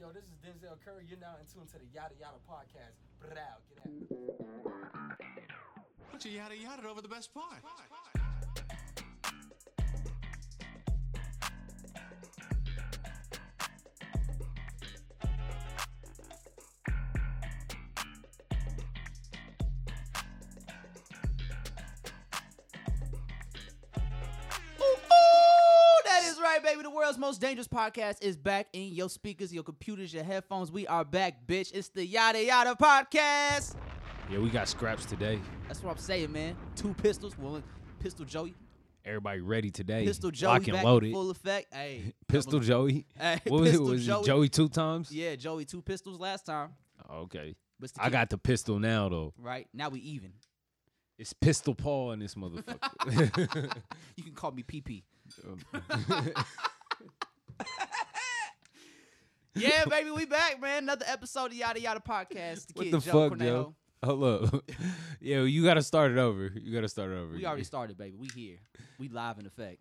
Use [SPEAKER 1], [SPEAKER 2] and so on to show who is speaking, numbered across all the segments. [SPEAKER 1] Yo, this is Denzel Curry. You're now in tune to the Yada Yada podcast. Brow, get out.
[SPEAKER 2] But you yada yada over the best part.
[SPEAKER 3] Ooh, that is right, baby. The world's most dangerous podcast is back in your speakers, your computers, your headphones. We are back, bitch. It's the Yada Yada Podcast.
[SPEAKER 4] Yeah, we got scraps today.
[SPEAKER 3] That's what I'm saying, man. Two pistols. One pistol Joey.
[SPEAKER 4] Everybody ready today.
[SPEAKER 3] Pistol Joey
[SPEAKER 4] Lock
[SPEAKER 3] back
[SPEAKER 4] and
[SPEAKER 3] in
[SPEAKER 4] loaded.
[SPEAKER 3] full effect. Hey.
[SPEAKER 4] Pistol
[SPEAKER 3] double-
[SPEAKER 4] Joey.
[SPEAKER 3] Hey,
[SPEAKER 4] what was, it?
[SPEAKER 3] Pistol
[SPEAKER 4] was it?
[SPEAKER 3] Joey.
[SPEAKER 4] Joey two times?
[SPEAKER 3] Yeah, Joey, two pistols last time.
[SPEAKER 4] Oh, okay.
[SPEAKER 3] But it's the
[SPEAKER 4] I
[SPEAKER 3] kid,
[SPEAKER 4] got the pistol now though.
[SPEAKER 3] right now we even.
[SPEAKER 4] It's Pistol Paul in this motherfucker.
[SPEAKER 3] You can call me PP. yeah, baby, we back, man. Another episode of Yada Yada Podcast. The
[SPEAKER 4] what
[SPEAKER 3] kid
[SPEAKER 4] the
[SPEAKER 3] Joe
[SPEAKER 4] fuck,
[SPEAKER 3] Cornejo.
[SPEAKER 4] yo? Hold up. yeah, you gotta start it over. You gotta start it over.
[SPEAKER 3] We already started, baby. We here. We live in effect.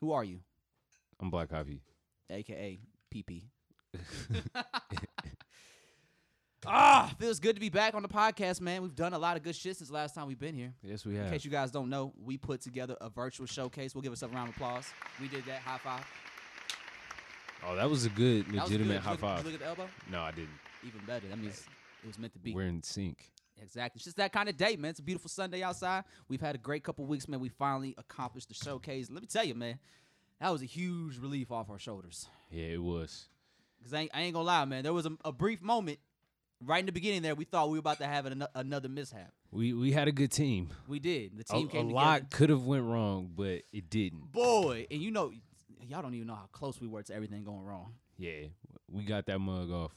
[SPEAKER 3] Who are you?
[SPEAKER 4] I'm Black Hoppy.
[SPEAKER 3] AKA PP. ah, feels good to be back on the podcast, man. We've done a lot of good shit since last time we've been here.
[SPEAKER 4] Yes, we
[SPEAKER 3] In
[SPEAKER 4] have.
[SPEAKER 3] case you guys don't know, we put together a virtual showcase. We'll give ourselves a round of applause. We did that. High five.
[SPEAKER 4] oh, that was a
[SPEAKER 3] That
[SPEAKER 4] good,
[SPEAKER 3] was
[SPEAKER 4] legitimate
[SPEAKER 3] good.
[SPEAKER 4] high
[SPEAKER 3] Look-
[SPEAKER 4] five.
[SPEAKER 3] Look at the elbow.
[SPEAKER 4] No, I didn't.
[SPEAKER 3] Even better. That means it was meant to be.
[SPEAKER 4] We're in sync.
[SPEAKER 3] Exactly. It's just that kind of day, man. It's a beautiful Sunday outside. We've had a great couple weeks, man. We finally accomplished the showcase. Let me tell you, man, that was a huge relief off our shoulders.
[SPEAKER 4] Yeah, it was.
[SPEAKER 3] Because I, ain't- I ain't going to lie, man. There was a, a brief moment right in the beginning there. We thought we were about to have an, another mishap.
[SPEAKER 4] We we had a good team.
[SPEAKER 3] We did. The
[SPEAKER 4] A,
[SPEAKER 3] team
[SPEAKER 4] a
[SPEAKER 3] came together.
[SPEAKER 4] lot could have went wrong, but it didn't.
[SPEAKER 3] Boy, and you know, y'all don't even know how close we were to everything going wrong.
[SPEAKER 4] Yeah, we got that mug off.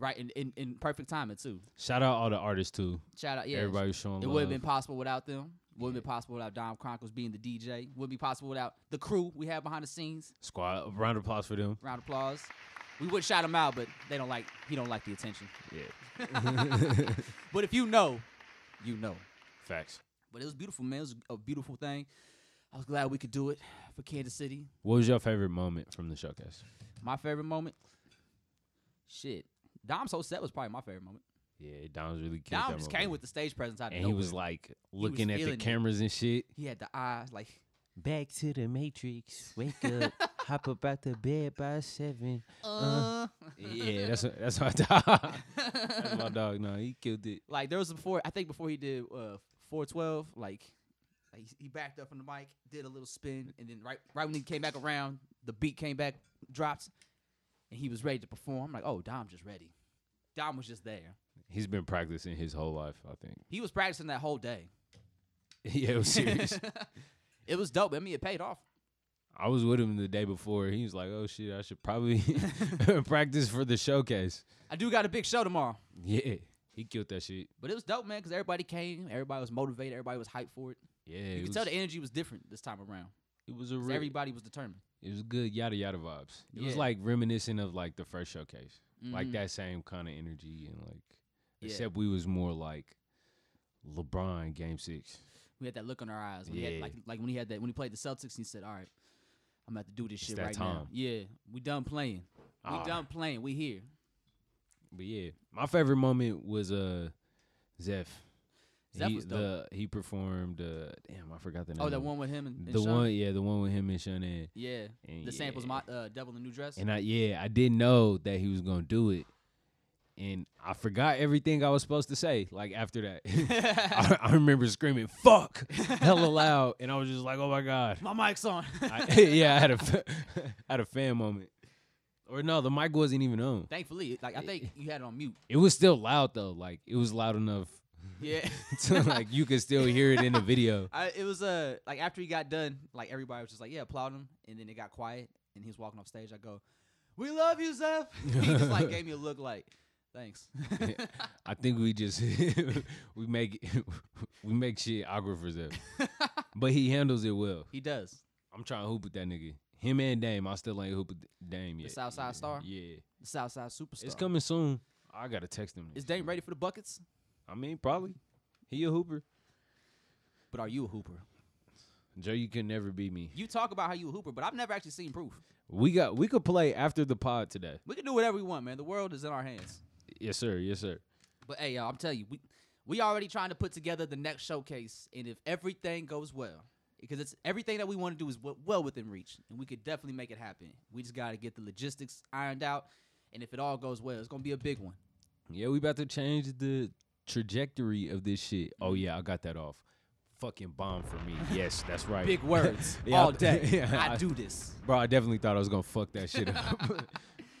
[SPEAKER 3] Right? In, in, in perfect timing, too.
[SPEAKER 4] Shout out all the artists too.
[SPEAKER 3] Shout out. Yeah.
[SPEAKER 4] Everybody showing
[SPEAKER 3] It
[SPEAKER 4] love.
[SPEAKER 3] would have been possible without them. Wouldn't be possible without Dom Chronicles being the DJ. Wouldn't be possible without the crew we have behind the scenes.
[SPEAKER 4] Squad, a round of applause for them.
[SPEAKER 3] Round of applause. We would shout him out, but they don't like he don't like the attention.
[SPEAKER 4] Yeah,
[SPEAKER 3] But if you know, you know.
[SPEAKER 4] facts.
[SPEAKER 3] But it was beautiful, man. It was a beautiful thing. I was glad we could do it for Kansas City.
[SPEAKER 4] What was your favorite moment from the showcase?
[SPEAKER 3] My favorite moment. Shit. Dom's whole set was probably my favorite moment.
[SPEAKER 4] Yeah, Dom's really killed
[SPEAKER 3] Dom
[SPEAKER 4] that
[SPEAKER 3] just
[SPEAKER 4] moment.
[SPEAKER 3] came with the stage presence out of
[SPEAKER 4] and he was
[SPEAKER 3] nowhere.
[SPEAKER 4] like looking at
[SPEAKER 3] feeling
[SPEAKER 4] the
[SPEAKER 3] it.
[SPEAKER 4] cameras and shit.
[SPEAKER 3] he had the eyes like
[SPEAKER 5] Back to the matrix. Wake up. hop up out the bed by seven.
[SPEAKER 3] uh,
[SPEAKER 4] yeah, that's that's my dog. that's my dog. No, he killed it.
[SPEAKER 3] like there was before I think before he did uh 412 like, like he- he backed up from the mic did a little spin and then right right when he came back around the beat came back dropped and he was ready to perform I'm like oh Dom just ready Dom was just there
[SPEAKER 4] He's been practicing his whole life, I think.
[SPEAKER 3] he was practicing that whole day
[SPEAKER 4] yeah, I'm serious.
[SPEAKER 3] it was dope I mean it paid off
[SPEAKER 4] I was with him the day before. He was like, "Oh shit, I should probably practice for the showcase."
[SPEAKER 3] I do got a big show tomorrow
[SPEAKER 4] Yeah, he killed that shit.
[SPEAKER 3] but it was dope man because everybody came everybody was motivated everybody was hyped for it
[SPEAKER 4] Yeah,
[SPEAKER 3] you
[SPEAKER 4] it
[SPEAKER 3] could
[SPEAKER 4] was,
[SPEAKER 3] tell the energy was different this time around
[SPEAKER 4] it was a
[SPEAKER 3] 'cause
[SPEAKER 4] real-
[SPEAKER 3] everybody was determined
[SPEAKER 4] It was good yada yada vibes. It was
[SPEAKER 3] Yeah.
[SPEAKER 4] like reminiscent of like the first showcase,
[SPEAKER 3] Mhm.
[SPEAKER 4] like that same kind of energy and like,
[SPEAKER 3] Yeah.
[SPEAKER 4] except we was more like LeBron Game Six.
[SPEAKER 3] We had that look on our eyes. When he had,
[SPEAKER 4] Yeah.
[SPEAKER 3] like like when he had that when he played the Celtics, he said, "All right, I'm about to do this shit
[SPEAKER 4] that
[SPEAKER 3] right now."
[SPEAKER 4] time.
[SPEAKER 3] Yeah, we done playing.
[SPEAKER 4] Ah.
[SPEAKER 3] We done playing. We here.
[SPEAKER 4] But yeah, my favorite moment was uh Zeph.
[SPEAKER 3] Zeph
[SPEAKER 4] he,
[SPEAKER 3] was dope.
[SPEAKER 4] The, he performed. Uh, damn, I forgot the name.
[SPEAKER 3] Oh, that one with him and, and
[SPEAKER 4] The
[SPEAKER 3] Sean?
[SPEAKER 4] one, yeah, the one with him and Shannon.
[SPEAKER 3] Yeah,
[SPEAKER 4] And
[SPEAKER 3] the samples.
[SPEAKER 4] yeah.
[SPEAKER 3] My uh, devil in the new dress.
[SPEAKER 4] And I yeah, I didn't know that he was gonna do it. And I forgot everything I was supposed to say, like after that. I, I remember screaming, fuck, hella loud. And I was just like, oh my God.
[SPEAKER 3] My mic's on.
[SPEAKER 4] I, yeah, I had a, fa- had a fan moment. Or no, the mic wasn't even on.
[SPEAKER 3] Thankfully, like I think you had it on mute.
[SPEAKER 4] It was still loud though. Like it was loud enough
[SPEAKER 3] Yeah,
[SPEAKER 4] to like you could still hear it in the video.
[SPEAKER 3] I, it was uh like after he got done, like everybody was just like, "Yeah, applaud him," and then it got quiet, and he was walking off stage. I go, "We love you, Zeph." he just like gave me a look like, "Thanks."
[SPEAKER 4] I think we just we make we make shit awkward for Zeph. But he handles it well.
[SPEAKER 3] he does.
[SPEAKER 4] I'm trying to hoop with that nigga. Him and Dame. I still ain't hoop with Dame yet.
[SPEAKER 3] Southside
[SPEAKER 4] yeah.
[SPEAKER 3] Star?
[SPEAKER 4] Yeah.
[SPEAKER 3] The Southside superstar.
[SPEAKER 4] It's coming soon. I gotta text him.
[SPEAKER 3] Is Dame ready for the buckets?
[SPEAKER 4] I mean, probably. He a hooper.
[SPEAKER 3] But are you a hooper?
[SPEAKER 4] Joe, you can never beat me.
[SPEAKER 3] You talk about how you a hooper, but I've never actually seen proof.
[SPEAKER 4] We got we could play after the pod today.
[SPEAKER 3] We can do whatever we want, man. The world is in our hands.
[SPEAKER 4] Yes, sir. Yes, sir.
[SPEAKER 3] But hey, y'all, I'm telling you, we we already trying to put together the next showcase, and if everything goes well, because it's everything that we want to do is w- well within reach, and we could definitely make it happen. We just got to get the logistics ironed out, and if it all goes well, it's gonna be a big one.
[SPEAKER 4] Yeah, we about to change the trajectory of this shit. Oh yeah, I got that off. Fucking bomb for me. Yes, that's right.
[SPEAKER 3] Big words
[SPEAKER 4] Yeah,
[SPEAKER 3] all
[SPEAKER 4] I-
[SPEAKER 3] day.
[SPEAKER 4] yeah,
[SPEAKER 3] I
[SPEAKER 4] I-
[SPEAKER 3] do this.
[SPEAKER 4] bro. I definitely thought I was gonna fuck that shit up,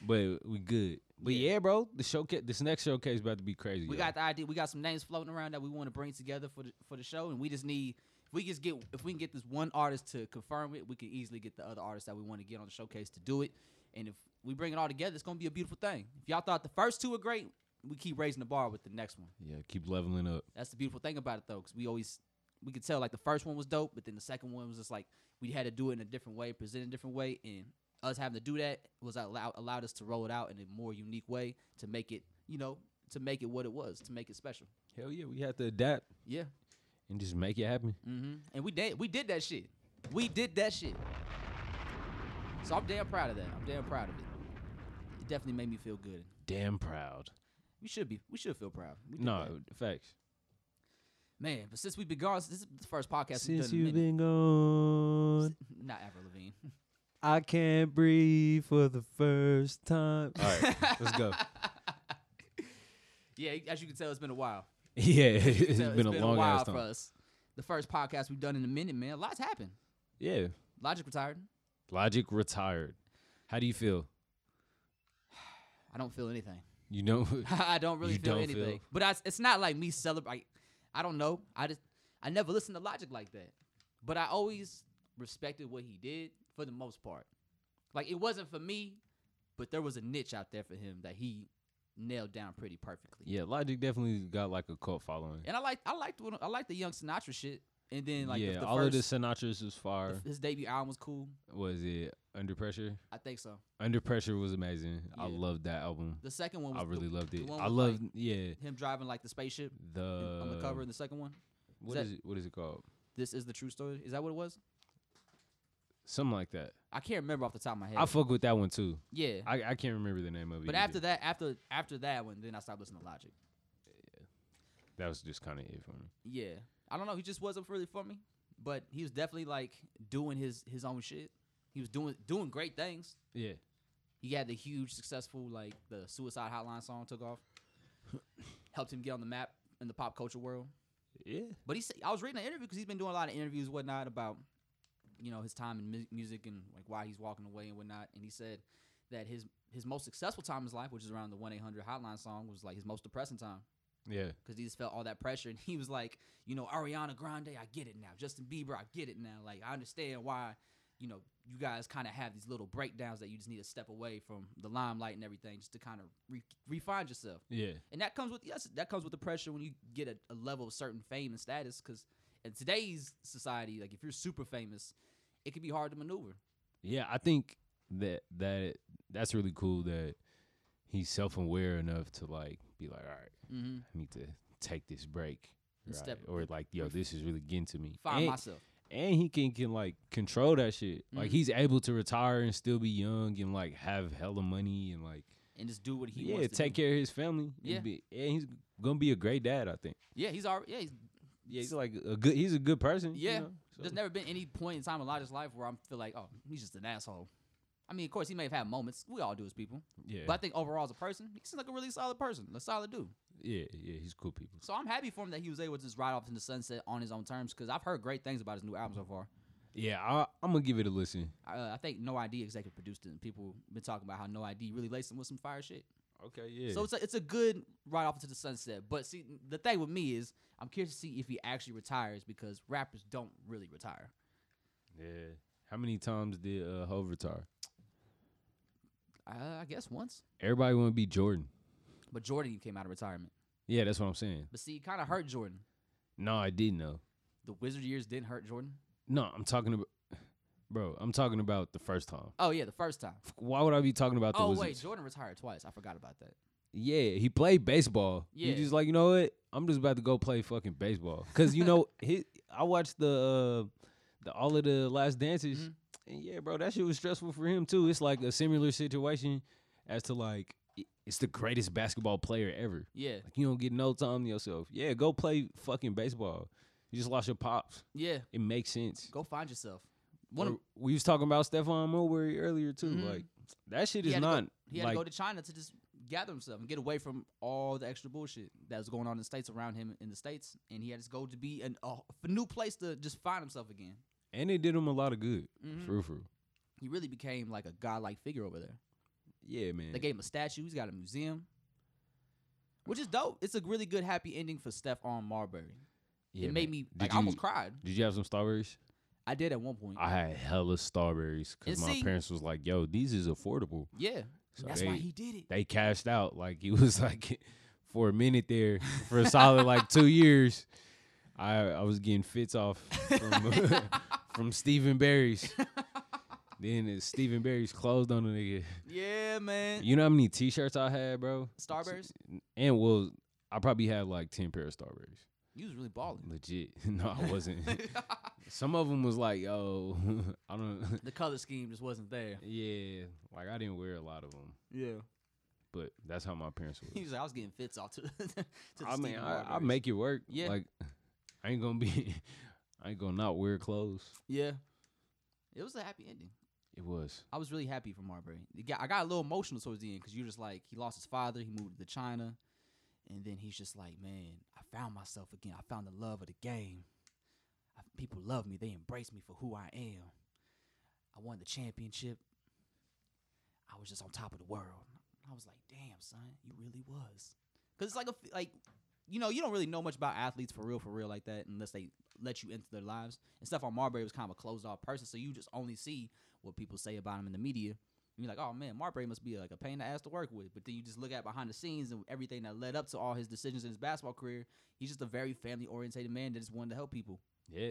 [SPEAKER 4] but we good. But yeah, bro, the showcase, this next showcase about to be crazy.
[SPEAKER 3] We
[SPEAKER 4] yo.
[SPEAKER 3] got the idea. We got some names floating around that we want to bring together for the, for the show, and we just need if we just get if we can get this one artist to confirm it, we can easily get the other artists that we want to get on the showcase to do it. And if we bring it all together, it's gonna be a beautiful thing. If y'all thought the first two were great, we keep raising the bar with the next one.
[SPEAKER 4] yeah, keep leveling up.
[SPEAKER 3] That's the beautiful thing about it though, because we always we could tell like the first one was dope, but then the second one was just like we had to do it in a different way, present it in a different way, and us having to do that was allowed allowed us to roll it out in a more unique way to make it you know to make it what it was to make it special.
[SPEAKER 4] Hell yeah, we have to adapt
[SPEAKER 3] Yeah.
[SPEAKER 4] and just make it happen.
[SPEAKER 3] Mm-hmm. And we did we did that shit. We did that shit. So I'm damn proud of that. I'm damn proud of it. It definitely made me feel good.
[SPEAKER 4] Damn proud.
[SPEAKER 3] We should be. We should feel proud. We did
[SPEAKER 4] No
[SPEAKER 3] that.
[SPEAKER 4] facts.
[SPEAKER 3] man. But since we've been gone, this is the first podcast
[SPEAKER 5] Since you've
[SPEAKER 3] we've done. in a minute.
[SPEAKER 5] been gone,
[SPEAKER 3] Not Avril Lavigne.
[SPEAKER 5] I can't breathe for the first time.
[SPEAKER 4] All right, let's go.
[SPEAKER 3] Yeah, as you can tell, it's been a while.
[SPEAKER 4] Yeah, it's
[SPEAKER 3] So
[SPEAKER 4] been, a long
[SPEAKER 3] while
[SPEAKER 4] ass
[SPEAKER 3] for
[SPEAKER 4] time.
[SPEAKER 3] us. The first podcast we've done in a minute, man. A lot's happened.
[SPEAKER 4] Yeah,
[SPEAKER 3] Logic retired.
[SPEAKER 4] Logic retired. How do you feel?
[SPEAKER 3] I don't feel anything.
[SPEAKER 4] You know,
[SPEAKER 3] I don't really
[SPEAKER 4] You
[SPEAKER 3] feel
[SPEAKER 4] don't
[SPEAKER 3] anything.
[SPEAKER 4] feel?
[SPEAKER 3] But I, it's not like me celebrate. I don't know. I just I never listened to Logic like that. But I always respected what he did for the most part. Like it wasn't for me, but there was a niche out there for him that he nailed down pretty perfectly.
[SPEAKER 4] yeah, Logic definitely got like a cult following.
[SPEAKER 3] And I like I liked what, I liked the young Sinatra shit. And then like the-
[SPEAKER 4] yeah,
[SPEAKER 3] the
[SPEAKER 4] all
[SPEAKER 3] first,
[SPEAKER 4] of the Sinatra's was fire.
[SPEAKER 3] his debut album was cool.
[SPEAKER 4] Was it Under Pressure?
[SPEAKER 3] I think so.
[SPEAKER 4] Under Pressure was amazing. I
[SPEAKER 3] Yeah.
[SPEAKER 4] loved that album.
[SPEAKER 3] The second one was
[SPEAKER 4] I really
[SPEAKER 3] the,
[SPEAKER 4] loved
[SPEAKER 3] the
[SPEAKER 4] it.
[SPEAKER 3] one
[SPEAKER 4] I
[SPEAKER 3] with,
[SPEAKER 4] loved
[SPEAKER 3] like,
[SPEAKER 4] yeah
[SPEAKER 3] him driving like the spaceship
[SPEAKER 4] the
[SPEAKER 3] in- on the cover in the second one.
[SPEAKER 4] What
[SPEAKER 3] that-
[SPEAKER 4] is it? What is it called?
[SPEAKER 3] This is the true story. Is that what it was?
[SPEAKER 4] Something like that.
[SPEAKER 3] I can't remember off the top of my head.
[SPEAKER 4] I fuck with that one too.
[SPEAKER 3] yeah.
[SPEAKER 4] I, I can't remember the name of it.
[SPEAKER 3] But
[SPEAKER 4] either.
[SPEAKER 3] after that, after after that one, then I stopped listening to Logic.
[SPEAKER 4] that was just kind of it for me.
[SPEAKER 3] Yeah, I don't know. He just wasn't really for me. But he was definitely like doing his his own shit. He was doing doing great things.
[SPEAKER 4] Yeah,
[SPEAKER 3] He had the huge successful like the Suicide Hotline song took off, helped him get on the map in the pop culture world.
[SPEAKER 4] yeah.
[SPEAKER 3] But he said I was reading an interview because he's been doing a lot of interviews and whatnot about you know his time in mu- music and like why he's walking away and whatnot. And he said that his his most successful time in his life, which is around the one eight hundred hotline song, was like his most depressing time.
[SPEAKER 4] Yeah,
[SPEAKER 3] because he just felt all that pressure. And he was like, you know, Ariana Grande, I get it now. Justin Bieber, I get it now. Like, I understand why, you know, you guys kind of have these little breakdowns that you just need to step away from the limelight and everything just to kind of re- refine yourself.
[SPEAKER 4] yeah,
[SPEAKER 3] And that comes with yes, that comes with the pressure when you get a, a level of certain fame and status. Because in today's society, like if you're super famous, it can be hard to maneuver.
[SPEAKER 4] yeah. I think that that that's really cool that he's self aware enough to like be like, all right,
[SPEAKER 3] Mm-hmm.
[SPEAKER 4] I need to take this break.
[SPEAKER 3] And
[SPEAKER 4] Right?
[SPEAKER 3] step-
[SPEAKER 4] or like, yo, this is really getting to me.
[SPEAKER 3] Find
[SPEAKER 4] And-
[SPEAKER 3] myself.
[SPEAKER 4] and he can can like control that shit. Like
[SPEAKER 3] Mhm.
[SPEAKER 4] he's able to retire and still be young and like have hella money and like
[SPEAKER 3] And just do what he
[SPEAKER 4] yeah,
[SPEAKER 3] wants to
[SPEAKER 4] take
[SPEAKER 3] do.
[SPEAKER 4] care of his family. and
[SPEAKER 3] Yeah.
[SPEAKER 4] be- and he's gonna be a great dad, I think.
[SPEAKER 3] Yeah, he's already. Yeah, he's
[SPEAKER 4] Yeah, he's like a good. He's a good person. you
[SPEAKER 3] Yeah.
[SPEAKER 4] know, so-
[SPEAKER 3] There's never been any point in time in Logic's life where I feel like, oh, he's just an asshole. I mean, of course, he may have had moments. We all do as people.
[SPEAKER 4] yeah,
[SPEAKER 3] But I think overall, as a person, he seems like a really solid person, a solid dude.
[SPEAKER 4] yeah, yeah. He's cool people.
[SPEAKER 3] So I'm happy for him that he was able to just ride off in the sunset on his own terms because I've heard great things about his new album so far.
[SPEAKER 4] Yeah, I, I'm gonna give it a listen.
[SPEAKER 3] Uh, I think No ID executive produced it, and people been talking about how No ID really laced him with some fire shit.
[SPEAKER 4] Okay, yeah.
[SPEAKER 3] So it's a, it's a good ride off into the sunset. But see, the thing with me is, I'm curious to see if he actually retires because rappers don't really retire.
[SPEAKER 4] yeah. How many times did uh, Hov retire?
[SPEAKER 3] Uh, I guess once.
[SPEAKER 4] Everybody want to be Jordan.
[SPEAKER 3] But Jordan came out of retirement.
[SPEAKER 4] Yeah, that's what I'm saying.
[SPEAKER 3] But see, it kind of hurt Jordan.
[SPEAKER 4] No, I didn't know.
[SPEAKER 3] The Wizard years didn't hurt Jordan.
[SPEAKER 4] No, I'm talking about, bro. I'm talking about the first time.
[SPEAKER 3] Oh yeah, the first time.
[SPEAKER 4] Why would I be talking about the
[SPEAKER 3] Oh
[SPEAKER 4] Wizards?
[SPEAKER 3] wait, Jordan retired twice. I forgot about that.
[SPEAKER 4] Yeah, he played baseball.
[SPEAKER 3] Yeah.
[SPEAKER 4] He just like, you know what? I'm just about to go play fucking baseball. Cause you know, he, I watched the uh, the all of the last dances.
[SPEAKER 3] Mhm.
[SPEAKER 4] And yeah, bro, that shit was stressful for him too. It's like a similar situation as to like i- it's the greatest basketball player ever.
[SPEAKER 3] Yeah,
[SPEAKER 4] Like you don't get no time to yourself. Yeah, go play fucking baseball. You just lost your pops.
[SPEAKER 3] yeah.
[SPEAKER 4] It makes sense.
[SPEAKER 3] Go find yourself. One
[SPEAKER 4] One
[SPEAKER 3] of,
[SPEAKER 4] we was talking about Stephon Mulberry earlier too.
[SPEAKER 3] Mhm.
[SPEAKER 4] Like that shit
[SPEAKER 3] He
[SPEAKER 4] is
[SPEAKER 3] had to go-
[SPEAKER 4] not
[SPEAKER 3] he had
[SPEAKER 4] like
[SPEAKER 3] to go to China to just gather himself and get away from all the extra bullshit that was going on in the states around him in the states, and he had to go to be an, a, a new place to just find himself again.
[SPEAKER 4] and it did him a lot of good.
[SPEAKER 3] Mhm.
[SPEAKER 4] True, true.
[SPEAKER 3] He really became like a godlike figure over there.
[SPEAKER 4] Yeah, man.
[SPEAKER 3] They gave him a statue. He's got a museum, which is dope. It's a really good happy ending for Stephon Marbury.
[SPEAKER 4] Yeah,
[SPEAKER 3] it made
[SPEAKER 4] man.
[SPEAKER 3] me
[SPEAKER 4] Did
[SPEAKER 3] like I almost
[SPEAKER 4] you-
[SPEAKER 3] cried.
[SPEAKER 4] Did you have some strawberries?
[SPEAKER 3] I did at one point.
[SPEAKER 4] I had hella strawberries because
[SPEAKER 3] And
[SPEAKER 4] my
[SPEAKER 3] see-
[SPEAKER 4] parents was like, "Yo, these is affordable."
[SPEAKER 3] yeah,
[SPEAKER 4] So
[SPEAKER 3] that's
[SPEAKER 4] they,
[SPEAKER 3] why he did it.
[SPEAKER 4] they cashed out. Like he was like for a minute there for a solid like two years. I I was getting fits off from from Stephen Barry's. then it's Stephen Barry's closed on the nigga.
[SPEAKER 3] Yeah, man.
[SPEAKER 4] You know how many T-shirts I had, bro?
[SPEAKER 3] Starburst,
[SPEAKER 4] And well, I probably had like ten pair of Starberries.
[SPEAKER 3] you was really balling.
[SPEAKER 4] Legit. No, I wasn't. Some of them was like, yo, I don't.
[SPEAKER 3] The color scheme just wasn't there.
[SPEAKER 4] Yeah, like I didn't wear a lot of them,
[SPEAKER 3] Yeah.
[SPEAKER 4] but that's how my parents were.
[SPEAKER 3] He was like, I was getting fits off to, to the
[SPEAKER 4] I mean,
[SPEAKER 3] Stephen
[SPEAKER 4] I, I
[SPEAKER 3] Marbury's.
[SPEAKER 4] make it work.
[SPEAKER 3] Yeah.
[SPEAKER 4] like I ain't gonna be, I ain't gonna not wear clothes.
[SPEAKER 3] Yeah. It was a happy ending.
[SPEAKER 4] It was.
[SPEAKER 3] I was really happy for Marbury. It got, I got a little emotional towards the end because you're just like, he lost his father, he moved to China, and then he's just like, man, I found myself again. I found the love of the game. I, people love me, they embrace me for who I am. I won the championship. I was just on top of the world. I was like, damn, son, you really was. Because it's like, a, f- like, you know, you don't really know much about athletes for real, for real, like that, unless they let you into their lives. And stuff on Marbury was kind of a closed off person, so you just only see what people say about him in the media. And you're like, oh man, Marbury must be like a pain in the ass to work with. But then you just look at behind the scenes and everything that led up to all his decisions in his basketball career. He's just a very family oriented man that just wanted to help people.
[SPEAKER 4] Yeah,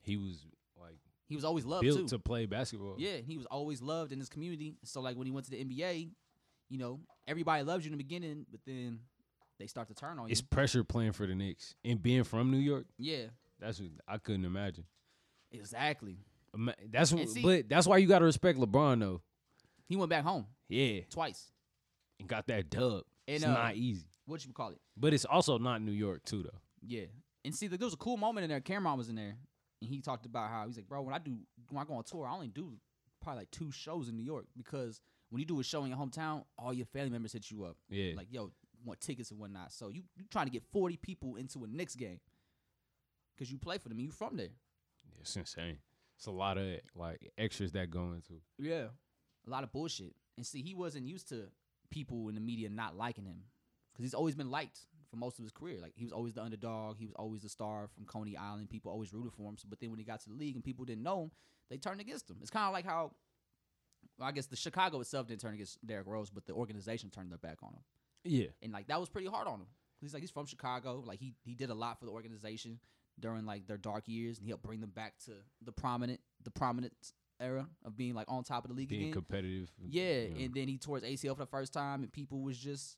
[SPEAKER 4] he was like
[SPEAKER 3] He was always loved
[SPEAKER 4] built
[SPEAKER 3] too.
[SPEAKER 4] to play basketball.
[SPEAKER 3] Yeah, and he was always loved in his community. So like when he went to the NBA, you know, everybody loves you in the beginning, but then they start to turn on you.
[SPEAKER 4] it's pressure playing for the Knicks and being from New York.
[SPEAKER 3] yeah,
[SPEAKER 4] That's what I couldn't imagine.
[SPEAKER 3] exactly.
[SPEAKER 4] Ima- That's
[SPEAKER 3] And
[SPEAKER 4] what,
[SPEAKER 3] see-
[SPEAKER 4] but that's why you gotta respect LeBron though.
[SPEAKER 3] He went back home
[SPEAKER 4] Yeah,
[SPEAKER 3] twice.
[SPEAKER 4] and got that dub. it's
[SPEAKER 3] And, uh,
[SPEAKER 4] not easy,
[SPEAKER 3] What you call it?
[SPEAKER 4] but it's also not New York too though.
[SPEAKER 3] Yeah. And see, like, there was a cool moment in there. Cameron was in there, and he talked about how he's like, bro, when I do when I go on tour, I only do probably like two shows in New York because when you do a show in your hometown, all your family members hit you up,
[SPEAKER 4] Yeah,
[SPEAKER 3] like, yo, want tickets and whatnot. So you you trying to get forty people into a Knicks game because you play for them and you from there.
[SPEAKER 4] it's insane. It's a lot of like extras that go into.
[SPEAKER 3] Yeah. A lot of bullshit. And see, he wasn't used to people in the media not liking him because he's always been liked for most of his career. Like, he was always the underdog. He was always the star from Coney Island. People always rooted for him. So, but then when he got to the league and people didn't know him, they turned against him. It's kind of like how, well, I guess the Chicago itself didn't turn against Derrick Rose, but the organization turned their back on him.
[SPEAKER 4] Yeah,
[SPEAKER 3] And, like, that was pretty hard on him. 'Cause He's like, he's from Chicago. Like, he, he did a lot for the organization during, like, their dark years. And he helped bring them back to the prominent, the prominent era of being, like, on top of the league
[SPEAKER 4] being
[SPEAKER 3] again.
[SPEAKER 4] competitive.
[SPEAKER 3] Yeah,
[SPEAKER 4] you know.
[SPEAKER 3] and then he tore his ACL for the first time, and people was just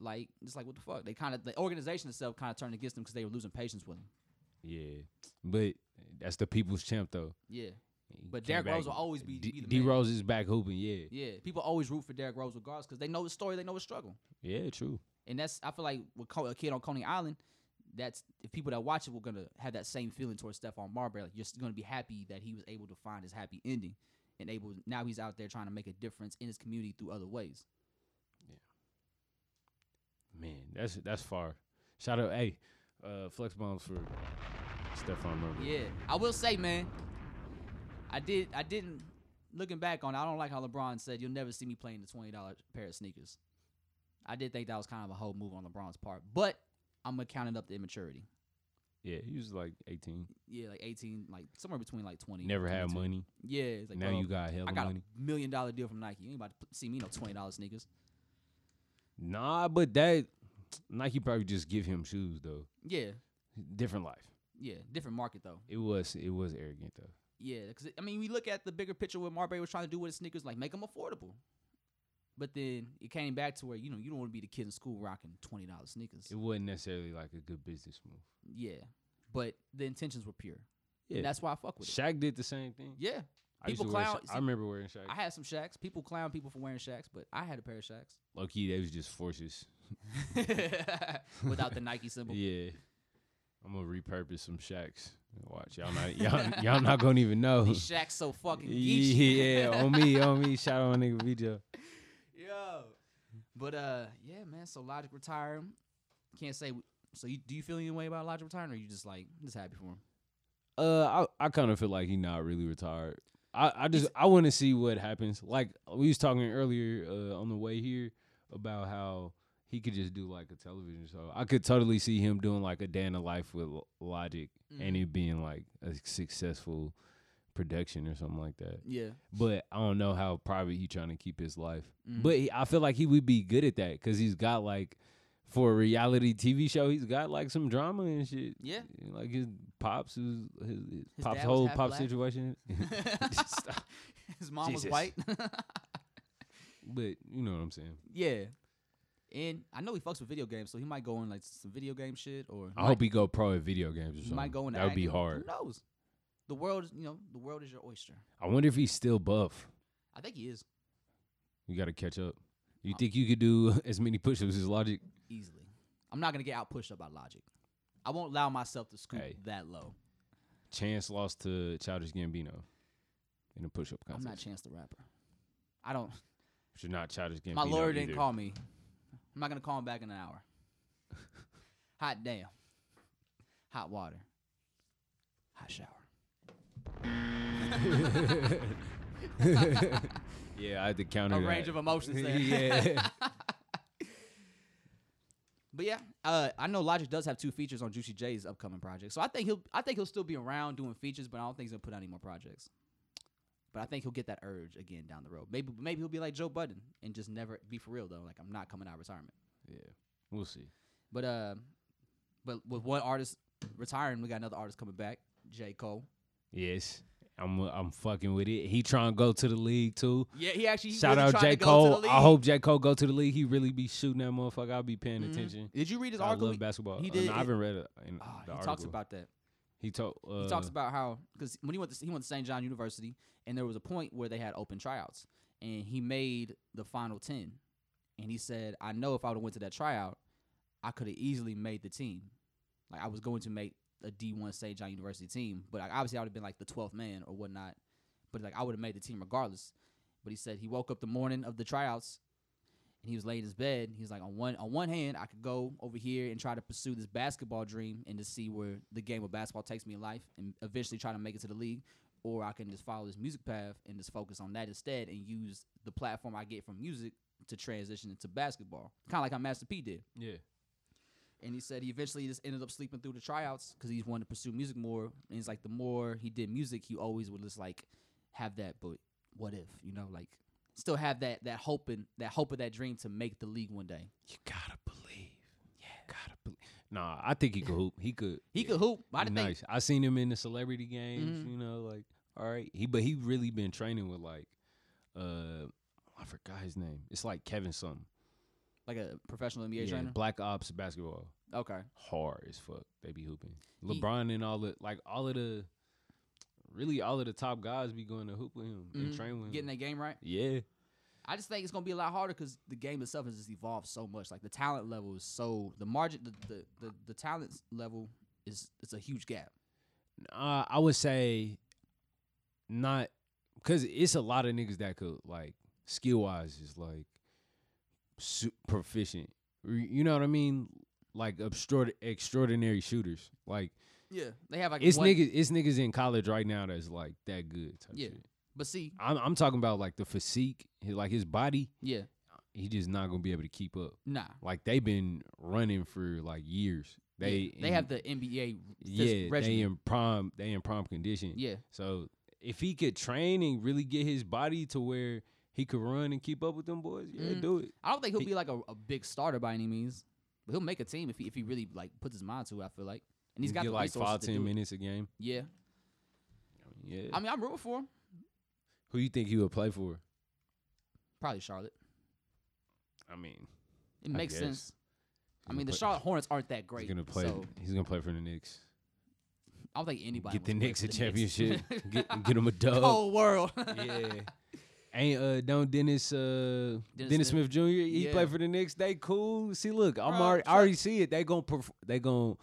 [SPEAKER 3] like, just like, what the fuck? They kind of the organization itself kind of turned against him because they were losing patience with him.
[SPEAKER 4] yeah, but that's the people's champ though.
[SPEAKER 3] Yeah,
[SPEAKER 4] He
[SPEAKER 3] But
[SPEAKER 4] came
[SPEAKER 3] Derrick Rose
[SPEAKER 4] back.
[SPEAKER 3] will always be-
[SPEAKER 4] D,
[SPEAKER 3] be the
[SPEAKER 4] D
[SPEAKER 3] man.
[SPEAKER 4] Rose is back hooping. Yeah,
[SPEAKER 3] yeah. People always root for Derrick Rose regardless because they know his story, they know his struggle,
[SPEAKER 4] yeah, true.
[SPEAKER 3] and that's I feel like with Co- a kid on Coney Island, that's if people that watch it were gonna have that same feeling towards Stephon Marbury. Like you're s- gonna be happy that he was able to find his happy ending, and able now he's out there trying to make a difference in his community through other ways.
[SPEAKER 4] Man, that's that's far. Shout out, hey, uh, flex bombs for Stephon Murray.
[SPEAKER 3] Yeah, I will say, man, I did. I didn't. Looking back on, it, I don't like how LeBron said you'll never see me playing the twenty dollar pair of sneakers. I did think that was kind of a whole move on LeBron's part, but I'm accounting up the immaturity.
[SPEAKER 4] Yeah, he was like 18.
[SPEAKER 3] Yeah, like 18, like somewhere between like 20.
[SPEAKER 4] Never had
[SPEAKER 3] 22.
[SPEAKER 4] money.
[SPEAKER 3] Yeah, it's like
[SPEAKER 4] now
[SPEAKER 3] bro,
[SPEAKER 4] you got hella
[SPEAKER 3] I got
[SPEAKER 4] money.
[SPEAKER 3] a million dollar deal from Nike. You ain't about to p- see me no twenty dollar sneakers.
[SPEAKER 4] Nah, but that Nike probably just give him shoes though.
[SPEAKER 3] Yeah,
[SPEAKER 4] Different life.
[SPEAKER 3] yeah, different market though.
[SPEAKER 4] It was it was arrogant though.
[SPEAKER 3] Yeah, because I mean, we look at the bigger picture what Marbury was trying to do with his sneakers, like make them affordable. But then it came back to where you know you don't want to be the kid in school rocking twenty dollars sneakers.
[SPEAKER 4] It wasn't necessarily like a good business move.
[SPEAKER 3] yeah, but the intentions were pure.
[SPEAKER 4] Yeah.
[SPEAKER 3] And that's why I fuck with it.
[SPEAKER 4] Shaq did the same thing.
[SPEAKER 3] Yeah,
[SPEAKER 4] I used
[SPEAKER 3] People
[SPEAKER 4] to wear.
[SPEAKER 3] clown-
[SPEAKER 4] Sha-
[SPEAKER 3] see-
[SPEAKER 4] I remember wearing shacks.
[SPEAKER 3] I had some shacks. People clown people for wearing shacks, but I had a pair of shacks
[SPEAKER 4] Low key, they was just forces.
[SPEAKER 3] without the Nike symbol.
[SPEAKER 4] Yeah. I'm gonna repurpose some shacks. Watch y'all not y'all, y'all not gonna even know.
[SPEAKER 3] These shacks so fucking geeky.
[SPEAKER 4] yeah, on me, on me. Shout out my nigga video.
[SPEAKER 3] Yo. But uh, yeah, man. So Logic retiring. Can't say. So you, do you feel any way about Logic retiring, or you just like just happy for him?
[SPEAKER 4] Uh, I I kind of feel like he not really retired. I, I just I want to see what happens. Like we was talking earlier uh, on the way here about how he could just do like a television show. I could totally see him doing like a day in the life with L- Logic and it being like a successful production or something like that.
[SPEAKER 3] Yeah.
[SPEAKER 4] But I don't know how private he trying to keep his life.
[SPEAKER 3] Mm.
[SPEAKER 4] But he, I feel like he would be good at that because he's got like for a reality TV show, he's got like some drama and shit.
[SPEAKER 3] Yeah.
[SPEAKER 4] You know, like his pops, his, his, his
[SPEAKER 3] His
[SPEAKER 4] pops
[SPEAKER 3] dad was
[SPEAKER 4] whole
[SPEAKER 3] half
[SPEAKER 4] pop
[SPEAKER 3] black.
[SPEAKER 4] situation. Stop.
[SPEAKER 3] His mom was
[SPEAKER 4] Jesus.
[SPEAKER 3] white.
[SPEAKER 4] but you know what I'm saying.
[SPEAKER 3] yeah. And I know he fucks with video games, so he might go in like some video game shit, or
[SPEAKER 4] I hope he go pro at video games or
[SPEAKER 3] he
[SPEAKER 4] something.
[SPEAKER 3] might go in.
[SPEAKER 4] that would be
[SPEAKER 3] acting.
[SPEAKER 4] hard.
[SPEAKER 3] Who knows? The world, is you know, the world is your oyster.
[SPEAKER 4] I wonder if he's still buff.
[SPEAKER 3] I think he is
[SPEAKER 4] You got to catch up. You think you could do as many push-ups as Logic?
[SPEAKER 3] easily. I'm not gonna get out pushed up by Logic. I won't allow myself to scoop
[SPEAKER 4] Hey.
[SPEAKER 3] that low.
[SPEAKER 4] Chance lost to Childish Gambino in a push-up
[SPEAKER 3] I'm
[SPEAKER 4] contest.
[SPEAKER 3] not Chance the Rapper. I don't.
[SPEAKER 4] Which is not Childish Gambino.
[SPEAKER 3] My lawyer didn't
[SPEAKER 4] either.
[SPEAKER 3] call me. I'm not gonna call him back in an hour. Hot damn. Hot water. Hot shower.
[SPEAKER 4] Yeah, I had to counter
[SPEAKER 3] A
[SPEAKER 4] that.
[SPEAKER 3] range of emotions there.
[SPEAKER 4] yeah.
[SPEAKER 3] But yeah, uh, I know Logic does have two features on Juicy J's upcoming project, so I think he'll I think he'll still be around doing features, but I don't think he's gonna put out any more projects. But I think he'll get that urge again down the road. Maybe maybe he'll be like Joe Budden and just never be for real though. Like I'm not coming out of retirement.
[SPEAKER 4] yeah. We'll see.
[SPEAKER 3] But uh, but with one artist retiring, we got another artist coming back, J Cole.
[SPEAKER 4] Yes. I'm I'm fucking with it. He trying to go to the league too.
[SPEAKER 3] Yeah, he actually he
[SPEAKER 4] Shout
[SPEAKER 3] really
[SPEAKER 4] out
[SPEAKER 3] tried
[SPEAKER 4] J.
[SPEAKER 3] to go to the
[SPEAKER 4] Cole. I
[SPEAKER 3] league.
[SPEAKER 4] hope J. Cole go to the league. He really be shooting that motherfucker. I'll be paying
[SPEAKER 3] Mhm.
[SPEAKER 4] attention.
[SPEAKER 3] Did you read his
[SPEAKER 4] I
[SPEAKER 3] article?
[SPEAKER 4] love basketball.
[SPEAKER 3] he
[SPEAKER 4] Uh,
[SPEAKER 3] did-
[SPEAKER 4] no, I haven't read it in
[SPEAKER 3] Ah,
[SPEAKER 4] the
[SPEAKER 3] he
[SPEAKER 4] article.
[SPEAKER 3] talks about that.
[SPEAKER 4] he, to, uh,
[SPEAKER 3] He talks about how because when he went to, he went to St. John University and there was a point where they had open tryouts and he made the final ten and he said I know if I would have went to that tryout I could have easily made the team like I was going to make a D one St. John University team but like, obviously I would have been like the twelfth man or whatnot but like I would have made the team regardless but he said he woke up the morning of the tryouts and he was laying in his bed. He was like, on one on one hand, I could go over here and try to pursue this basketball dream and to see where the game of basketball takes me in life and eventually try to make it to the league. Or I can just follow this music path and just focus on that instead and use the platform I get from music to transition into basketball. Kind of like how Master P did.
[SPEAKER 4] Yeah.
[SPEAKER 3] And he said he eventually just ended up sleeping through the tryouts because he wanted to pursue music more. And it's like the more he did music, he always would just like have that. But what if you know, like, still have that that hope and that hope of that dream to make the league one day.
[SPEAKER 4] You gotta believe. Yeah. Gotta believe. Nah, I think he could hoop. He could.
[SPEAKER 3] He
[SPEAKER 4] yeah,
[SPEAKER 3] could hoop. I
[SPEAKER 4] he
[SPEAKER 3] didn't
[SPEAKER 4] nice. I seen him in the celebrity games.
[SPEAKER 3] Mhm.
[SPEAKER 4] You know, like all right. He but he really been training with like, uh, I forgot his name. It's like Kevin something.
[SPEAKER 3] think like a professional NBA
[SPEAKER 4] yeah,
[SPEAKER 3] trainer.
[SPEAKER 4] Black Ops basketball.
[SPEAKER 3] Okay,
[SPEAKER 4] hard as fuck. They be hooping.
[SPEAKER 3] He-
[SPEAKER 4] LeBron and all the like all of the really all of the top guys be going to hoop with him and
[SPEAKER 3] Mhm.
[SPEAKER 4] train with him.
[SPEAKER 3] getting that game right.
[SPEAKER 4] yeah.
[SPEAKER 3] I just think it's gonna be a lot harder because the game itself has just evolved so much. Like the talent level is so the margin, the the the, the talent level is it's a huge gap.
[SPEAKER 4] Uh, I would say not because it's a lot of niggas that could like skill wise is like su- proficient. Or, You know what I mean? Like extraor- extraordinary shooters. Like
[SPEAKER 3] Yeah, they have like
[SPEAKER 4] it's
[SPEAKER 3] one,
[SPEAKER 4] niggas it's niggas in college right now that's like that good. Type
[SPEAKER 3] Yeah.
[SPEAKER 4] shit.
[SPEAKER 3] But see,
[SPEAKER 4] I'm I'm talking about like the physique, his- like his body.
[SPEAKER 3] yeah,
[SPEAKER 4] he just not gonna be able to keep up.
[SPEAKER 3] nah.
[SPEAKER 4] Like they've been running for like years.
[SPEAKER 3] Yeah,
[SPEAKER 4] They
[SPEAKER 3] they
[SPEAKER 4] in-
[SPEAKER 3] have the NBA yeah
[SPEAKER 4] yeah they
[SPEAKER 3] regimen.
[SPEAKER 4] in prime they in prime condition.
[SPEAKER 3] yeah
[SPEAKER 4] So if he could train and really get his body to where he could run and keep up with them boys, yeah,
[SPEAKER 3] Mhm.
[SPEAKER 4] do it.
[SPEAKER 3] I don't think he'll
[SPEAKER 4] He-
[SPEAKER 3] be like a, a big starter by any means but he'll make a team if he if he really like puts his mind to it I feel like and he's
[SPEAKER 4] You
[SPEAKER 3] got
[SPEAKER 4] get
[SPEAKER 3] the
[SPEAKER 4] like
[SPEAKER 3] resources
[SPEAKER 4] five
[SPEAKER 3] to
[SPEAKER 4] ten
[SPEAKER 3] do it.
[SPEAKER 4] minutes a game.
[SPEAKER 3] yeah
[SPEAKER 4] Yeah.
[SPEAKER 3] I mean I'm rooting for him
[SPEAKER 4] Who you think he would play for?
[SPEAKER 3] probably Charlotte
[SPEAKER 4] I mean,
[SPEAKER 3] it
[SPEAKER 4] I
[SPEAKER 3] makes
[SPEAKER 4] guess.
[SPEAKER 3] sense I
[SPEAKER 4] He's
[SPEAKER 3] mean the
[SPEAKER 4] gonna play-
[SPEAKER 3] Charlotte Hornets aren't that great
[SPEAKER 4] he's gonna play.
[SPEAKER 3] so
[SPEAKER 4] He's gonna play for the Knicks.
[SPEAKER 3] I don't think anybody
[SPEAKER 4] Get the
[SPEAKER 3] was ready
[SPEAKER 4] Knicks
[SPEAKER 3] for
[SPEAKER 4] a
[SPEAKER 3] the Knicks.
[SPEAKER 4] championship. get get them a dub.
[SPEAKER 3] Whole world.
[SPEAKER 4] Yeah. Ain't uh don't Dennis uh Dennis,
[SPEAKER 3] Smith.
[SPEAKER 4] Smith, Jr. He
[SPEAKER 3] Yeah.
[SPEAKER 4] played for the Knicks. They cool. See, look, I'm
[SPEAKER 3] Bro,
[SPEAKER 4] already, I
[SPEAKER 3] check-
[SPEAKER 4] already see it. They gonna perf- they gonna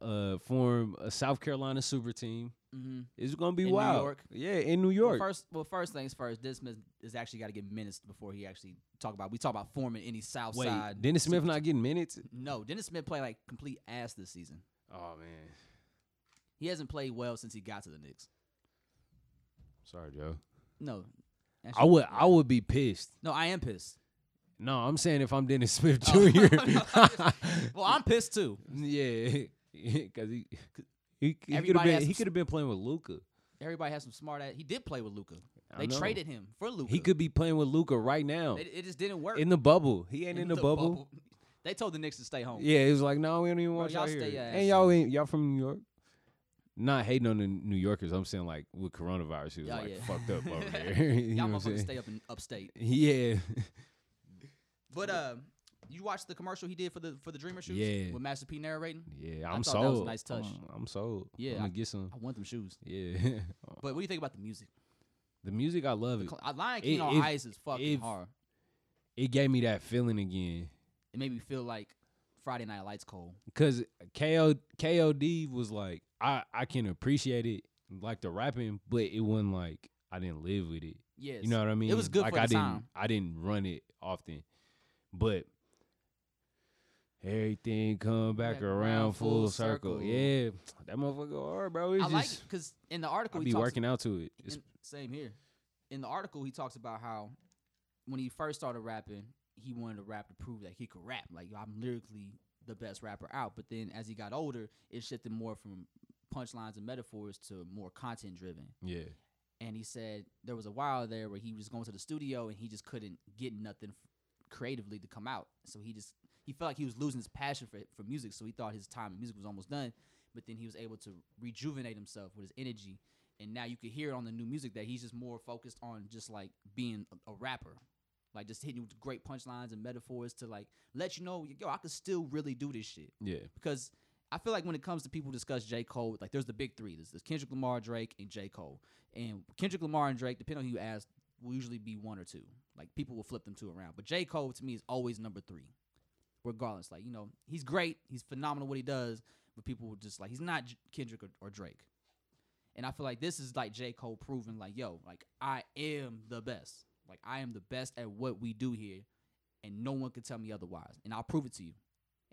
[SPEAKER 4] uh form a South Carolina super team.
[SPEAKER 3] hmm
[SPEAKER 4] It's gonna be
[SPEAKER 3] In New
[SPEAKER 4] wild.
[SPEAKER 3] York.
[SPEAKER 4] Yeah, in New York.
[SPEAKER 3] Well, first, well, first things first. Dennis Smith is actually got to get minutes before he actually talk about. We talk about forming any South
[SPEAKER 4] Wait,
[SPEAKER 3] side.
[SPEAKER 4] Dennis Smith
[SPEAKER 3] super-
[SPEAKER 4] not getting minutes?
[SPEAKER 3] No, Dennis Smith played like complete ass this season.
[SPEAKER 4] Oh man,
[SPEAKER 3] He hasn't played well since he got to the Knicks.
[SPEAKER 4] sorry, Joe.
[SPEAKER 3] No,
[SPEAKER 4] I
[SPEAKER 3] actually-
[SPEAKER 4] would I would be pissed.
[SPEAKER 3] No, I am pissed.
[SPEAKER 4] No, I'm saying if I'm Dennis Smith
[SPEAKER 3] Oh.
[SPEAKER 4] Jr.
[SPEAKER 3] Well, I'm pissed too.
[SPEAKER 4] yeah, because he he, he could have
[SPEAKER 3] Everybody
[SPEAKER 4] been
[SPEAKER 3] has
[SPEAKER 4] he
[SPEAKER 3] some
[SPEAKER 4] could have been playing with Luca.
[SPEAKER 3] Everybody has some smart ass. He did play with Luca.
[SPEAKER 4] I
[SPEAKER 3] They
[SPEAKER 4] know.
[SPEAKER 3] traded him for Luca.
[SPEAKER 4] He could be playing with Luca right now
[SPEAKER 3] It, it just didn't work.
[SPEAKER 4] in the bubble. He ain't in, the, bubble.
[SPEAKER 3] They told the Knicks to stay home.
[SPEAKER 4] Yeah, it was like, no, we don't even
[SPEAKER 3] Bro,
[SPEAKER 4] want y'all,
[SPEAKER 3] y'all stay
[SPEAKER 4] here.
[SPEAKER 3] your
[SPEAKER 4] And
[SPEAKER 3] ass
[SPEAKER 4] y'all
[SPEAKER 3] home.
[SPEAKER 4] ain't y'all from New York. Not hating on the New Yorkers. I'm saying like with coronavirus, he was
[SPEAKER 3] Yeah,
[SPEAKER 4] like
[SPEAKER 3] yeah.
[SPEAKER 4] fucked up over there. you know
[SPEAKER 3] Y'all
[SPEAKER 4] what I'm
[SPEAKER 3] motherfuckers
[SPEAKER 4] saying?
[SPEAKER 3] stay up in upstate.
[SPEAKER 4] Yeah,
[SPEAKER 3] But uh, you watched the commercial he did for the for the Dreamer shoes
[SPEAKER 4] Yeah.
[SPEAKER 3] with Master P narrating.
[SPEAKER 4] yeah.
[SPEAKER 3] I
[SPEAKER 4] I'm
[SPEAKER 3] thought that was a
[SPEAKER 4] sold.
[SPEAKER 3] nice touch.
[SPEAKER 4] I'm, I'm sold.
[SPEAKER 3] Yeah,
[SPEAKER 4] I'm gonna
[SPEAKER 3] I-
[SPEAKER 4] get some.
[SPEAKER 3] I want them shoes.
[SPEAKER 4] Yeah,
[SPEAKER 3] But what do you think about the music?
[SPEAKER 4] the music I love it.
[SPEAKER 3] Cl- uh, Lion King
[SPEAKER 4] If-
[SPEAKER 3] on
[SPEAKER 4] if-
[SPEAKER 3] Ice is fucking
[SPEAKER 4] if-
[SPEAKER 3] hard.
[SPEAKER 4] It gave me that feeling again.
[SPEAKER 3] It made me feel like Friday Night Lights cold.
[SPEAKER 4] Cause KO, KOD was like, I, I can appreciate it, like the rapping, but it wasn't like I didn't live with it.
[SPEAKER 3] Yes,
[SPEAKER 4] You know what I mean?
[SPEAKER 3] was good
[SPEAKER 4] like
[SPEAKER 3] for
[SPEAKER 4] I
[SPEAKER 3] the
[SPEAKER 4] didn't
[SPEAKER 3] time.
[SPEAKER 4] I didn't run it often. But everything come back,
[SPEAKER 3] Back
[SPEAKER 4] around, full circle.
[SPEAKER 3] circle.
[SPEAKER 4] Yeah. That motherfucker hard, bro. It's
[SPEAKER 3] I like
[SPEAKER 4] just
[SPEAKER 3] because in the article he
[SPEAKER 4] I be
[SPEAKER 3] talks
[SPEAKER 4] working out to it. It's
[SPEAKER 3] in- same here. In the article, he talks about how when he first started rapping, he wanted to rap to prove that he could rap. Like I'm lyrically the best rapper out. But then as he got older, it shifted more from punchlines and metaphors to more content driven.
[SPEAKER 4] yeah.
[SPEAKER 3] And he said there was a while there where he was going to the studio and he just couldn't get nothing f- creatively to come out. So he just he felt like he was losing his passion for for music. So he thought his time in music was almost done. But then he was able to rejuvenate himself with his energy, and now you could hear it on the new music that he's just more focused on just like being a, a rapper, like just hitting you with great punchlines and metaphors to like let you know, yo, I could still really do this shit
[SPEAKER 4] Yeah.
[SPEAKER 3] because I feel like when it comes to people who discuss J. Cole, like there's the big three. There's, there's Kendrick Lamar, Drake, and J. Cole. And Kendrick Lamar and Drake, depending on who you ask, will usually be one or two. Like people will flip them two around. But J. Cole to me is always number three. Regardless. Like, you know, he's great, he's phenomenal what he does, but people will just like he's not J- Kendrick or, or Drake. And I feel like this is like J. Cole proving like, yo, like I am the best. Like I am the best at what we do here. And no one can tell me otherwise. And I'll prove it to you.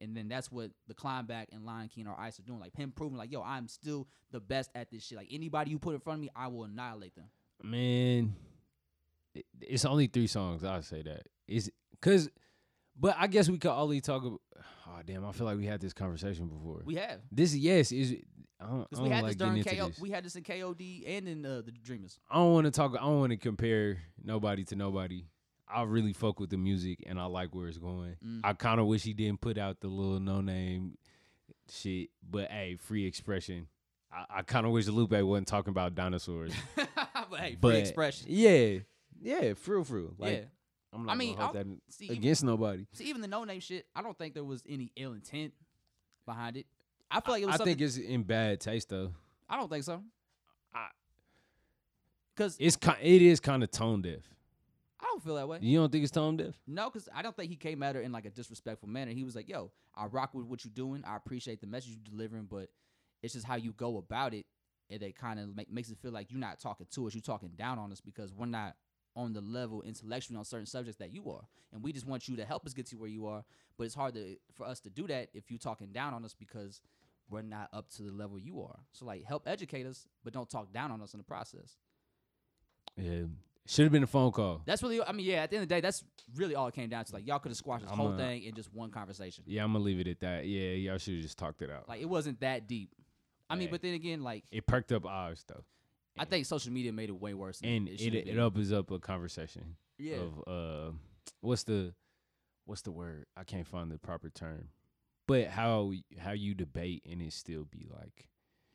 [SPEAKER 3] And then that's what the Kleinback and Lion King or Ice are doing. Like him proving, like, yo, I'm still the best at this shit. Like anybody you put in front of me, I will annihilate them.
[SPEAKER 4] Man. it- It's only three songs, I'll say that. It's cause but I guess we could only talk about oh damn, I feel like we had this conversation before.
[SPEAKER 3] We have.
[SPEAKER 4] this yes is I don't, I
[SPEAKER 3] Because
[SPEAKER 4] don't
[SPEAKER 3] we had
[SPEAKER 4] like
[SPEAKER 3] this during
[SPEAKER 4] getting into
[SPEAKER 3] KO
[SPEAKER 4] this.
[SPEAKER 3] we had this in KOD and in uh, the Dreamers.
[SPEAKER 4] I don't want to talk. I don't want to compare nobody to nobody. I really fuck with the music and I like where it's going.
[SPEAKER 3] Mm.
[SPEAKER 4] I kind of wish he didn't put out the little no name shit, but hey, free expression. I, I kind of wish Lupe wasn't talking about dinosaurs.
[SPEAKER 3] but hey,
[SPEAKER 4] But-
[SPEAKER 3] free expression.
[SPEAKER 4] yeah, yeah, for real. Like
[SPEAKER 3] yeah.
[SPEAKER 4] I'm
[SPEAKER 3] I
[SPEAKER 4] not
[SPEAKER 3] mean,
[SPEAKER 4] gonna hold
[SPEAKER 3] I'll-
[SPEAKER 4] that in-
[SPEAKER 3] See even,
[SPEAKER 4] against nobody.
[SPEAKER 3] see, even the no name shit, I don't think there was any ill intent behind it. I feel like it was
[SPEAKER 4] I
[SPEAKER 3] something.
[SPEAKER 4] think it's in bad taste though.
[SPEAKER 3] I don't think so.
[SPEAKER 4] I-
[SPEAKER 3] Because
[SPEAKER 4] It's ki- it is kind of tone deaf.
[SPEAKER 3] I don't feel that way.
[SPEAKER 4] You don't think it's tone deaf?
[SPEAKER 3] No, because I don't think he came at her in like a disrespectful manner. He was like, "Yo, I rock with what you're doing. I appreciate the message you're delivering, but it's just how you go about it, and it kind of make, makes it feel like you're not talking to us. You're talking down on us because we're not on the level intellectually on certain subjects that you are, and we just want you to help us get to where you are. But it's hard to, for us to do that if you're talking down on us because we're not up to the level you are. So like, help educate us, but don't talk down on us in the process.
[SPEAKER 4] Yeah, should have been a phone call.
[SPEAKER 3] That's really, I mean, yeah. At the end of the day, that's really all it came down to. Like, y'all could have squashed this
[SPEAKER 4] I'm
[SPEAKER 3] whole
[SPEAKER 4] a-
[SPEAKER 3] thing in just one conversation.
[SPEAKER 4] Yeah, I'm gonna leave it at that. Yeah, y'all should have just talked it out.
[SPEAKER 3] Like it wasn't that deep. I mean,
[SPEAKER 4] Hey.
[SPEAKER 3] but then again, like
[SPEAKER 4] it perked up ours though,
[SPEAKER 3] I think social media made it way worse. Than
[SPEAKER 4] and
[SPEAKER 3] it,
[SPEAKER 4] it
[SPEAKER 3] should've
[SPEAKER 4] it,
[SPEAKER 3] been.
[SPEAKER 4] opens up a conversation
[SPEAKER 3] yeah.
[SPEAKER 4] of uh, what's the what's the word? I can't find the proper term, but how how you debate and it still be like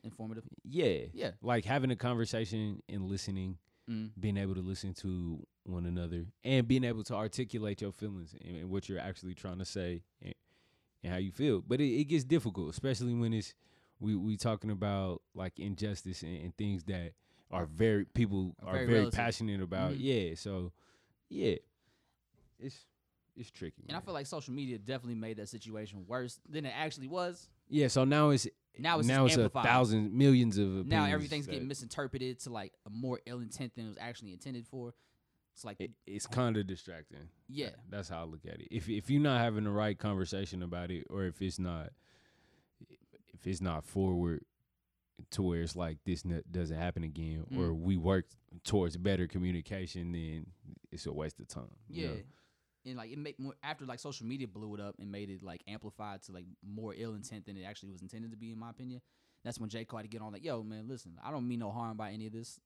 [SPEAKER 3] informative.
[SPEAKER 4] yeah,
[SPEAKER 3] Yeah,
[SPEAKER 4] like having a conversation and listening,
[SPEAKER 3] Mm.
[SPEAKER 4] being able to listen to one another and being able to articulate your feelings and, and what you're actually trying to say and, and how you feel. But it, it gets difficult, especially when it's we we talking about like injustice and, and things that are very people
[SPEAKER 3] Are
[SPEAKER 4] are
[SPEAKER 3] very
[SPEAKER 4] very,
[SPEAKER 3] relative.
[SPEAKER 4] passionate about.
[SPEAKER 3] Mhm.
[SPEAKER 4] Yeah, so yeah, it's it's tricky.
[SPEAKER 3] And I
[SPEAKER 4] man.
[SPEAKER 3] feel like social media definitely made that situation worse than it actually was.
[SPEAKER 4] yeah, so now it's
[SPEAKER 3] Now it's
[SPEAKER 4] now
[SPEAKER 3] just
[SPEAKER 4] it's a
[SPEAKER 3] amplified.
[SPEAKER 4] thousand millions of opinions
[SPEAKER 3] Now everything's
[SPEAKER 4] that-
[SPEAKER 3] getting misinterpreted to like a more ill intent than it was actually intended for. It's like,
[SPEAKER 4] it, it's kind of distracting.
[SPEAKER 3] yeah,
[SPEAKER 4] That- that's how I look at it. If if you're not having the right conversation about it, or if it's not, if it's not forward to where it's like this n- doesn't happen again,
[SPEAKER 3] Mm.
[SPEAKER 4] or we work towards better communication, then it's a waste of time. you
[SPEAKER 3] yeah.
[SPEAKER 4] know?
[SPEAKER 3] And like it made more after like social media blew it up and made it like amplified to like more ill intent than it actually was intended to be, in my opinion. That's when Jay Cole had to get on like, yo, man, listen, I don't mean no harm by any of this,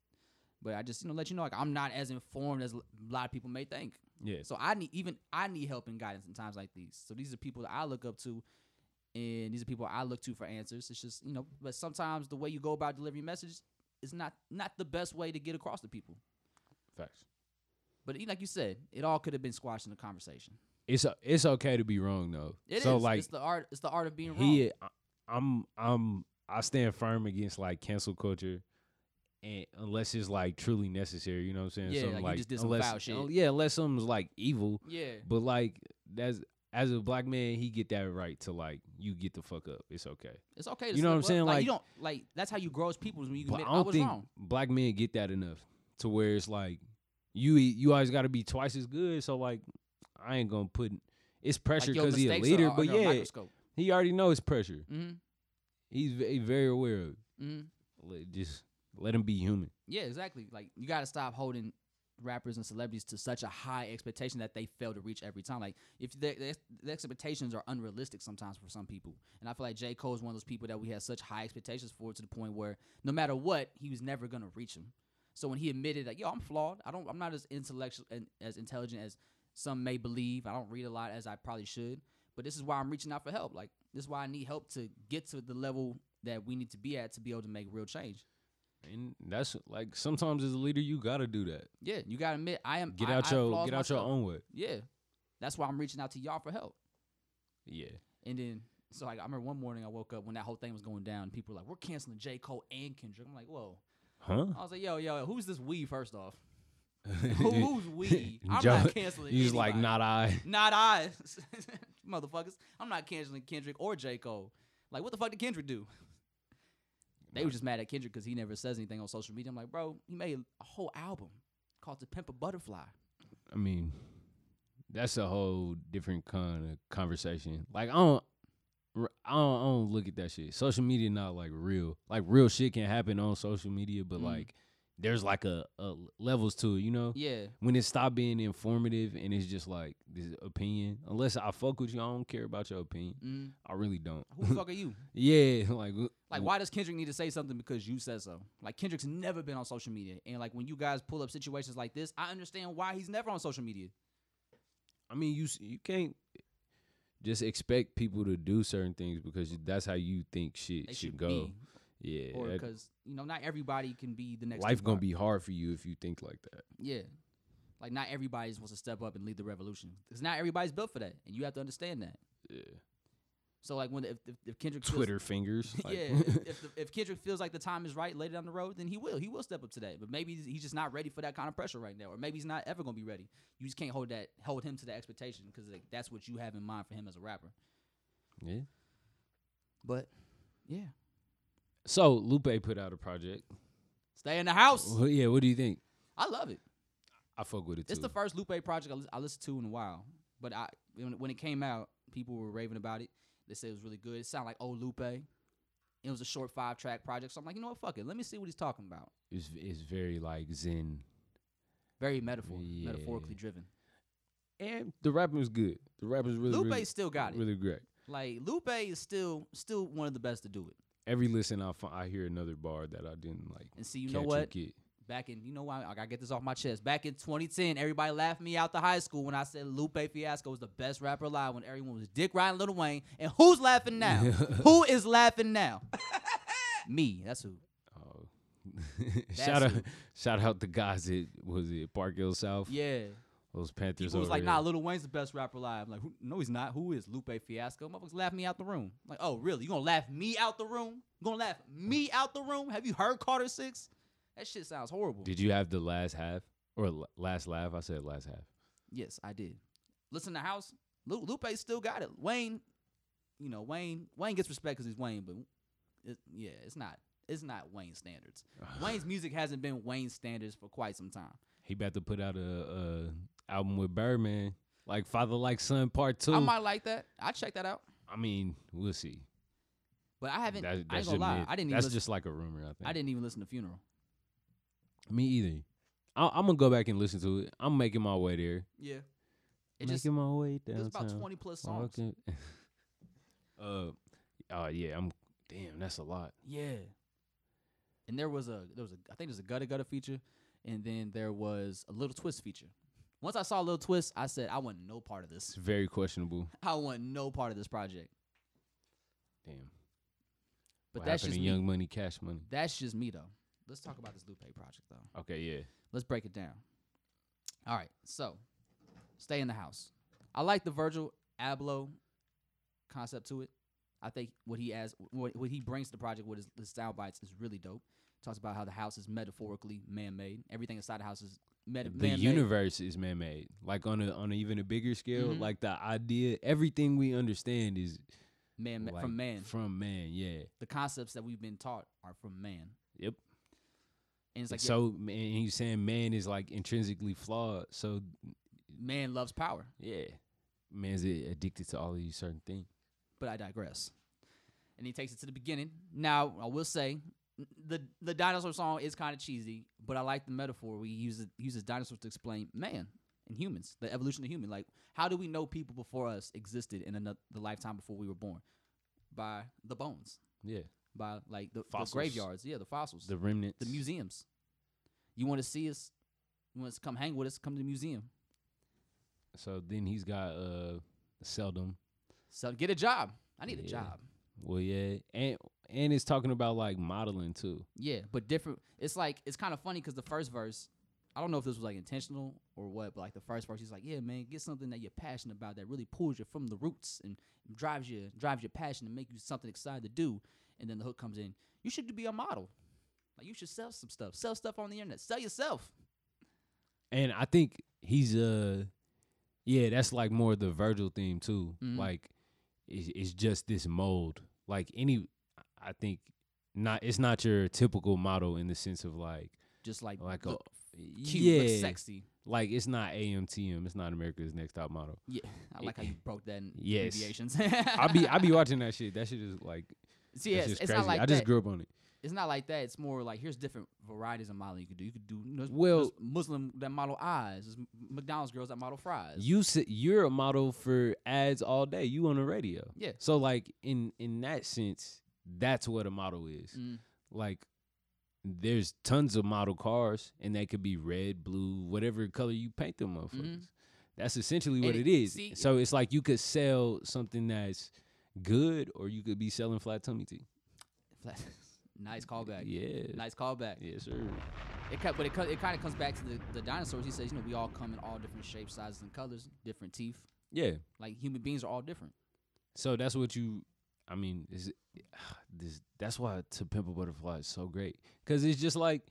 [SPEAKER 3] but I just you know let you know like I'm not as informed as a lot of people may think.
[SPEAKER 4] yeah.
[SPEAKER 3] So I need even I need help and guidance in times like these. So these are people that I look up to, and these are people I look to for answers. It's just you know, but sometimes the way you go about delivering messages is not not the best way to get across to people.
[SPEAKER 4] Facts.
[SPEAKER 3] But e- like you said, it all could have been squashed in the conversation.
[SPEAKER 4] It's o- it's okay to be wrong though.
[SPEAKER 3] It is
[SPEAKER 4] so like
[SPEAKER 3] it's the art. It's the art of being wrong.
[SPEAKER 4] he, I- I'm I'm I stand firm against like cancel culture, and unless it's like truly necessary, you know what I'm saying?
[SPEAKER 3] Yeah,
[SPEAKER 4] Something
[SPEAKER 3] like you just did some
[SPEAKER 4] unless,
[SPEAKER 3] foul shit.
[SPEAKER 4] oh, Yeah, unless something's like evil.
[SPEAKER 3] yeah,
[SPEAKER 4] But like that's as a black man, he get that right to like you get the fuck up. It's okay.
[SPEAKER 3] it's okay. To
[SPEAKER 4] you know what I'm
[SPEAKER 3] slip up.
[SPEAKER 4] saying?
[SPEAKER 3] Like, you
[SPEAKER 4] Like-
[SPEAKER 3] don't like that's how you grow as people is when you
[SPEAKER 4] But
[SPEAKER 3] admit
[SPEAKER 4] I
[SPEAKER 3] I,
[SPEAKER 4] don't
[SPEAKER 3] was
[SPEAKER 4] think
[SPEAKER 3] wrong.
[SPEAKER 4] black men get that enough to where it's like you you always got to be twice as good. So like I ain't gonna put it's pressure
[SPEAKER 3] Like your
[SPEAKER 4] because he a
[SPEAKER 3] mistakes are
[SPEAKER 4] leader, but
[SPEAKER 3] under a
[SPEAKER 4] yeah,
[SPEAKER 3] microscope.
[SPEAKER 4] he already knows pressure.
[SPEAKER 3] Mm-hmm,
[SPEAKER 4] He's ve- very aware of. it.
[SPEAKER 3] mm-hmm.
[SPEAKER 4] Let- Just let him be human.
[SPEAKER 3] Yeah, exactly. Like you got to stop holding rappers and celebrities to such a high expectation that they fail to reach every time. Like if the, the, ex- the expectations are unrealistic sometimes for some people, and I feel like J Cole is one of those people that we had such high expectations for to the point where no matter what, he was never gonna reach them. So when he admitted like, "Yo, I'm flawed. I don't. I'm not as intellectual and as intelligent as some may believe. I don't read a lot as I probably should. But this is why I'm reaching out for help. Like this is why I need help to get to the level that we need to be at to be able to make real change."
[SPEAKER 4] And that's like sometimes as a leader you gotta do that.
[SPEAKER 3] Yeah, you gotta admit I am.
[SPEAKER 4] Get
[SPEAKER 3] I-
[SPEAKER 4] out
[SPEAKER 3] I
[SPEAKER 4] your
[SPEAKER 3] flaws
[SPEAKER 4] get out your
[SPEAKER 3] myself.
[SPEAKER 4] own way.
[SPEAKER 3] Yeah, that's why I'm reaching out to y'all for help.
[SPEAKER 4] Yeah.
[SPEAKER 3] And then so like I remember one morning I woke up when that whole thing was going down. People were like, "We're canceling J Cole and Kendrick." I'm like, "Whoa!"
[SPEAKER 4] Huh?
[SPEAKER 3] I was like, "Yo, yo, who's this we?" First off, Who, who's we? I'm
[SPEAKER 4] Joe-
[SPEAKER 3] not canceling.
[SPEAKER 4] He's like
[SPEAKER 3] anybody.
[SPEAKER 4] not I.
[SPEAKER 3] not I, motherfuckers. I'm not canceling Kendrick or J Cole. Like, what the fuck did Kendrick do? They were just mad at Kendrick because he never says anything on social media. I'm like, bro, he made a whole album called "To Pimp a Butterfly."
[SPEAKER 4] I mean, that's a whole different kind of conversation. Like I don't, r- I don't, I don't look at that shit. Social media not like real. Like real shit can happen on social media, but
[SPEAKER 3] Mm.
[SPEAKER 4] like there's like a, a levels to it. You know,
[SPEAKER 3] Yeah,
[SPEAKER 4] when it stop being informative and it's just like this opinion. Unless I fuck with you, I don't care about your opinion.
[SPEAKER 3] mm.
[SPEAKER 4] I really don't.
[SPEAKER 3] who the fuck are you?
[SPEAKER 4] yeah, like w-
[SPEAKER 3] Like, why does Kendrick need to say something because you said so? Like, Kendrick's never been on social media. And, like, when you guys pull up situations like this, I understand why he's never on social media.
[SPEAKER 4] I mean, you s- you can't just expect people to do certain things because that's how you think shit
[SPEAKER 3] They
[SPEAKER 4] should,
[SPEAKER 3] should
[SPEAKER 4] go.
[SPEAKER 3] be.
[SPEAKER 4] Yeah,
[SPEAKER 3] Or
[SPEAKER 4] that-
[SPEAKER 3] because, you know, not everybody can be the next.
[SPEAKER 4] life gonna
[SPEAKER 3] Tupac.
[SPEAKER 4] be hard for you if you think like that.
[SPEAKER 3] Yeah. Like, not everybody's supposed to step up and lead the revolution. Because not everybody's built for that. And you have to understand that.
[SPEAKER 4] Yeah.
[SPEAKER 3] So, like, when if, if, if Kendrick. feels-
[SPEAKER 4] Twitter fingers. like-
[SPEAKER 3] yeah, if, if, the, if Kendrick feels like the time is right later down the road, then he will. He will step up today. But maybe he's- he's just not ready for that kind of pressure right now, or maybe he's not ever gonna be ready. You just can't hold that hold him to the expectation because like, that's what you have in mind for him as a rapper.
[SPEAKER 4] yeah.
[SPEAKER 3] But yeah,
[SPEAKER 4] So Lupe put out a project.
[SPEAKER 3] stay in the house.
[SPEAKER 4] Wh- yeah. What do you think?
[SPEAKER 3] I love it.
[SPEAKER 4] I fuck with it too.
[SPEAKER 3] It's the first Lupe project I, lis- I listened to in a while. But I when, when it came out, people were raving about it. They said it was really good. It sounded like old Lupe. It was a short five track project, so I'm like, you know what, fuck it. Let me see what he's talking about.
[SPEAKER 4] it's, it's very like zen,
[SPEAKER 3] Very metaphor,
[SPEAKER 4] Yeah.
[SPEAKER 3] metaphorically driven.
[SPEAKER 4] and the rapping was good. The rapping was really
[SPEAKER 3] Lupe
[SPEAKER 4] really,
[SPEAKER 3] still got it.
[SPEAKER 4] really great.
[SPEAKER 3] Like Lupe is still still one of the best to do it.
[SPEAKER 4] Every listen, I fi- I hear another bar that I didn't like.
[SPEAKER 3] And see, you know
[SPEAKER 4] catch or
[SPEAKER 3] what?
[SPEAKER 4] get.
[SPEAKER 3] Back in you know why I gotta get this off my chest. Back in 2010, everybody laughed me out to high school when I said Lupe Fiasco was the best rapper alive when everyone was Dick Ryan, Lil Wayne, and who's laughing now? who is laughing now? me. That's who.
[SPEAKER 4] Oh. shout out,
[SPEAKER 3] who-
[SPEAKER 4] shout out the guys that was it Park Hill South.
[SPEAKER 3] Yeah.
[SPEAKER 4] Those Panthers
[SPEAKER 3] People
[SPEAKER 4] over
[SPEAKER 3] was like,
[SPEAKER 4] here.
[SPEAKER 3] nah, Lil Wayne's the best rapper alive. I'm like, who, no, he's not. Who is Lupe Fiasco? Motherfuckers laugh me out the room. I'm like, oh, really? You gonna laugh me out the room? You gonna laugh me out the room? Have you heard Carter Six? That shit sounds horrible.
[SPEAKER 4] Did you have the last half or l- last laugh? I said last half.
[SPEAKER 3] yes, I did. Listen to House. Lu- Lupe still got it. Wayne, you know, Wayne. Wayne gets respect because he's Wayne, but it, yeah, it's not. It's not Wayne standards. Wayne's music hasn't been Wayne standards for quite some time.
[SPEAKER 4] He about to put out a, a album with Birdman, like Father Like Son Part Two.
[SPEAKER 3] I
[SPEAKER 4] I,
[SPEAKER 3] might like that. I check that out,
[SPEAKER 4] mean, we'll see.
[SPEAKER 3] but I haven't.
[SPEAKER 4] That-
[SPEAKER 3] I ain't
[SPEAKER 4] that's
[SPEAKER 3] gonna
[SPEAKER 4] just
[SPEAKER 3] lie.
[SPEAKER 4] mid-
[SPEAKER 3] I didn't. Even
[SPEAKER 4] That's
[SPEAKER 3] listen,
[SPEAKER 4] just like a rumor. I think.
[SPEAKER 3] I didn't even listen to Funeral.
[SPEAKER 4] Me either. I, I'm gonna go back and listen to it. I'm making my way there.
[SPEAKER 3] Yeah, it
[SPEAKER 5] Making
[SPEAKER 3] just
[SPEAKER 5] my way
[SPEAKER 3] There's
[SPEAKER 5] downtown.
[SPEAKER 3] about 20 plus songs.
[SPEAKER 4] Walking- uh, oh yeah. I'm. Damn, that's a lot.
[SPEAKER 3] Yeah. And there was a there was a I think there's a gutta gutta feature, and then there was a little twist feature. Once I saw little twist, I said I want no part of
[SPEAKER 4] It's
[SPEAKER 3] this.
[SPEAKER 4] very questionable.
[SPEAKER 3] I want no part of this project.
[SPEAKER 4] Damn.
[SPEAKER 3] But
[SPEAKER 4] What
[SPEAKER 3] that's
[SPEAKER 4] happened
[SPEAKER 3] just
[SPEAKER 4] to
[SPEAKER 3] me.
[SPEAKER 4] Young Money, Cash Money.
[SPEAKER 3] That's just me though. Let's talk about this Lupe project though.
[SPEAKER 4] Okay, yeah.
[SPEAKER 3] Let's break it down. All right, so stay in the house. I like the Virgil Abloh concept to it. I think what he adds, what, what he brings to the project with his, his sound bites is really dope. Talks about how the house is metaphorically man-made. Everything inside the house is meta-
[SPEAKER 4] the
[SPEAKER 3] man-made.
[SPEAKER 4] universe is man-made like on a on an even a bigger scale
[SPEAKER 3] Mhm.
[SPEAKER 4] like the idea everything we understand is
[SPEAKER 3] man ma-
[SPEAKER 4] like,
[SPEAKER 3] from man.
[SPEAKER 4] from man yeah
[SPEAKER 3] the concepts that we've been taught are from man.
[SPEAKER 4] yep
[SPEAKER 3] And it's like yeah,
[SPEAKER 4] so man, and he's saying man is like intrinsically flawed so
[SPEAKER 3] man loves power.
[SPEAKER 4] yeah man's a- addicted to all of these certain things
[SPEAKER 3] but I digress. And he takes it to the beginning. Now, I will say n- the the dinosaur song is kind of cheesy, but I like the metaphor. We use it, uses dinosaurs to explain man and humans, the evolution of human. Like, how do we know people before us existed in another, the lifetime before we were born? By the bones,
[SPEAKER 4] yeah
[SPEAKER 3] by like the, the
[SPEAKER 4] Fossils.
[SPEAKER 3] graveyards, yeah, the fossils,
[SPEAKER 4] the remnants
[SPEAKER 3] the museums. You want to see us? You want us to come hang with us? Come to the museum.
[SPEAKER 4] so then he's got uh seldom
[SPEAKER 3] So get a job. I need a
[SPEAKER 4] Yeah.
[SPEAKER 3] job.
[SPEAKER 4] well yeah and and it's talking about like modeling too
[SPEAKER 3] Yeah, but different. It's like it's kind of funny because the first verse, I don't know if this was like intentional or what, but like the first verse, he's like, "Yeah, man, get something that you're passionate about that really pulls you from the roots and drives you, drives your passion and make you something excited to do." And then the hook comes in, "You should be a model. Like you should sell some stuff, sell stuff on the internet, sell yourself."
[SPEAKER 4] And I think he's uh yeah, that's like more the Virgil theme too.
[SPEAKER 3] Mhm.
[SPEAKER 4] Like it's, it's just this mold. Like any I think not it's not your typical model in the sense of like
[SPEAKER 3] Just like
[SPEAKER 4] like a
[SPEAKER 3] look cute, look
[SPEAKER 4] yeah,
[SPEAKER 3] sexy.
[SPEAKER 4] like it's not AMTM, it's not America's Next Top Model.
[SPEAKER 3] Yeah, I like how you broke that in
[SPEAKER 4] Yes.
[SPEAKER 3] abbreviations.
[SPEAKER 4] I be I be watching that shit. That shit is like
[SPEAKER 3] See,
[SPEAKER 4] that's
[SPEAKER 3] it's,
[SPEAKER 4] just
[SPEAKER 3] it's
[SPEAKER 4] crazy.
[SPEAKER 3] not like
[SPEAKER 4] I just
[SPEAKER 3] that.
[SPEAKER 4] grew up on it.
[SPEAKER 3] it's not like that. It's more like here's different varieties of model you could do. You could do you know, there's-
[SPEAKER 4] Well-
[SPEAKER 3] there's Muslim that model eyes, there's McDonald's girls that model fries.
[SPEAKER 4] You sit, you're a model for ads all day. You on the radio.
[SPEAKER 3] Yeah.
[SPEAKER 4] So like in in that sense, that's what a model is.
[SPEAKER 3] Mm.
[SPEAKER 4] like there's tons of model cars and they could be red, blue, whatever color you paint them motherfuckers. That's essentially what
[SPEAKER 3] Mm-hmm. And
[SPEAKER 4] it
[SPEAKER 3] it-
[SPEAKER 4] is.
[SPEAKER 3] see-
[SPEAKER 4] so it's like you could sell something that's good or you could be selling flat tummy tea.
[SPEAKER 3] nice callback.
[SPEAKER 4] Yeah.
[SPEAKER 3] Nice callback.
[SPEAKER 4] Yes, sir.
[SPEAKER 3] It cut, but it, cut, it kind of comes back to the, the dinosaurs. He says, you know, we all come in all different shapes, sizes, and colors, different teeth.
[SPEAKER 4] Yeah.
[SPEAKER 3] Like human beings are all different.
[SPEAKER 4] So that's what you I mean, is it, this that's why to pimp a butterfly is so great. Cause it's just like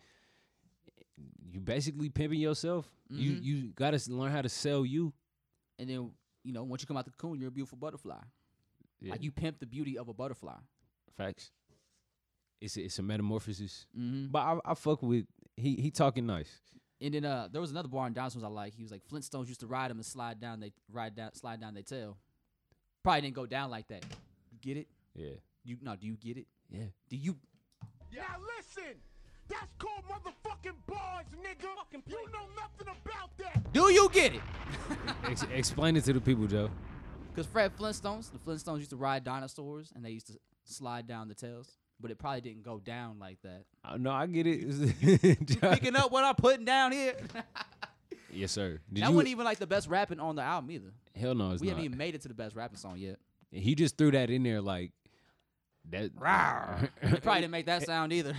[SPEAKER 4] you basically pimping yourself. You
[SPEAKER 3] Mhm.
[SPEAKER 4] you gotta s- learn how to sell you.
[SPEAKER 3] And then, you know, once you come out the cocoon, you're a beautiful butterfly.
[SPEAKER 4] Yeah.
[SPEAKER 3] Like you pimp the beauty of a butterfly.
[SPEAKER 4] Facts. It's a, it's a metamorphosis.
[SPEAKER 3] Mm-hmm.
[SPEAKER 4] But I, I fuck with he he talking nice.
[SPEAKER 3] And then uh, there was another bar in Dinosaurs I like. He was like Flintstones used to ride them and slide down. They ride down, slide down their tail. Probably didn't go down like that. You get it?
[SPEAKER 4] Yeah.
[SPEAKER 3] You no? Do you get it?
[SPEAKER 4] Yeah.
[SPEAKER 3] Do you?
[SPEAKER 6] Now listen, that's called motherfucking bars, nigga. you know nothing about that.
[SPEAKER 3] Do you get it?
[SPEAKER 4] Ex- explain it to the people, Joe.
[SPEAKER 3] Because Fred Flintstones, the Flintstones used to ride dinosaurs and they used to slide down the tails, but it probably didn't go down like that.
[SPEAKER 4] Uh, no, I get it. Joe-
[SPEAKER 3] Picking up what I'm putting down here.
[SPEAKER 4] yes, sir. Did
[SPEAKER 3] that
[SPEAKER 4] you,
[SPEAKER 3] wasn't even like the best rapping on the album either.
[SPEAKER 4] hell no, it's
[SPEAKER 3] we
[SPEAKER 4] not.
[SPEAKER 3] haven't even made it to the best rapping song yet.
[SPEAKER 4] he just threw that in there like that.
[SPEAKER 3] They probably didn't make that sound either.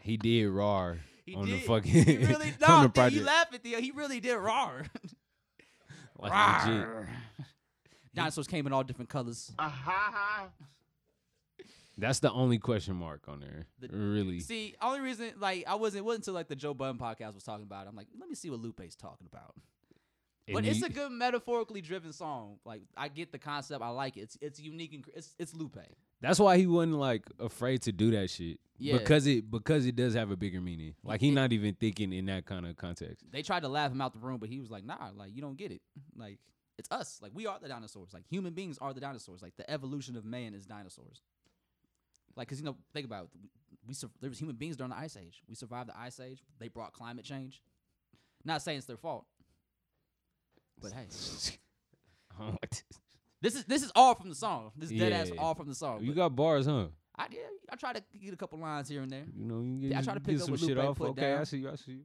[SPEAKER 4] he did rar.
[SPEAKER 3] He
[SPEAKER 4] on
[SPEAKER 3] did.
[SPEAKER 4] the fucking
[SPEAKER 3] he really no,
[SPEAKER 4] on the
[SPEAKER 3] dude,
[SPEAKER 4] project.
[SPEAKER 3] you laughing, Theo. He really did roar.
[SPEAKER 4] Like, legit.
[SPEAKER 3] Dinosaurs came in all different colors.
[SPEAKER 4] That's the only question mark on there.
[SPEAKER 3] The-
[SPEAKER 4] really.
[SPEAKER 3] See, only reason like I wasn't it wasn't until like the Joe Budden podcast was talking about. It. I'm like, let me see what Lupe's talking about. but
[SPEAKER 4] And
[SPEAKER 3] it's
[SPEAKER 4] you-
[SPEAKER 3] a good metaphorically driven song. Like I get the concept. I like it. It's it's unique and cr- it's it's Lupe.
[SPEAKER 4] that's why he wasn't like afraid to do that shit.
[SPEAKER 3] Yeah.
[SPEAKER 4] Because it because it does have a bigger meaning. Like he not even thinking in that kind of context.
[SPEAKER 3] They tried to laugh him out the room, but he was like, nah, like you don't get it. Like it's us. Like we are the dinosaurs. Like human beings are the dinosaurs. Like the evolution of man is dinosaurs. Like, cause you know, think about it. We, we sur- there was human beings during the ice age. We survived the ice age. They brought climate change. Not saying it's their fault, but hey,
[SPEAKER 4] I don't like this.
[SPEAKER 3] this is this is all from the song. This is dead ass
[SPEAKER 4] Yeah.
[SPEAKER 3] all from the song.
[SPEAKER 4] you
[SPEAKER 3] but
[SPEAKER 4] got bars, huh?
[SPEAKER 3] I did. I try to get a couple lines here and there.
[SPEAKER 4] You know, you
[SPEAKER 3] Yeah,
[SPEAKER 4] get,
[SPEAKER 3] I try to
[SPEAKER 4] you
[SPEAKER 3] pick
[SPEAKER 4] get
[SPEAKER 3] up
[SPEAKER 4] some
[SPEAKER 3] what
[SPEAKER 4] shit
[SPEAKER 3] Lupe
[SPEAKER 4] off.
[SPEAKER 3] put
[SPEAKER 4] Okay, I
[SPEAKER 3] down.
[SPEAKER 4] see you. I see you.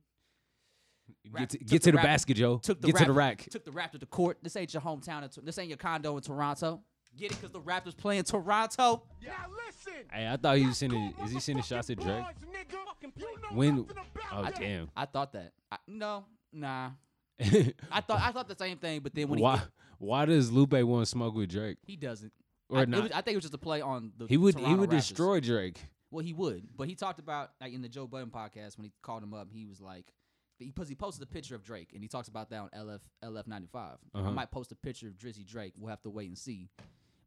[SPEAKER 3] Rap-
[SPEAKER 4] Get to,
[SPEAKER 3] took
[SPEAKER 4] get to
[SPEAKER 3] the
[SPEAKER 4] the,
[SPEAKER 3] rap-
[SPEAKER 4] basket, Joe.
[SPEAKER 3] took the
[SPEAKER 4] get
[SPEAKER 3] rap,
[SPEAKER 4] to the rack.
[SPEAKER 3] Took the Raptor to court. This ain't your hometown. In, Tor- this ain't your condo in Toronto. Get it? Cause the Raptors playing Toronto.
[SPEAKER 6] Now listen.
[SPEAKER 4] Hey, I thought he was
[SPEAKER 6] that's
[SPEAKER 4] sending.
[SPEAKER 6] called
[SPEAKER 4] Is he sending
[SPEAKER 6] motherfucking
[SPEAKER 4] shots at Drake?
[SPEAKER 6] bars, nigga. You know
[SPEAKER 4] When?
[SPEAKER 6] nothing about
[SPEAKER 4] Oh
[SPEAKER 6] that.
[SPEAKER 4] damn.
[SPEAKER 3] I thought that. I, no, nah. I thought I thought the same thing, but then when
[SPEAKER 4] why?
[SPEAKER 3] he
[SPEAKER 4] Why does Lupe want to smoke with Drake?
[SPEAKER 3] he doesn't.
[SPEAKER 4] Or
[SPEAKER 3] I, it
[SPEAKER 4] not?
[SPEAKER 3] was- I think it was just a play on the.
[SPEAKER 4] He would.
[SPEAKER 3] Toronto
[SPEAKER 4] he would
[SPEAKER 3] Raptors.
[SPEAKER 4] destroy Drake.
[SPEAKER 3] Well, he would, but he talked about like in the Joe Budden podcast when he called him up. He was like, he, pos- he posted a picture of Drake, and he talks about that on LF LF ninety I
[SPEAKER 4] Uh-huh.
[SPEAKER 3] might post a picture of Drizzy Drake. We'll have to wait and see.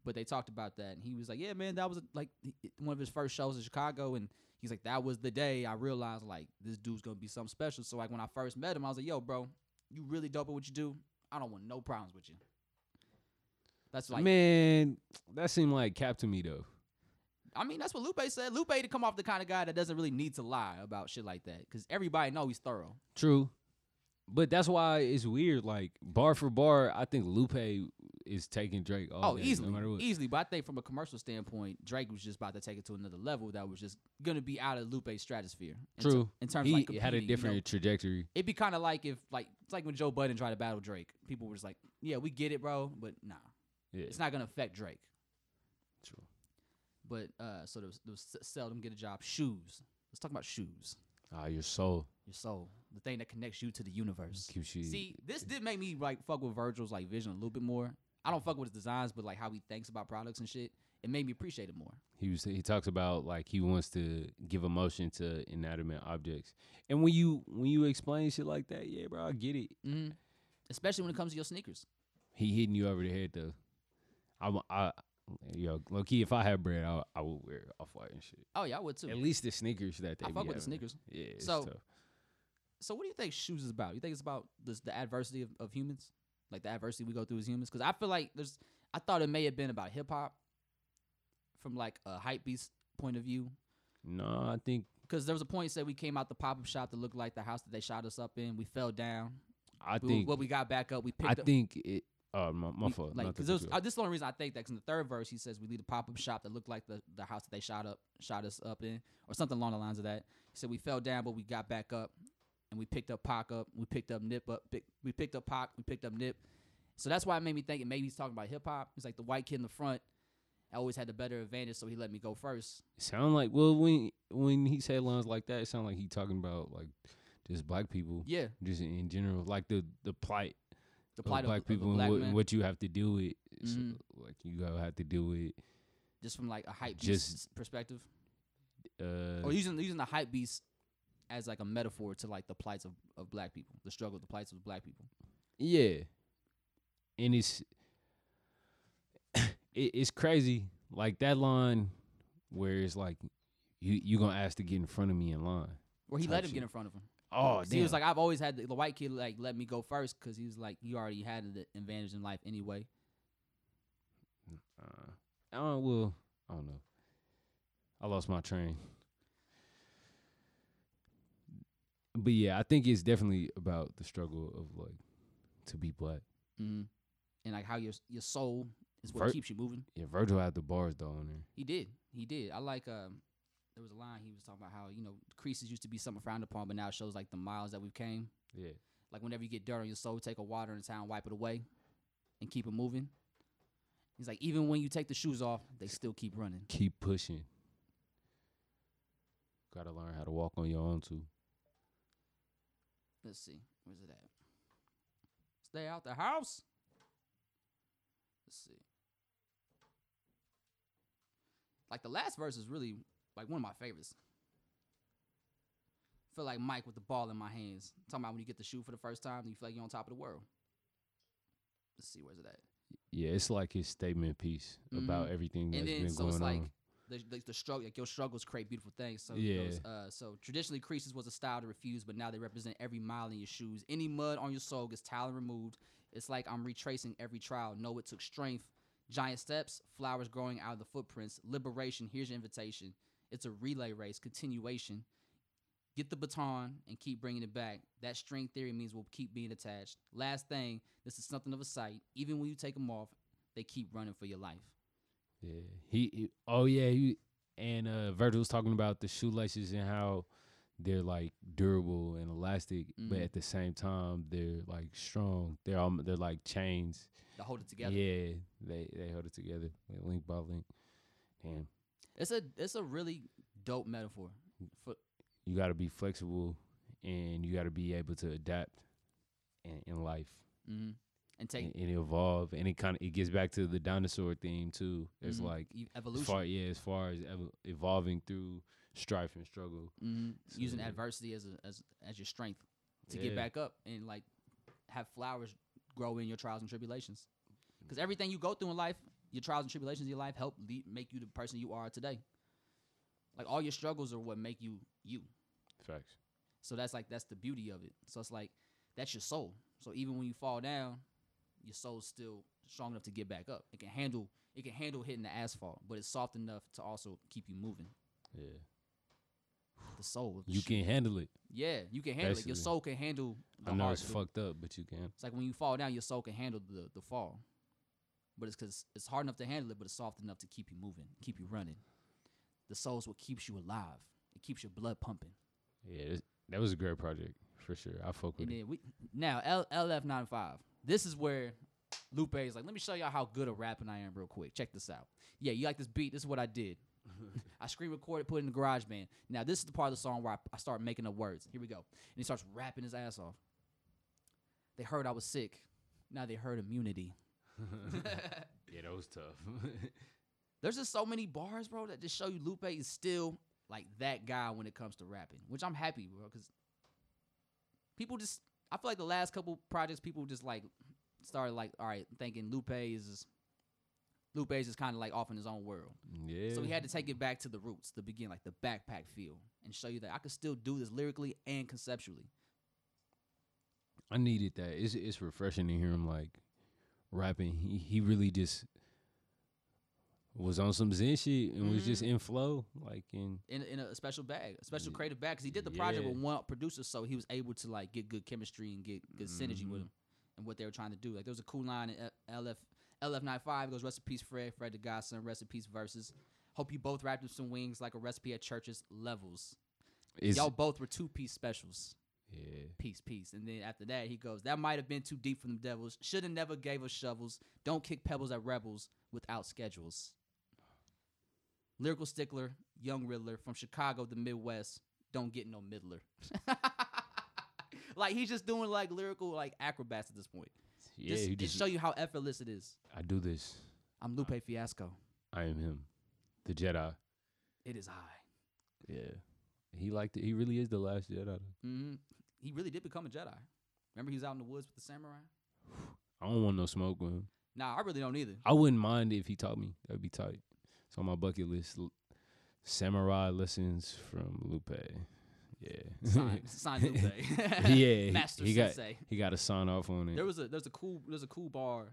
[SPEAKER 3] But they talked about that, and he was like, "Yeah, man, that was like he- it- one of his first shows in Chicago." And he's like, "That was the day I realized like this dude's gonna be something special." So like when I first met him, I was like, "Yo, bro, you really dope at what you do. I don't want no problems with you." That's like,
[SPEAKER 4] Man, that seemed like cap to me though.
[SPEAKER 3] I mean, that's what Lupe said. Lupe to come off the kind of guy that doesn't really need to lie about shit like that because everybody know he's thorough.
[SPEAKER 4] True, but that's why it's weird. Like bar for bar, I think Lupe is taking Drake. All
[SPEAKER 3] oh,
[SPEAKER 4] day,
[SPEAKER 3] easily,
[SPEAKER 4] no matter what.
[SPEAKER 3] easily. But I think from a commercial standpoint, Drake was just about to take it to another level that was just gonna be out of Lupe's stratosphere. in ter-
[SPEAKER 4] True.
[SPEAKER 3] in terms
[SPEAKER 4] he
[SPEAKER 3] of like
[SPEAKER 4] had a
[SPEAKER 3] competing, you know?
[SPEAKER 4] different trajectory.
[SPEAKER 3] it'd be kind of like if like it's like when Joe Budden tried to battle Drake. People were just like, "Yeah, we get it, bro," but nah,
[SPEAKER 4] Yeah,
[SPEAKER 3] it's not gonna affect Drake.
[SPEAKER 4] true.
[SPEAKER 3] But uh, so those, those sell them get a job. Shoes. Let's talk about shoes.
[SPEAKER 4] Ah, your soul
[SPEAKER 3] Your soul, the thing that connects you to the universe.
[SPEAKER 4] keeps you.
[SPEAKER 3] See, this did make me like fuck with Virgil's like vision a little bit more. I don't fuck with his designs, but like how he thinks about products and shit, it made me appreciate it more.
[SPEAKER 4] He was he talks about like he wants to give emotion to inanimate objects, and when you when you explain shit like that, yeah, bro, I get it.
[SPEAKER 3] Mm-hmm. Especially when it comes to your sneakers.
[SPEAKER 4] He hitting you over the head though. I wa- I yo low key if I had bread, I, I would wear off white and shit.
[SPEAKER 3] Oh yeah, I would too.
[SPEAKER 4] At least the sneakers that they
[SPEAKER 3] I
[SPEAKER 4] be
[SPEAKER 3] fuck with the
[SPEAKER 4] having.
[SPEAKER 3] sneakers.
[SPEAKER 4] Yeah, it's
[SPEAKER 3] So-
[SPEAKER 4] tough.
[SPEAKER 3] So what do you think shoes is about? You think it's about this, the adversity of, of humans, like the adversity we go through as humans? Because I feel like there's, I thought it may have been about hip hop, from like a hype beast point of view.
[SPEAKER 4] no, I think
[SPEAKER 3] Because there was a point that said we came out the pop up shop that looked like the house that they shot us up in. We fell down.
[SPEAKER 4] I
[SPEAKER 3] We-
[SPEAKER 4] think
[SPEAKER 3] what we got back up, we picked
[SPEAKER 4] I
[SPEAKER 3] up.
[SPEAKER 4] think it. Oh my, my
[SPEAKER 3] we-
[SPEAKER 4] fault.
[SPEAKER 3] Like,
[SPEAKER 4] not to
[SPEAKER 3] 'cause it was-
[SPEAKER 4] cut you
[SPEAKER 3] uh,
[SPEAKER 4] off.
[SPEAKER 3] this is the only reason I think that. 'cause in the third verse, he says we lead a pop up shop that looked like the, the house that they shot up, shot us up in, or something along the lines of that. He said we fell down, but we got back up, and we picked up Pac up, we picked up Nip up, pick, we picked up Pac, we picked up Nip. So that's why it made me think. And maybe he's talking about hip hop. He's like the white kid in the front. I always had the better advantage, so he let me go first.
[SPEAKER 4] sound like well when when he said lines like that, it sound like he talking about like just black people,
[SPEAKER 3] Yeah,
[SPEAKER 4] just in general, like the the plight
[SPEAKER 3] the
[SPEAKER 4] of
[SPEAKER 3] plight of,
[SPEAKER 4] Oh, black
[SPEAKER 3] of a
[SPEAKER 4] people
[SPEAKER 3] black
[SPEAKER 4] and, what,
[SPEAKER 3] man,
[SPEAKER 4] and what you have to deal with. So,
[SPEAKER 3] Mhm.
[SPEAKER 4] like you gotta have to deal with
[SPEAKER 3] just from like a hype
[SPEAKER 4] just-
[SPEAKER 3] beast perspective,
[SPEAKER 4] uh,
[SPEAKER 3] or using using the hype beast as like a metaphor to like the plights of, of black people, the struggle, the plights of black people.
[SPEAKER 4] yeah, and it's it, it's crazy like that line where it's like you you gonna ask to get in front of me in line.
[SPEAKER 3] Or he
[SPEAKER 4] type
[SPEAKER 3] let him get
[SPEAKER 4] shit.
[SPEAKER 3] in front of him.
[SPEAKER 4] Oh,
[SPEAKER 3] 'Cause
[SPEAKER 4] damn.
[SPEAKER 3] He was like, I've always had the, the white kid like let me go first because he was like, you already had the advantage in life anyway.
[SPEAKER 4] uh, uh, well, I don't know. I lost my train. But yeah, I think it's definitely about the struggle of like to be black.
[SPEAKER 3] Mm-hmm. And like how your your soul is what
[SPEAKER 4] Ver-
[SPEAKER 3] keeps you moving.
[SPEAKER 4] Yeah, Virgil had the bars though on there.
[SPEAKER 3] He did. He did. I like. Um, there was a line he was talking about how you know creases used to be something frowned upon, but now it shows like the miles that we've came.
[SPEAKER 4] Yeah.
[SPEAKER 3] Like whenever you get dirt on your soul, take a water in the town, wipe it away, and keep it moving. He's like, even when you take the shoes off, they still keep running.
[SPEAKER 4] Keep pushing. Gotta learn how to walk on your own too.
[SPEAKER 3] Let's see. Where's it at? Stay out the house. Let's see. Like the last verse is really like one of my favorites. Feel like Mike with the ball in my hands. talking about when you get the shoe for the first time, you feel like you're on top of the world. Let's see where's it at.
[SPEAKER 4] Yeah, it's like his statement piece about everything that's
[SPEAKER 3] Mm-hmm. and then
[SPEAKER 4] been
[SPEAKER 3] so
[SPEAKER 4] going
[SPEAKER 3] it's like
[SPEAKER 4] on.
[SPEAKER 3] the, the, the struggle like your struggles create beautiful things so
[SPEAKER 4] Yeah.
[SPEAKER 3] those, uh, so traditionally creases was a style to refuse but now they represent every mile in your shoes any mud on your soul gets tile removed it's like i'm retracing every trial no it took strength giant steps flowers growing out of the footprints liberation here's your invitation it's a relay race continuation get the baton and keep bringing it back. That string theory means we'll keep being attached. Last thing, this is something of a sight. Even when you take them off, they keep running for your life.
[SPEAKER 4] Yeah, he, he- Oh yeah, he and uh, Virgil was talking about the shoelaces and how they're like durable and elastic, but
[SPEAKER 3] Mhm.
[SPEAKER 4] at the same time they're like strong. They're all, they're like chains.
[SPEAKER 3] They hold it together.
[SPEAKER 4] Yeah, they they hold it together like link by link. Damn,
[SPEAKER 3] It's a it's a really dope metaphor. For,
[SPEAKER 4] you got to be flexible and you got to be able to adapt in, in life
[SPEAKER 3] mhm. And take
[SPEAKER 4] and, and evolve. And it kind of it gets back to the dinosaur theme too. Mm-hmm. It's
[SPEAKER 3] mhm,
[SPEAKER 4] like
[SPEAKER 3] e-
[SPEAKER 4] as
[SPEAKER 3] evolution,
[SPEAKER 4] far yeah, as far as evo- evolving through strife and struggle.
[SPEAKER 3] mhm, using
[SPEAKER 4] so-
[SPEAKER 3] adversity as a, as as your strength to get
[SPEAKER 4] Yeah.
[SPEAKER 3] back up and like have flowers grow in your trials and tribulations. Because everything you go through in life, your trials and tribulations in your life help lead, make you the person you are today. Like all your struggles are what make you you.
[SPEAKER 4] Facts.
[SPEAKER 3] So that's like that's the beauty of it. So it's like that's your soul. So even when you fall down, your soul's still strong enough to get back up. It can handle it can handle hitting the asphalt, but it's soft enough to also keep you moving.
[SPEAKER 4] Yeah.
[SPEAKER 3] The soul. of the
[SPEAKER 4] You
[SPEAKER 3] shoe.
[SPEAKER 4] can handle it.
[SPEAKER 3] Yeah, you can handle it. Your
[SPEAKER 4] Basically.
[SPEAKER 3] soul can handle the
[SPEAKER 4] I know
[SPEAKER 3] hard
[SPEAKER 4] it's
[SPEAKER 3] shit.
[SPEAKER 4] fucked up, but you can.
[SPEAKER 3] It's like when you fall down, your soul can handle the, the fall. But it's because it's hard enough to handle it, but it's soft enough to keep you moving, keep you running. The soul's what keeps you alive. It keeps your blood pumping.
[SPEAKER 4] Yeah, this, that was a great project for sure. I fuck with
[SPEAKER 3] And
[SPEAKER 4] it.
[SPEAKER 3] then we now L, LF95. This is where Lupe is like, let me show y'all how good a rapping I am real quick. Check this out. Yeah, you like this beat? This is what I did. I screen recorded, put it in the garage band. Now this is the part of the song where I, I start making up words. Here we go. And he starts rapping his ass off. They heard I was sick. Now they heard immunity.
[SPEAKER 4] Yeah, that was tough.
[SPEAKER 3] There's just so many bars, bro, that just show you Lupe is still like that guy when it comes to rapping, which I'm happy, bro, because people just I feel like the last couple projects people just like started like all right thinking Lupe is just, Lupe is just kind of like off in his own world.
[SPEAKER 4] yeah.
[SPEAKER 3] So we had to take it back to the roots, the beginning, like the backpack feel, and show you that I could still do this lyrically and conceptually.
[SPEAKER 4] I needed that. It's it's refreshing to hear him like rapping. He he really just was on some zen shit and was
[SPEAKER 3] Mm-hmm.
[SPEAKER 4] just in flow. Like in
[SPEAKER 3] in in a special bag, a special
[SPEAKER 4] Ye-
[SPEAKER 3] creative bag, because he did the project with
[SPEAKER 4] yeah.
[SPEAKER 3] one producer, so he was able to like get good chemistry and get good synergy
[SPEAKER 4] Mm-hmm.
[SPEAKER 3] with him and what they were trying to do. Like there was a cool line in L- LF LF95 goes rest in peace Fred, Fred the Godson, rest in peace versus. Hope you both wrapped up some wings like a recipe at church's levels.
[SPEAKER 4] it's
[SPEAKER 3] Y'all both were two piece specials.
[SPEAKER 4] yeah.
[SPEAKER 3] Peace, peace. And then after that, he goes, That might have been too deep for them devils. Should have never gave us shovels. Don't kick pebbles at rebels without schedules. Lyrical stickler, young riddler, from Chicago, the Midwest. Don't get no middler. like he's just doing like lyrical like acrobats at this point.
[SPEAKER 4] Yeah,
[SPEAKER 3] just,
[SPEAKER 4] he
[SPEAKER 3] just
[SPEAKER 4] just
[SPEAKER 3] show you how effortless it is.
[SPEAKER 4] I do this.
[SPEAKER 3] I'm Lupe Fiasco.
[SPEAKER 4] I am him. The Jedi.
[SPEAKER 3] It is I.
[SPEAKER 4] Yeah. He liked it. He really is the last Jedi.
[SPEAKER 3] hmm He really did become a Jedi. Remember he was out in the woods with the samurai?
[SPEAKER 4] I don't want no smoke with him.
[SPEAKER 3] Nah, I really don't either.
[SPEAKER 4] I wouldn't mind if he taught me. That'd be tight. It's on my bucket list. L- Samurai lessons from Lupe. Yeah.
[SPEAKER 3] Sign, sign Lupe.
[SPEAKER 4] yeah. he-
[SPEAKER 3] Master
[SPEAKER 4] he got
[SPEAKER 3] Sensei.
[SPEAKER 4] he got to sign off on it.
[SPEAKER 3] There was a there's a cool there's a cool bar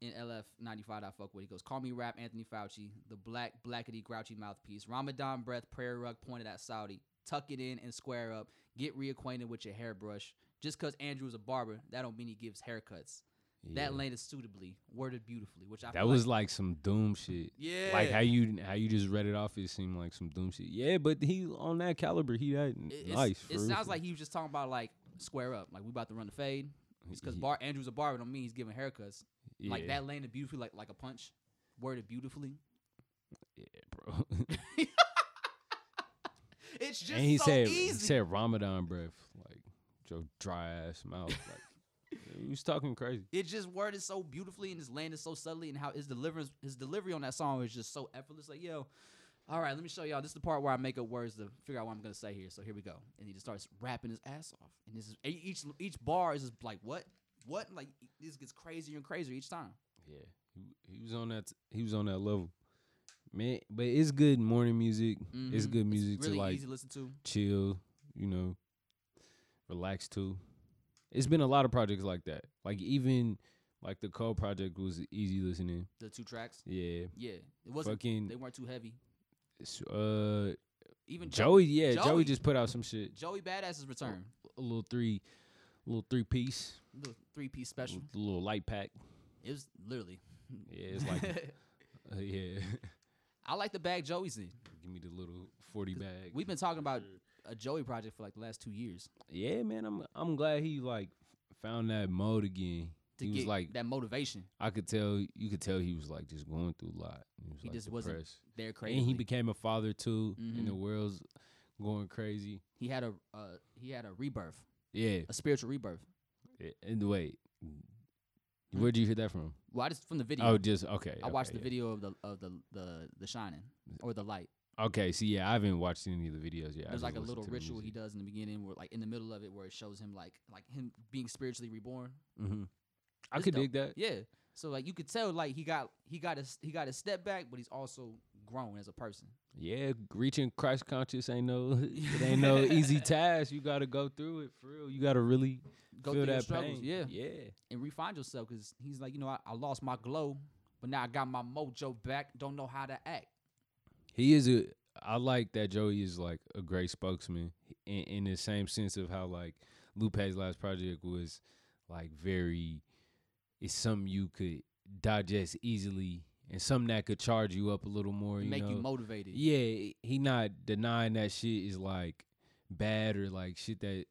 [SPEAKER 3] in LF ninety five that I fuck with. He goes, Call me rap Anthony Fauci, the black blackety grouchy mouthpiece, Ramadan breath, prayer rug pointed at Saudi, tuck it in and square up, get reacquainted with your hairbrush. Just cause Andrew's a barber, that don't mean he gives haircuts.
[SPEAKER 4] Yeah.
[SPEAKER 3] That lane is suitably, worded beautifully, which I
[SPEAKER 4] That
[SPEAKER 3] feel
[SPEAKER 4] was like some doom shit.
[SPEAKER 3] Yeah.
[SPEAKER 4] Like how you how you just read it off. It seemed like some doom shit. Yeah, but he on that caliber. He that n-
[SPEAKER 3] It- it's-
[SPEAKER 4] nice. for
[SPEAKER 3] It
[SPEAKER 4] real,
[SPEAKER 3] sounds
[SPEAKER 4] for
[SPEAKER 3] like he was just talking about like square up, like we about to run the fade. Just because
[SPEAKER 4] Ye-
[SPEAKER 3] Bar Andrew's a barber don't mean he's giving haircuts.
[SPEAKER 4] real.
[SPEAKER 3] Like
[SPEAKER 4] Yeah,
[SPEAKER 3] that landed beautifully, like like a punch, worded beautifully.
[SPEAKER 4] bro.
[SPEAKER 3] It's just
[SPEAKER 4] and he
[SPEAKER 3] so
[SPEAKER 4] said he
[SPEAKER 3] easy.
[SPEAKER 4] said Ramadan breath. Like your dry ass mouth. Like, he was talking crazy.
[SPEAKER 3] It just worded so beautifully and just landed so subtly, and how his deliverance, his delivery on that song was just so effortless. Like, yo, all right, let me show y'all. This is the part where I make up words to figure out what I'm gonna say here. So here we go. And he just starts rapping his ass off, and this is e- each each bar is just like what, what? Like e- this gets crazier and crazier each time.
[SPEAKER 4] Yeah, he, he was on that. He was on that level, man. But it's good morning music. It's
[SPEAKER 3] Mhm.
[SPEAKER 4] good music
[SPEAKER 3] really
[SPEAKER 4] to like
[SPEAKER 3] easy to listen to.
[SPEAKER 4] chill. You know, relax to. It's been a lot of projects like that. Like even like the Cole project was easy listening.
[SPEAKER 3] The two tracks,
[SPEAKER 4] Yeah,
[SPEAKER 3] yeah, it wasn't.
[SPEAKER 4] fucking
[SPEAKER 3] They weren't too heavy.
[SPEAKER 4] s- uh
[SPEAKER 3] Even
[SPEAKER 4] Joey. Oh. Yeah, Joey.
[SPEAKER 3] Joey.
[SPEAKER 4] just put out some shit.
[SPEAKER 3] Joey Badass's return,
[SPEAKER 4] A little three, little three piece,
[SPEAKER 3] little three piece special.
[SPEAKER 4] a little light pack.
[SPEAKER 3] It was literally.
[SPEAKER 4] Yeah, it's like uh, yeah.
[SPEAKER 3] I like the bag Joey's in.
[SPEAKER 4] Give me the little forty bag.
[SPEAKER 3] We've been talking about a Joey project for like the last two years.
[SPEAKER 4] yeah, man. I'm I'm glad he like found that mode again.
[SPEAKER 3] To
[SPEAKER 4] he was
[SPEAKER 3] get
[SPEAKER 4] like
[SPEAKER 3] that motivation.
[SPEAKER 4] I could tell you could tell he was like just going through a lot. He, was,
[SPEAKER 3] He
[SPEAKER 4] like,
[SPEAKER 3] just wasn't
[SPEAKER 4] depressed.
[SPEAKER 3] They're crazy.
[SPEAKER 4] And
[SPEAKER 3] He,
[SPEAKER 4] he became a father too,
[SPEAKER 3] Mhm.
[SPEAKER 4] and the world's going crazy.
[SPEAKER 3] had a uh, he had a rebirth,
[SPEAKER 4] Yeah.
[SPEAKER 3] a spiritual rebirth.
[SPEAKER 4] yeah. And wait, where'd you hear that from?
[SPEAKER 3] Well, I just from the video.
[SPEAKER 4] Oh, just okay.
[SPEAKER 3] I watched
[SPEAKER 4] okay,
[SPEAKER 3] the
[SPEAKER 4] yeah.
[SPEAKER 3] video of the of the the the shining or the light.
[SPEAKER 4] Okay, see, yeah, I haven't watched any of the videos yet. I
[SPEAKER 3] There's
[SPEAKER 4] just
[SPEAKER 3] like a
[SPEAKER 4] listened
[SPEAKER 3] little
[SPEAKER 4] to the
[SPEAKER 3] ritual he
[SPEAKER 4] music.
[SPEAKER 3] does in the beginning, where like in the middle of it, where it shows him like like him being spiritually reborn.
[SPEAKER 4] Mhm. I
[SPEAKER 3] It's
[SPEAKER 4] could
[SPEAKER 3] dope.
[SPEAKER 4] dig that.
[SPEAKER 3] Yeah. So like you could tell like he got he got his he got a step back, but he's also grown as a person.
[SPEAKER 4] Yeah, reaching Christ conscious ain't no it ain't no easy task. You gotta go through it for real. You gotta really
[SPEAKER 3] Go
[SPEAKER 4] feel
[SPEAKER 3] through your
[SPEAKER 4] that
[SPEAKER 3] struggles,
[SPEAKER 4] pain.
[SPEAKER 3] yeah.
[SPEAKER 4] yeah.
[SPEAKER 3] and refine yourself because he's like, you know, I, I lost my glow, but now I got my mojo back. Don't know how to act.
[SPEAKER 4] He is a. I like that Joey is like a great spokesman in, in the same sense of how like Lupe's last project was like very. It's something you could digest easily, and something that could charge you up a little more.
[SPEAKER 3] and
[SPEAKER 4] You
[SPEAKER 3] make
[SPEAKER 4] know?
[SPEAKER 3] you motivated.
[SPEAKER 4] Yeah, he not denying that shit is like bad or like shit that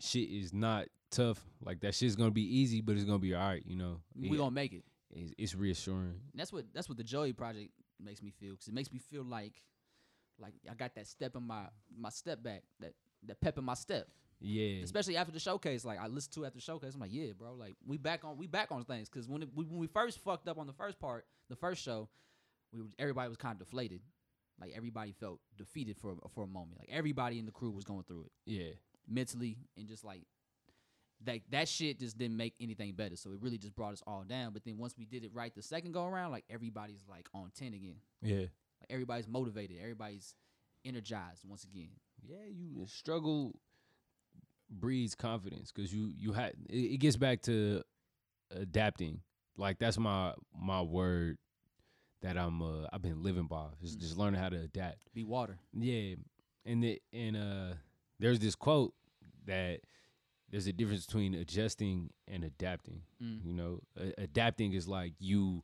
[SPEAKER 4] shit is not tough. Like that shit's gonna be easy, but it's gonna be all right. You know,
[SPEAKER 3] We
[SPEAKER 4] It-
[SPEAKER 3] gonna make it.
[SPEAKER 4] it's, it's reassuring.
[SPEAKER 3] And that's what that's what the Joey project makes me feel because it makes me feel like like I got that step in my my step back that that pep in my step.
[SPEAKER 4] Yeah,
[SPEAKER 3] Especially after the showcase, like I listened to it after the showcase, I'm like, yeah, bro, like we back on we back on things because when it, we, when we first fucked up on the first part, the first show, we were- everybody was kind of deflated, like everybody felt defeated for a- for a moment, like everybody in the crew was going through it.
[SPEAKER 4] yeah.
[SPEAKER 3] mentally and just like that that shit just didn't make anything better. So it really just brought us all down. But then once we did it right the second go around, like everybody's like on ten again.
[SPEAKER 4] Yeah.
[SPEAKER 3] Like everybody's motivated. Everybody's energized once again.
[SPEAKER 4] Yeah, you struggle breeds confidence because you you had it, it gets back to adapting. Like that's my my word that I'm uh, I've been living by is just learning how to adapt.
[SPEAKER 3] Be water.
[SPEAKER 4] Yeah, and the, and uh, there's this quote that there's a difference between adjusting and adapting.
[SPEAKER 3] Mm.
[SPEAKER 4] You know, a- adapting is like you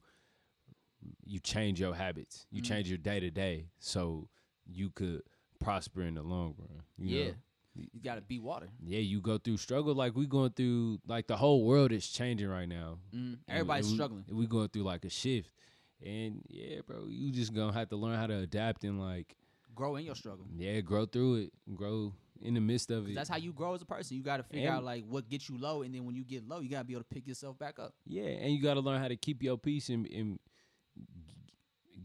[SPEAKER 4] you change your habits, you
[SPEAKER 3] Mm.
[SPEAKER 4] change your day to day, so you could prosper in the long run. you
[SPEAKER 3] yeah.
[SPEAKER 4] know?
[SPEAKER 3] You gotta be water.
[SPEAKER 4] yeah, you go through struggle like we going through. Like the whole world is changing right now.
[SPEAKER 3] Mm.
[SPEAKER 4] And-
[SPEAKER 3] Everybody's
[SPEAKER 4] and we-
[SPEAKER 3] struggling.
[SPEAKER 4] and We going through like a shift, and yeah, bro, you just gonna have to learn how to adapt and like
[SPEAKER 3] Grow in your struggle.
[SPEAKER 4] yeah, grow through it. Grow in the midst of
[SPEAKER 3] 'Cause
[SPEAKER 4] it.
[SPEAKER 3] That's how you grow as a person. You gotta figure
[SPEAKER 4] And-
[SPEAKER 3] out like what gets you low, and then when you get low, you gotta be able to pick yourself back up.
[SPEAKER 4] yeah, and you got to learn how to keep your peace and, and g-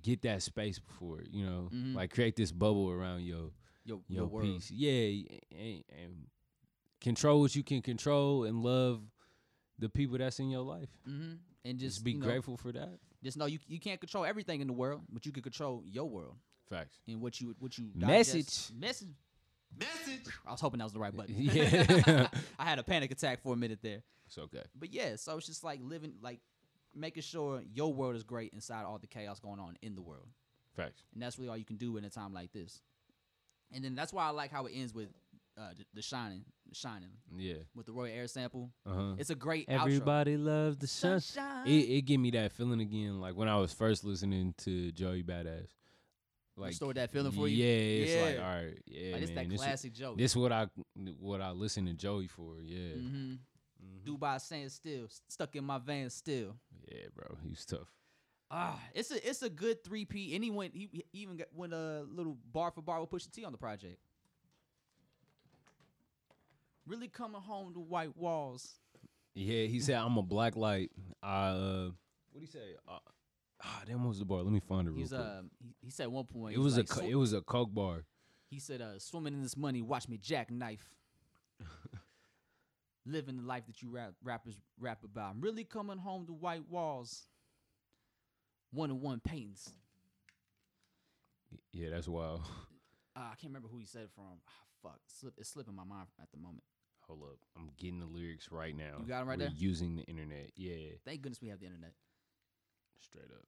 [SPEAKER 4] get that space before it, you know,
[SPEAKER 3] Mhm.
[SPEAKER 4] like create this bubble around your
[SPEAKER 3] Your your,
[SPEAKER 4] your,
[SPEAKER 3] world.
[SPEAKER 4] peace. Yeah, y- and, and control what you can control and love the people that's in your life.
[SPEAKER 3] hmm And just,
[SPEAKER 4] Just, be
[SPEAKER 3] you know,
[SPEAKER 4] grateful for that.
[SPEAKER 3] Just know you you can't control everything in the world, but you can control your world.
[SPEAKER 4] Facts.
[SPEAKER 3] and what you what you
[SPEAKER 4] Message.
[SPEAKER 3] message.
[SPEAKER 2] Message.
[SPEAKER 3] I was hoping that was the right button.
[SPEAKER 4] Yeah.
[SPEAKER 3] I had a panic attack for a minute there,
[SPEAKER 4] It's okay.
[SPEAKER 3] but yeah. So it's just like living, like making sure your world is great inside all the chaos going on in the world,
[SPEAKER 4] Facts.
[SPEAKER 3] and that's really all you can do in a time like this. And then that's why I like how it ends with uh, the, the shining, the shining
[SPEAKER 4] Yeah.
[SPEAKER 3] with the Royal Air sample.
[SPEAKER 4] Uh huh.
[SPEAKER 3] It's a great outro.
[SPEAKER 5] Everybody loves the sunshine.
[SPEAKER 3] Sunshine.
[SPEAKER 4] it, it give me that feeling again, like when I was first listening to Joey Badass.
[SPEAKER 3] Restored that feeling for you?
[SPEAKER 4] Yeah, it's like
[SPEAKER 3] Yeah.
[SPEAKER 4] all right, yeah,
[SPEAKER 3] like, it's
[SPEAKER 4] man,
[SPEAKER 3] that
[SPEAKER 4] this,
[SPEAKER 3] classic joke.
[SPEAKER 4] This what I what I listen to Joey for. Yeah,
[SPEAKER 3] hmm Dubai saying still s- stuck in my veins still.
[SPEAKER 4] yeah, bro, he was tough.
[SPEAKER 3] Ah, it's a it's a good three P. And he went he he even got, went a little bar for bar with Pusha T on the project. really coming home to white walls.
[SPEAKER 4] Yeah, he said I'm a black light. I uh, what do you say? Uh, ah, damn, what was the bar? Let me find it real
[SPEAKER 3] He's
[SPEAKER 4] quick.
[SPEAKER 3] uh, he, he said at one point
[SPEAKER 4] it was
[SPEAKER 3] like,
[SPEAKER 4] a co-
[SPEAKER 3] "Swi-"
[SPEAKER 4] it was a coke bar.
[SPEAKER 3] he said uh, swimming in this money, watch me jackknife. Living the life that you rap, rappers rap about. I'm really coming home to white walls. One on one paintings.
[SPEAKER 4] Yeah, that's wild.
[SPEAKER 3] Uh, I can't remember who he said it from. Ah, fuck, slip, it's slipping my mind at the moment.
[SPEAKER 4] Hold up, I'm getting the lyrics right now.
[SPEAKER 3] You got 'em right
[SPEAKER 4] We're
[SPEAKER 3] there?
[SPEAKER 4] Using the internet. Yeah,
[SPEAKER 3] Thank goodness we have the internet.
[SPEAKER 4] straight up.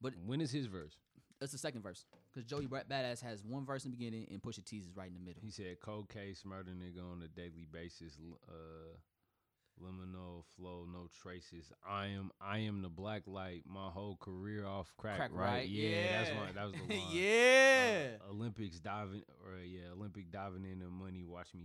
[SPEAKER 3] But-
[SPEAKER 4] when is his verse?
[SPEAKER 3] That's the second verse because Joey Bra- Badass has one verse in the beginning and Pusha T's is right in the middle.
[SPEAKER 4] He said, "Cold case murder nigga on a daily basis. l- Uh, liminal flow, no traces. I am, I am the black light. My whole career off crack,
[SPEAKER 3] Crack,
[SPEAKER 4] right?
[SPEAKER 3] right?
[SPEAKER 4] Yeah,
[SPEAKER 3] Yeah.
[SPEAKER 4] that's my, that was the line. Uh,
[SPEAKER 3] yeah,
[SPEAKER 4] Olympics diving or yeah, Olympic diving in the money. Watch me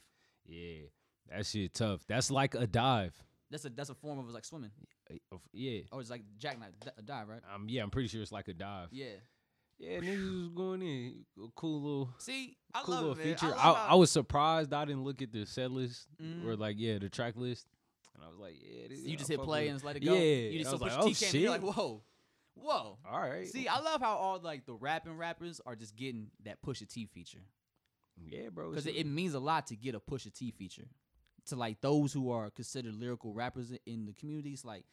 [SPEAKER 3] jackknife.
[SPEAKER 4] Yeah, that shit tough. That's like a dive.
[SPEAKER 3] That's a that's a form of like swimming.
[SPEAKER 4] Uh, of- Yeah,
[SPEAKER 3] Oh, it's like jackknife, d- a dive, right?
[SPEAKER 4] um, yeah, I'm pretty sure it's like a dive.
[SPEAKER 3] Yeah.
[SPEAKER 4] Yeah, niggas was going in. A cool little,
[SPEAKER 3] See, I
[SPEAKER 4] cool little
[SPEAKER 3] love it. man.
[SPEAKER 4] feature.
[SPEAKER 3] I,
[SPEAKER 4] I,
[SPEAKER 3] love
[SPEAKER 4] I,
[SPEAKER 3] how-
[SPEAKER 4] was surprised I didn't look at the set list or
[SPEAKER 3] Mhm.
[SPEAKER 4] like yeah the track list, and I was like, yeah, this,
[SPEAKER 3] you
[SPEAKER 4] I
[SPEAKER 3] just hit
[SPEAKER 4] fuck
[SPEAKER 3] play
[SPEAKER 4] with
[SPEAKER 3] and
[SPEAKER 4] it.
[SPEAKER 3] just let it go.
[SPEAKER 4] Yeah,
[SPEAKER 3] you just
[SPEAKER 4] I was
[SPEAKER 3] so
[SPEAKER 4] like,
[SPEAKER 3] Pusha
[SPEAKER 4] oh
[SPEAKER 3] T came in, you're
[SPEAKER 4] shit.
[SPEAKER 3] like whoa, whoa.
[SPEAKER 4] All right,
[SPEAKER 3] See, I love how all like the rapping rappers are just getting that Pusha T feature
[SPEAKER 4] yeah, bro,
[SPEAKER 3] because
[SPEAKER 4] it's-
[SPEAKER 3] it, it means a lot to get a Pusha T feature to like those who are considered lyrical rappers i- in the communities. Like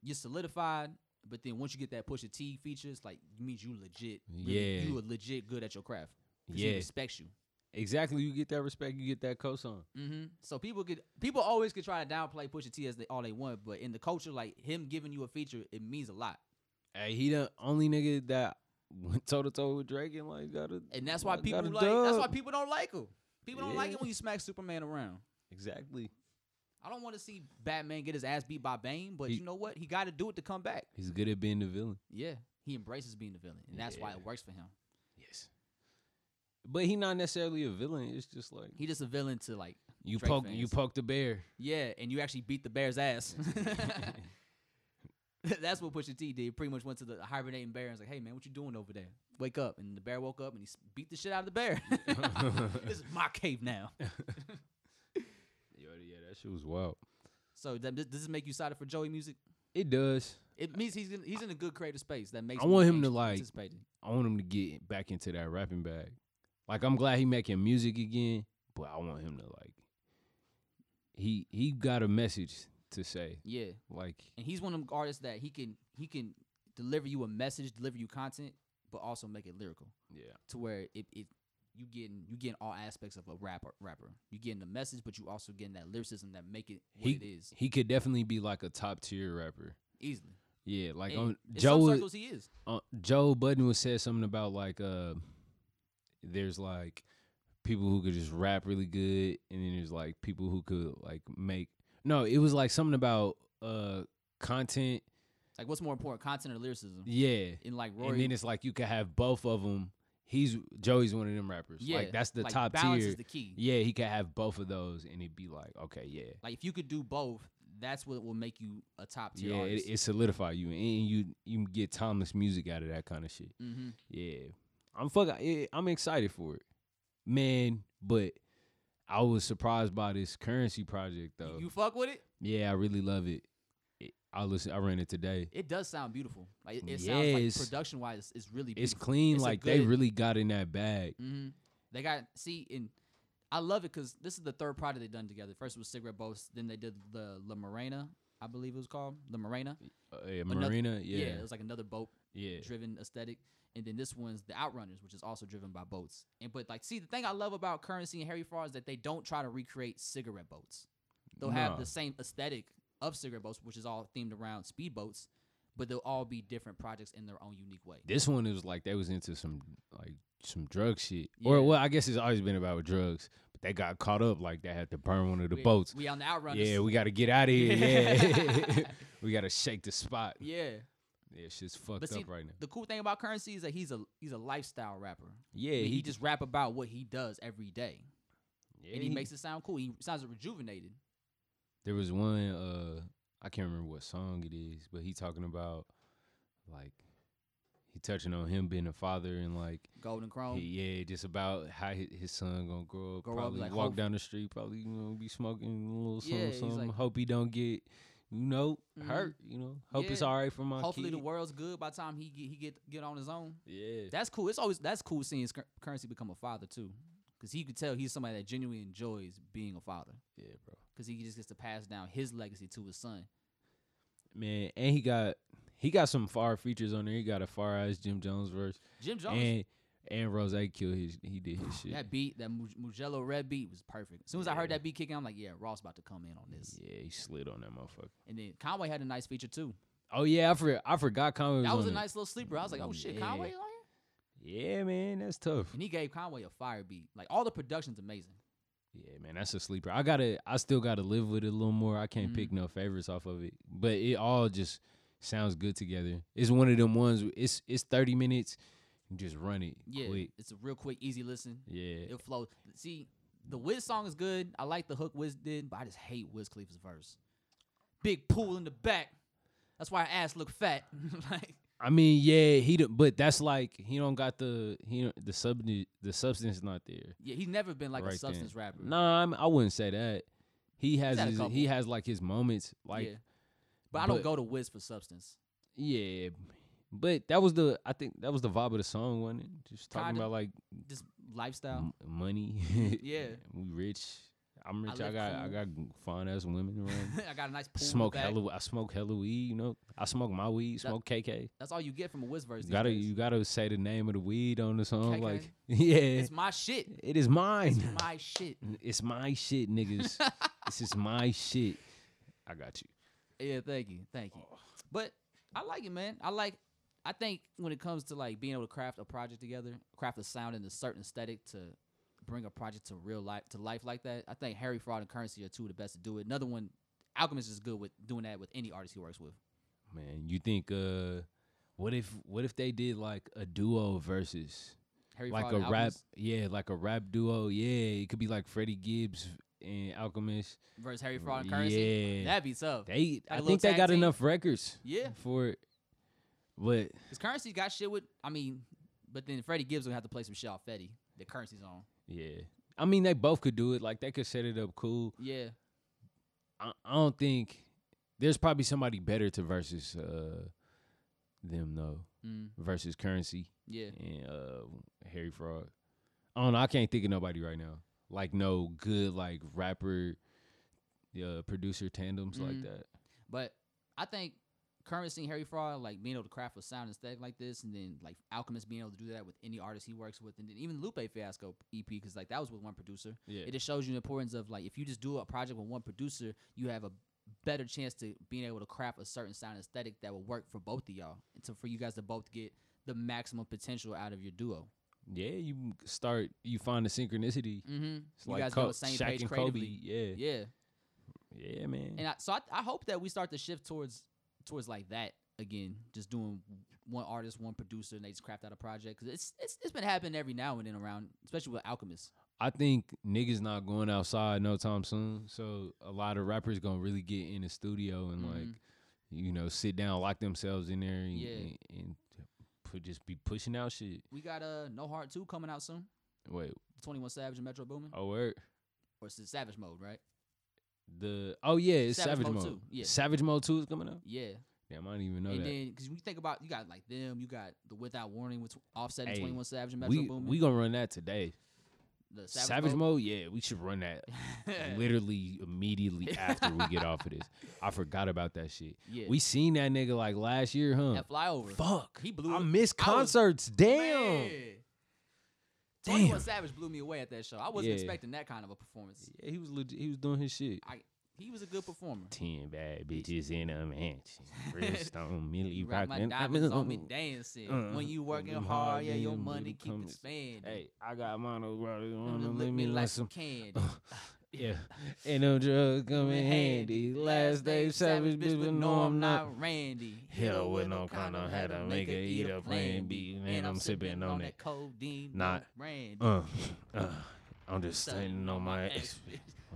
[SPEAKER 3] you're solidified, but then once you get that Pusha T feature, it's like it means you legit. really-
[SPEAKER 4] Yeah.
[SPEAKER 3] you are legit good at your craft. 'cause
[SPEAKER 4] Yeah.
[SPEAKER 3] he respects you.
[SPEAKER 4] exactly. You get that respect, you get that cosign.
[SPEAKER 3] hmm So people could people always could try to downplay Pusha T as they, all they want, but in the culture, like him giving you a feature, it means a lot,
[SPEAKER 4] Hey, he the only nigga that went toe to toe with Drake and like got a
[SPEAKER 3] and that's why
[SPEAKER 4] Got
[SPEAKER 3] people
[SPEAKER 4] a
[SPEAKER 3] like that's why
[SPEAKER 4] dub.
[SPEAKER 3] people don't like him. People don't like
[SPEAKER 4] Yeah.
[SPEAKER 3] it when you smack Superman around.
[SPEAKER 4] exactly.
[SPEAKER 3] I don't want to see Batman get his ass beat by Bane, but
[SPEAKER 4] He-
[SPEAKER 3] you know what? He got to do it to come back.
[SPEAKER 4] He's good at being the villain.
[SPEAKER 3] Yeah, he embraces being the villain, and that's why it
[SPEAKER 4] Yeah.
[SPEAKER 3] works for him.
[SPEAKER 4] Yes. But he not necessarily a villain. It's just like
[SPEAKER 3] He just a villain to like,
[SPEAKER 4] you
[SPEAKER 3] Drake
[SPEAKER 4] poke
[SPEAKER 3] fans.
[SPEAKER 4] you poke the bear.
[SPEAKER 3] yeah, and you actually beat the bear's ass. that's what Pusha T did. Pretty much went to the hibernating bear and was like, "Hey man, what you doing over there? Wake up!" And the bear woke up and he s- beat the shit out of the bear. this is my cave now.
[SPEAKER 4] Yo, yeah, that shit was wild.
[SPEAKER 3] So that, does this make you excited for Joey music?
[SPEAKER 4] It does.
[SPEAKER 3] It means he's in, he's in a good creative space that makes.
[SPEAKER 4] I
[SPEAKER 3] me
[SPEAKER 4] want him to,
[SPEAKER 3] anxious
[SPEAKER 4] like-
[SPEAKER 3] anticipating.
[SPEAKER 4] I want him to get back into that rapping bag. Like I'm glad he making music again, but I want him to like he he got a message to say.
[SPEAKER 3] Yeah,
[SPEAKER 4] Like
[SPEAKER 3] and he's one of them artists that he can he can deliver you a message, deliver you content, but also make it lyrical
[SPEAKER 4] yeah.
[SPEAKER 3] to where it, it you getting you getting all aspects of a rapper rapper. You getting the message, but you also getting that lyricism that make it what
[SPEAKER 4] He
[SPEAKER 3] it is
[SPEAKER 4] he could definitely be like a top tier rapper.
[SPEAKER 3] easily.
[SPEAKER 4] Yeah, like
[SPEAKER 3] And
[SPEAKER 4] on
[SPEAKER 3] in
[SPEAKER 4] Joe
[SPEAKER 3] some
[SPEAKER 4] was-
[SPEAKER 3] circles he is.
[SPEAKER 4] uh, Joe Budden was said something about like uh, there's like people who could just rap really good, and then there's like people who could like make. No, it was like something about uh content.
[SPEAKER 3] Like what's more important, content or lyricism?
[SPEAKER 4] Yeah,
[SPEAKER 3] In like
[SPEAKER 4] and
[SPEAKER 3] Rory,
[SPEAKER 4] then it's like you could have both of them. He's Joey's one of them rappers.
[SPEAKER 3] yeah,
[SPEAKER 4] like that's the
[SPEAKER 3] like,
[SPEAKER 4] top
[SPEAKER 3] balance
[SPEAKER 4] tier.
[SPEAKER 3] is the key.
[SPEAKER 4] yeah, he could have both of those, and it'd be like okay, yeah,
[SPEAKER 3] Like if you could do both, that's what will make you a top tier
[SPEAKER 4] yeah. It,
[SPEAKER 3] artist.
[SPEAKER 4] it solidify you, and you you get timeless music out of that kind of shit.
[SPEAKER 3] mm-hmm.
[SPEAKER 4] Yeah, I'm fuck. I- I'm excited for it, man. But I was surprised by this currency project though.
[SPEAKER 3] You fuck with it?
[SPEAKER 4] yeah, I really love it. it. I listen. I ran it today.
[SPEAKER 3] It does sound beautiful. Like it, it sounds
[SPEAKER 4] Yes.
[SPEAKER 3] like production wise, it's, it's really
[SPEAKER 4] It's
[SPEAKER 3] beautiful.
[SPEAKER 4] clean.
[SPEAKER 3] It's a
[SPEAKER 4] like they
[SPEAKER 3] good-
[SPEAKER 4] really got in that bag.
[SPEAKER 3] hmm They got see, and I love it because this is the third project they done together. First was Cigarette Boats, then they did the La Morena, I believe it was called La Morena.
[SPEAKER 4] Uh, yeah, Marina.
[SPEAKER 3] Yeah,
[SPEAKER 4] Yeah,
[SPEAKER 3] it was like another boat
[SPEAKER 4] yeah,
[SPEAKER 3] driven aesthetic. And then this one's the Outrunners, which is also driven by boats. And but like, see, the thing I love about Currency and Harry Fraud is that they don't try to recreate cigarette boats. They'll have
[SPEAKER 4] Nah.
[SPEAKER 3] the same aesthetic of cigarette boats, which is all themed around speedboats, but they'll all be different projects in their own unique way.
[SPEAKER 4] This one it was like they was into some like some drug shit. Or
[SPEAKER 3] Yeah.
[SPEAKER 4] well, I guess it's always been about drugs. But they got caught up. Like they had to burn one of the boats.
[SPEAKER 3] We on the Outrunners.
[SPEAKER 4] yeah, we got to get out of here. Yeah, we got to shake the spot.
[SPEAKER 3] yeah.
[SPEAKER 4] Yeah, shit's fucked
[SPEAKER 3] But see,
[SPEAKER 4] up right now.
[SPEAKER 3] the cool thing about Currency is that he's a he's a lifestyle rapper.
[SPEAKER 4] Yeah,
[SPEAKER 3] he,
[SPEAKER 4] he,
[SPEAKER 3] just rap about what he does every day,
[SPEAKER 4] yeah,
[SPEAKER 3] and he, makes it sound cool. He sounds rejuvenated.
[SPEAKER 4] There was one uh I can't remember what song it is, but he talking about like He touching on him being a father and like
[SPEAKER 3] Golden Chrome.
[SPEAKER 4] he, yeah, just about how hi- his son gonna grow up.
[SPEAKER 3] Um, Grow up,
[SPEAKER 4] probably
[SPEAKER 3] like,
[SPEAKER 4] walk
[SPEAKER 3] hope-
[SPEAKER 4] down the street. Probably you know be smoking a little something.
[SPEAKER 3] Yeah, he's
[SPEAKER 4] something.
[SPEAKER 3] like-
[SPEAKER 4] hope he don't get you know
[SPEAKER 3] Mhm.
[SPEAKER 4] hurt. You know, hope it's
[SPEAKER 3] Yeah.
[SPEAKER 4] all right for my
[SPEAKER 3] Hopefully
[SPEAKER 4] kid.
[SPEAKER 3] the world's good by the time he get, he get get on his own.
[SPEAKER 4] yeah,
[SPEAKER 3] That's cool. It's always that's cool seeing Cur- currency become a father too, because he could tell he's somebody that genuinely enjoys being a father,
[SPEAKER 4] yeah, bro.
[SPEAKER 3] because he just gets to pass down his legacy to his son.
[SPEAKER 4] Man, and he got he got some fire features on there. He got a fire eyes Jim Jones verse,
[SPEAKER 3] Jim Jones,
[SPEAKER 4] and and Rose A killed his. He did his shit.
[SPEAKER 3] that beat, that Mu- Mugello Red beat was perfect. As soon as I heard
[SPEAKER 4] Yeah.
[SPEAKER 3] that beat kicking, I'm like, yeah, Ross about to come in on this.
[SPEAKER 4] Yeah, he slid on that motherfucker.
[SPEAKER 3] And then Conway had a nice feature too.
[SPEAKER 4] Oh yeah, I forgot. I forgot Conway was
[SPEAKER 3] That was
[SPEAKER 4] on
[SPEAKER 3] a
[SPEAKER 4] it.
[SPEAKER 3] nice little sleeper. I was like, oh shit,
[SPEAKER 4] Yeah.
[SPEAKER 3] Conway is on here.
[SPEAKER 4] Yeah, man, that's tough.
[SPEAKER 3] And he gave Conway a fire beat. Like all the production's amazing.
[SPEAKER 4] Yeah, man, that's a sleeper. I gotta, I still gotta live with it a little more. I can't
[SPEAKER 3] Mhm.
[SPEAKER 4] pick no favorites off of it, but it all just sounds good together. It's one of them ones. where It's it's thirty minutes. You just run it
[SPEAKER 3] Yeah,
[SPEAKER 4] quick.
[SPEAKER 3] it's a real quick, easy listen.
[SPEAKER 4] Yeah,
[SPEAKER 3] It flows. See, the Wiz song is good. I like the hook Wiz did, but I just hate Wiz Khalifa's verse. Big pool in the back. That's why her ass look fat. like,
[SPEAKER 4] I mean, yeah, he. do- But that's like he don't got the he don't, the sub the substance not there.
[SPEAKER 3] yeah, he's never been like
[SPEAKER 4] right
[SPEAKER 3] a
[SPEAKER 4] then.
[SPEAKER 3] substance rapper.
[SPEAKER 4] Nah, I'm, I wouldn't say that. He has
[SPEAKER 3] had a
[SPEAKER 4] his,
[SPEAKER 3] couple.
[SPEAKER 4] he has like his moments. Like
[SPEAKER 3] yeah. But I don't
[SPEAKER 4] but-
[SPEAKER 3] go to Wiz for substance.
[SPEAKER 4] Yeah, but that was the I think that was the vibe of the song, wasn't it? Just talking
[SPEAKER 3] Kinda.
[SPEAKER 4] about like
[SPEAKER 3] Just lifestyle.
[SPEAKER 4] m- money.
[SPEAKER 3] Uh-huh. Yeah.
[SPEAKER 4] we rich. I'm rich. I,
[SPEAKER 3] live
[SPEAKER 4] got I
[SPEAKER 3] cool.
[SPEAKER 4] got fine ass women around.
[SPEAKER 3] I got a nice pool. in the
[SPEAKER 4] Mm. smoke
[SPEAKER 3] back.
[SPEAKER 4] hella. I smoke hella weed. You know, I smoke my weed.
[SPEAKER 3] That-
[SPEAKER 4] Smoke KK.
[SPEAKER 3] That's all you get from a Wiz verse.
[SPEAKER 4] You
[SPEAKER 3] these
[SPEAKER 4] gotta
[SPEAKER 3] days.
[SPEAKER 4] you gotta say the name of the weed on the song.
[SPEAKER 3] KK.
[SPEAKER 4] Like yeah,
[SPEAKER 3] It's my shit.
[SPEAKER 4] it is mine.
[SPEAKER 3] It's my shit.
[SPEAKER 4] It's my shit, niggas. this is my shit. I got you.
[SPEAKER 3] Yeah, thank you, thank you. But I like it, man. I like. I think when it comes to like being able to craft a project together, craft a sound and a certain aesthetic to bring a project to real life to life like that. I think Harry Fraud and Currency are two of the best to do it. Another one, Alchemist is good with doing that with any artist he works with.
[SPEAKER 4] Man, you think uh what if what if they did like a duo versus
[SPEAKER 3] Harry
[SPEAKER 4] like
[SPEAKER 3] Fraud
[SPEAKER 4] a
[SPEAKER 3] and
[SPEAKER 4] rap
[SPEAKER 3] Alchemist
[SPEAKER 4] yeah, like a rap duo. Yeah, it could be like Freddie Gibbs and Alchemist.
[SPEAKER 3] versus Harry Fraud and Currency.
[SPEAKER 4] Yeah.
[SPEAKER 3] That'd be tough.
[SPEAKER 4] they
[SPEAKER 3] a
[SPEAKER 4] I
[SPEAKER 3] little
[SPEAKER 4] think they
[SPEAKER 3] tag
[SPEAKER 4] got
[SPEAKER 3] team.
[SPEAKER 4] enough records
[SPEAKER 3] Yeah.
[SPEAKER 4] for it. But
[SPEAKER 3] Cause Currency got shit with. I mean, but then Freddie Gibbs gonna have to play some shit off Fetty. The Currency's on.
[SPEAKER 4] yeah. I mean they both could do it. Like they could set it up cool.
[SPEAKER 3] Yeah.
[SPEAKER 4] I, I don't think there's probably somebody better to versus uh them though.
[SPEAKER 3] Mm,
[SPEAKER 4] Versus currency.
[SPEAKER 3] yeah.
[SPEAKER 4] and uh Harry Frog. I don't know. I can't think of nobody right now. Like no good like rapper, uh, producer tandems
[SPEAKER 3] Mhm.
[SPEAKER 4] like that.
[SPEAKER 3] But I think currency and Harry Fraud, like being able to craft a sound and stuff like this, and then like Alchemist being able to do that with any artist he works with, and then even Lupe Fiasco EP, because like that was with one producer.
[SPEAKER 4] Yeah,
[SPEAKER 3] It just shows you the importance of like if you just do a project with one producer, you have a better chance to being able to craft a certain sound aesthetic that will work for both of y'all, and so for you guys to both get the maximum potential out of your duo.
[SPEAKER 4] yeah. You m- start. You find the synchronicity.
[SPEAKER 3] Mm-hmm.
[SPEAKER 4] It's
[SPEAKER 3] You
[SPEAKER 4] like
[SPEAKER 3] guys
[SPEAKER 4] Co-
[SPEAKER 3] on the same
[SPEAKER 4] Shaq
[SPEAKER 3] page
[SPEAKER 4] and Kobe.
[SPEAKER 3] creatively.
[SPEAKER 4] Yeah. yeah,
[SPEAKER 3] Yeah.
[SPEAKER 4] man.
[SPEAKER 3] And I, so I, I hope that we start to shift towards towards like that again, just doing one artist, one producer, and they just craft out a project. Cause it's it's, it's been happening every now and then around, especially with Alchemist.
[SPEAKER 4] I think niggas not going outside no time soon. So a lot of rappers gonna really get in the studio and like,
[SPEAKER 3] Mhm.
[SPEAKER 4] you know, sit down, lock themselves in there, and,
[SPEAKER 3] Yeah.
[SPEAKER 4] and, and put just be pushing out shit.
[SPEAKER 3] We got uh, No Heart Two coming out soon.
[SPEAKER 4] Wait,
[SPEAKER 3] Twenty One Savage and Metro Boomin,
[SPEAKER 4] oh word.
[SPEAKER 3] or it's in Savage Mode, right?
[SPEAKER 4] The oh yeah, it's
[SPEAKER 3] Savage
[SPEAKER 4] Savage,
[SPEAKER 3] Mode
[SPEAKER 4] Mode.
[SPEAKER 3] 2, yeah.
[SPEAKER 4] Savage Mode Two is coming out.
[SPEAKER 3] Yeah,
[SPEAKER 4] Damn, I didn't even know
[SPEAKER 3] and
[SPEAKER 4] that.
[SPEAKER 3] then because when you think about, you got like them, you got the Without Warning with Offset and
[SPEAKER 4] Hey,
[SPEAKER 3] Twenty One Savage and Metro
[SPEAKER 4] We
[SPEAKER 3] Boomin.
[SPEAKER 4] we gonna run that today.
[SPEAKER 3] the
[SPEAKER 4] Savage, Mode? yeah, we should run that literally immediately after we get off of this. I forgot about that shit.
[SPEAKER 3] yeah,
[SPEAKER 4] We seen that nigga like last year, huh?
[SPEAKER 3] that flyover.
[SPEAKER 4] Fuck,
[SPEAKER 3] He blew
[SPEAKER 4] I
[SPEAKER 3] it.
[SPEAKER 4] missed
[SPEAKER 3] I was-
[SPEAKER 4] concerts. Damn.
[SPEAKER 3] Man. 21
[SPEAKER 4] Damn.
[SPEAKER 3] Savage blew me away at that show. I wasn't
[SPEAKER 4] Yeah.
[SPEAKER 3] expecting that kind of a performance.
[SPEAKER 4] Yeah, he was legit, he was doing his shit.
[SPEAKER 3] He was a good performer.
[SPEAKER 4] Ten bad bitches in a mansion, wrist on Millie
[SPEAKER 3] You rock my
[SPEAKER 4] rockin'. I
[SPEAKER 3] diamonds
[SPEAKER 4] mean,
[SPEAKER 3] on me
[SPEAKER 4] mm.
[SPEAKER 3] dancing.
[SPEAKER 4] uh,
[SPEAKER 3] when you working hard,
[SPEAKER 4] mm, hard,
[SPEAKER 3] yeah,
[SPEAKER 4] yeah,
[SPEAKER 3] your
[SPEAKER 4] them
[SPEAKER 3] money
[SPEAKER 4] little
[SPEAKER 3] keep
[SPEAKER 4] comments.
[SPEAKER 3] expanding.
[SPEAKER 4] Hey, I got mono, bro. You
[SPEAKER 3] Wanna
[SPEAKER 4] wanna
[SPEAKER 3] lick
[SPEAKER 4] let me like some
[SPEAKER 3] candy.
[SPEAKER 4] Yeah, and them drugs come in handy. Last day, savage bitch, but no, I'm not.
[SPEAKER 3] Randy.
[SPEAKER 4] Hit her with no condom, had to make her eat a plan B, and I'm sipping on that
[SPEAKER 3] codeine.
[SPEAKER 4] not-
[SPEAKER 3] Not Randy.
[SPEAKER 4] Uh, uh, I'm just standing on my ex.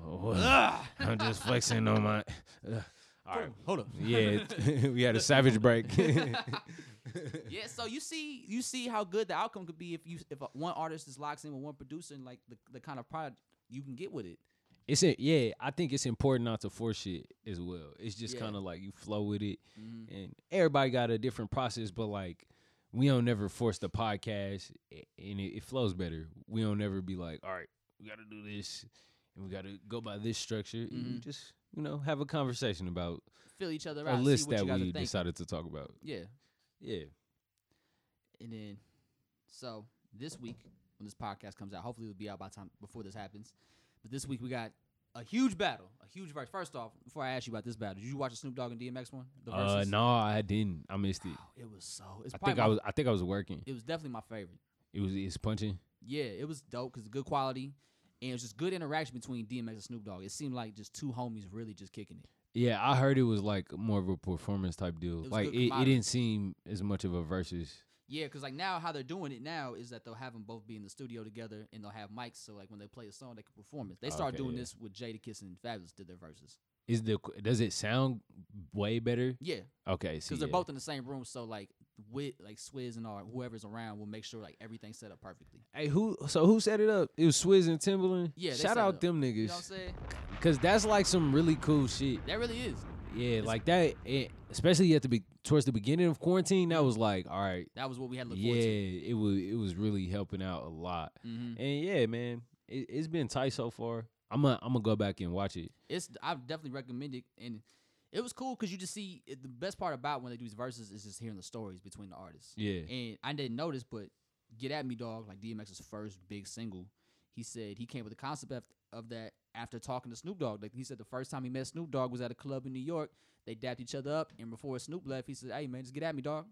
[SPEAKER 4] Oh, I'm just flexing on my. Uh, all right,
[SPEAKER 3] Hold up.
[SPEAKER 4] yeah, we had a savage break.
[SPEAKER 3] yeah, so you see, you see how good the outcome could be if you if uh, one artist is locks in with one producer and like the, the kind of product you can get with it.
[SPEAKER 4] It's a, yeah, I think it's important not to force shit as well. It's just
[SPEAKER 3] Yeah.
[SPEAKER 4] kind of like you flow with it, and everybody got a different process. But like, we don't never force the podcast, a- and it, it flows better. We don't never be like, all right, we got to do this, and we got to go by this structure. and
[SPEAKER 3] Mm-hmm.
[SPEAKER 4] we just you know have a conversation about
[SPEAKER 3] Fill each other
[SPEAKER 4] a
[SPEAKER 3] out.
[SPEAKER 4] list
[SPEAKER 3] see what
[SPEAKER 4] that
[SPEAKER 3] you guys are
[SPEAKER 4] we
[SPEAKER 3] thinking.
[SPEAKER 4] decided to talk about.
[SPEAKER 3] Yeah,
[SPEAKER 4] Yeah,
[SPEAKER 3] and then so this week when this podcast comes out, hopefully it'll be out by time before this happens. But this week we got a huge battle, a huge verse. First off, before I ask you about this battle, did you watch the Snoop Dogg and DMX one? The
[SPEAKER 4] uh,
[SPEAKER 3] verses?
[SPEAKER 4] no, I didn't. I missed it.
[SPEAKER 3] It was so. It's
[SPEAKER 4] I
[SPEAKER 3] probably
[SPEAKER 4] think I
[SPEAKER 3] my-
[SPEAKER 4] was. I think I was working.
[SPEAKER 3] It was definitely my favorite.
[SPEAKER 4] It was. It's punching.
[SPEAKER 3] Yeah, it was dope because good quality, and it was just good interaction between DMX and Snoop Dogg. It seemed like just two homies really just kicking it.
[SPEAKER 4] Yeah, I heard it was like more of a performance type deal.
[SPEAKER 3] was
[SPEAKER 4] like
[SPEAKER 3] good
[SPEAKER 4] it, it
[SPEAKER 3] commodity.
[SPEAKER 4] didn't seem as much of a versus.
[SPEAKER 3] Yeah, because like now how they're doing it now is that they'll have them both be in the studio together and they'll have mics. So like when they play a song, they can perform it. They started
[SPEAKER 4] Okay,
[SPEAKER 3] doing
[SPEAKER 4] yeah.
[SPEAKER 3] this with Jada Kiss and Fabulous did their verses.
[SPEAKER 4] Is the does it sound way better?
[SPEAKER 3] Yeah,
[SPEAKER 4] Okay, see,
[SPEAKER 3] because they're
[SPEAKER 4] yeah.
[SPEAKER 3] both in the same room. So like with like Swizz and all whoever's around will make sure like everything's set up perfectly.
[SPEAKER 4] Hey, who? So who set it up? It was Swizz and Timberland.
[SPEAKER 3] Yeah, they set
[SPEAKER 4] shout
[SPEAKER 3] it
[SPEAKER 4] out
[SPEAKER 3] up.
[SPEAKER 4] them
[SPEAKER 3] You know what I'm
[SPEAKER 4] niggas,
[SPEAKER 3] saying?
[SPEAKER 4] cause that's like some really cool shit.
[SPEAKER 3] That really is.
[SPEAKER 4] Yeah, like that. It, especially at the be- towards the beginning of quarantine, that was like, all right,
[SPEAKER 3] That was what we had to look
[SPEAKER 4] yeah,
[SPEAKER 3] forward to.
[SPEAKER 4] it was it was really helping out a lot.
[SPEAKER 3] Mhm.
[SPEAKER 4] And yeah, man, it, it's been tight so far. I'm gonna I'm gonna go back and watch it.
[SPEAKER 3] it's I definitely recommend it, and it was cool because you just see it, the best part about when they do these verses is just hearing the stories between the artists.
[SPEAKER 4] Yeah.
[SPEAKER 3] and I didn't notice, but "Get at Me, Dog" like DMX's first big single, he said he came with the concept of, of that after talking to Snoop Dogg. Like he said, the first time he met Snoop Dogg was at a club in New York. They dapped each other up, and before Snoop left, he said, "Hey man, just get at me, dog."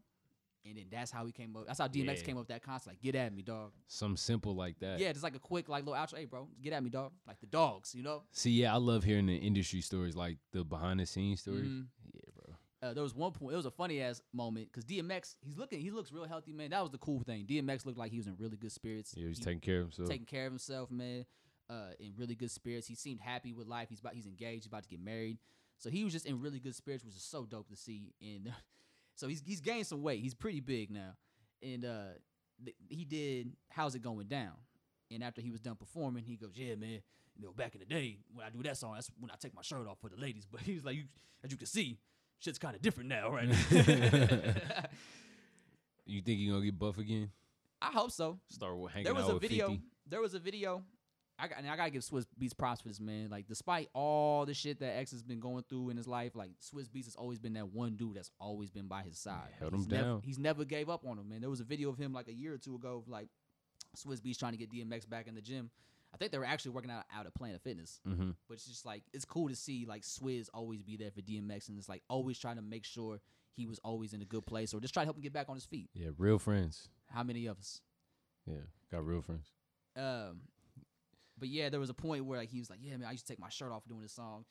[SPEAKER 3] And then that's how he came up. That's how DMX
[SPEAKER 4] Yeah.
[SPEAKER 3] came up with that concept, like "Get at me, dog."
[SPEAKER 4] Some simple like that.
[SPEAKER 3] Yeah, just like a quick, like little outro. Hey, bro, get at me, dog. Like the dogs, you know.
[SPEAKER 4] See, yeah, I love hearing the industry stories, like the behind the scenes stories.
[SPEAKER 3] Mhm.
[SPEAKER 4] Yeah, bro.
[SPEAKER 3] uh, there was one point. It was a funny ass moment because DMX. He's looking. He looks real healthy, man. That was the cool thing. DMX looked like he was in really good spirits.
[SPEAKER 4] Yeah, he's
[SPEAKER 3] He
[SPEAKER 4] taking care of himself.
[SPEAKER 3] taking care of himself, man. Uh, in really good spirits. He seemed happy with life. He's about. He's engaged. He's about to get married. So he was just in really good spirits, which is so dope to see. And so he's he's gained some weight. He's pretty big now. And uh, th- he did. How's it going down? And after he was done performing, he goes, "Yeah, man. You know, back in the day when I do that song, that's when I take my shirt off for the ladies." But he was like, you, "As you can see, shit's kind of different now, right?"
[SPEAKER 4] you think he gonna get buff again?
[SPEAKER 3] I hope so.
[SPEAKER 4] Start wa- hanging
[SPEAKER 3] There was
[SPEAKER 4] out
[SPEAKER 3] a
[SPEAKER 4] with
[SPEAKER 3] video.
[SPEAKER 4] 50?
[SPEAKER 3] There was a video. I got, and I gotta give Swiss Beats props for this man. Like, despite all the shit that X has been going through in his life, like Swiss Beats has always been that one dude that's always been by his side.
[SPEAKER 4] held
[SPEAKER 3] he's
[SPEAKER 4] him
[SPEAKER 3] never,
[SPEAKER 4] down.
[SPEAKER 3] He's never gave up on him, man. There was a video of him like a year or two ago, of, like Swiss Beats trying to get DMX back in the gym. I think they were actually working out out at Planet Fitness,
[SPEAKER 4] Mhm.
[SPEAKER 3] but it's just like it's cool to see like Swizz always be there for DMX, and it's like always trying to make sure he was always in a good place, or just try to help him get back on his feet.
[SPEAKER 4] Yeah, real friends.
[SPEAKER 3] How many of us?
[SPEAKER 4] Yeah, got real friends.
[SPEAKER 3] Um, but yeah, there was a point where like he was like, "Yeah, man, I used to take my shirt off doing this song,"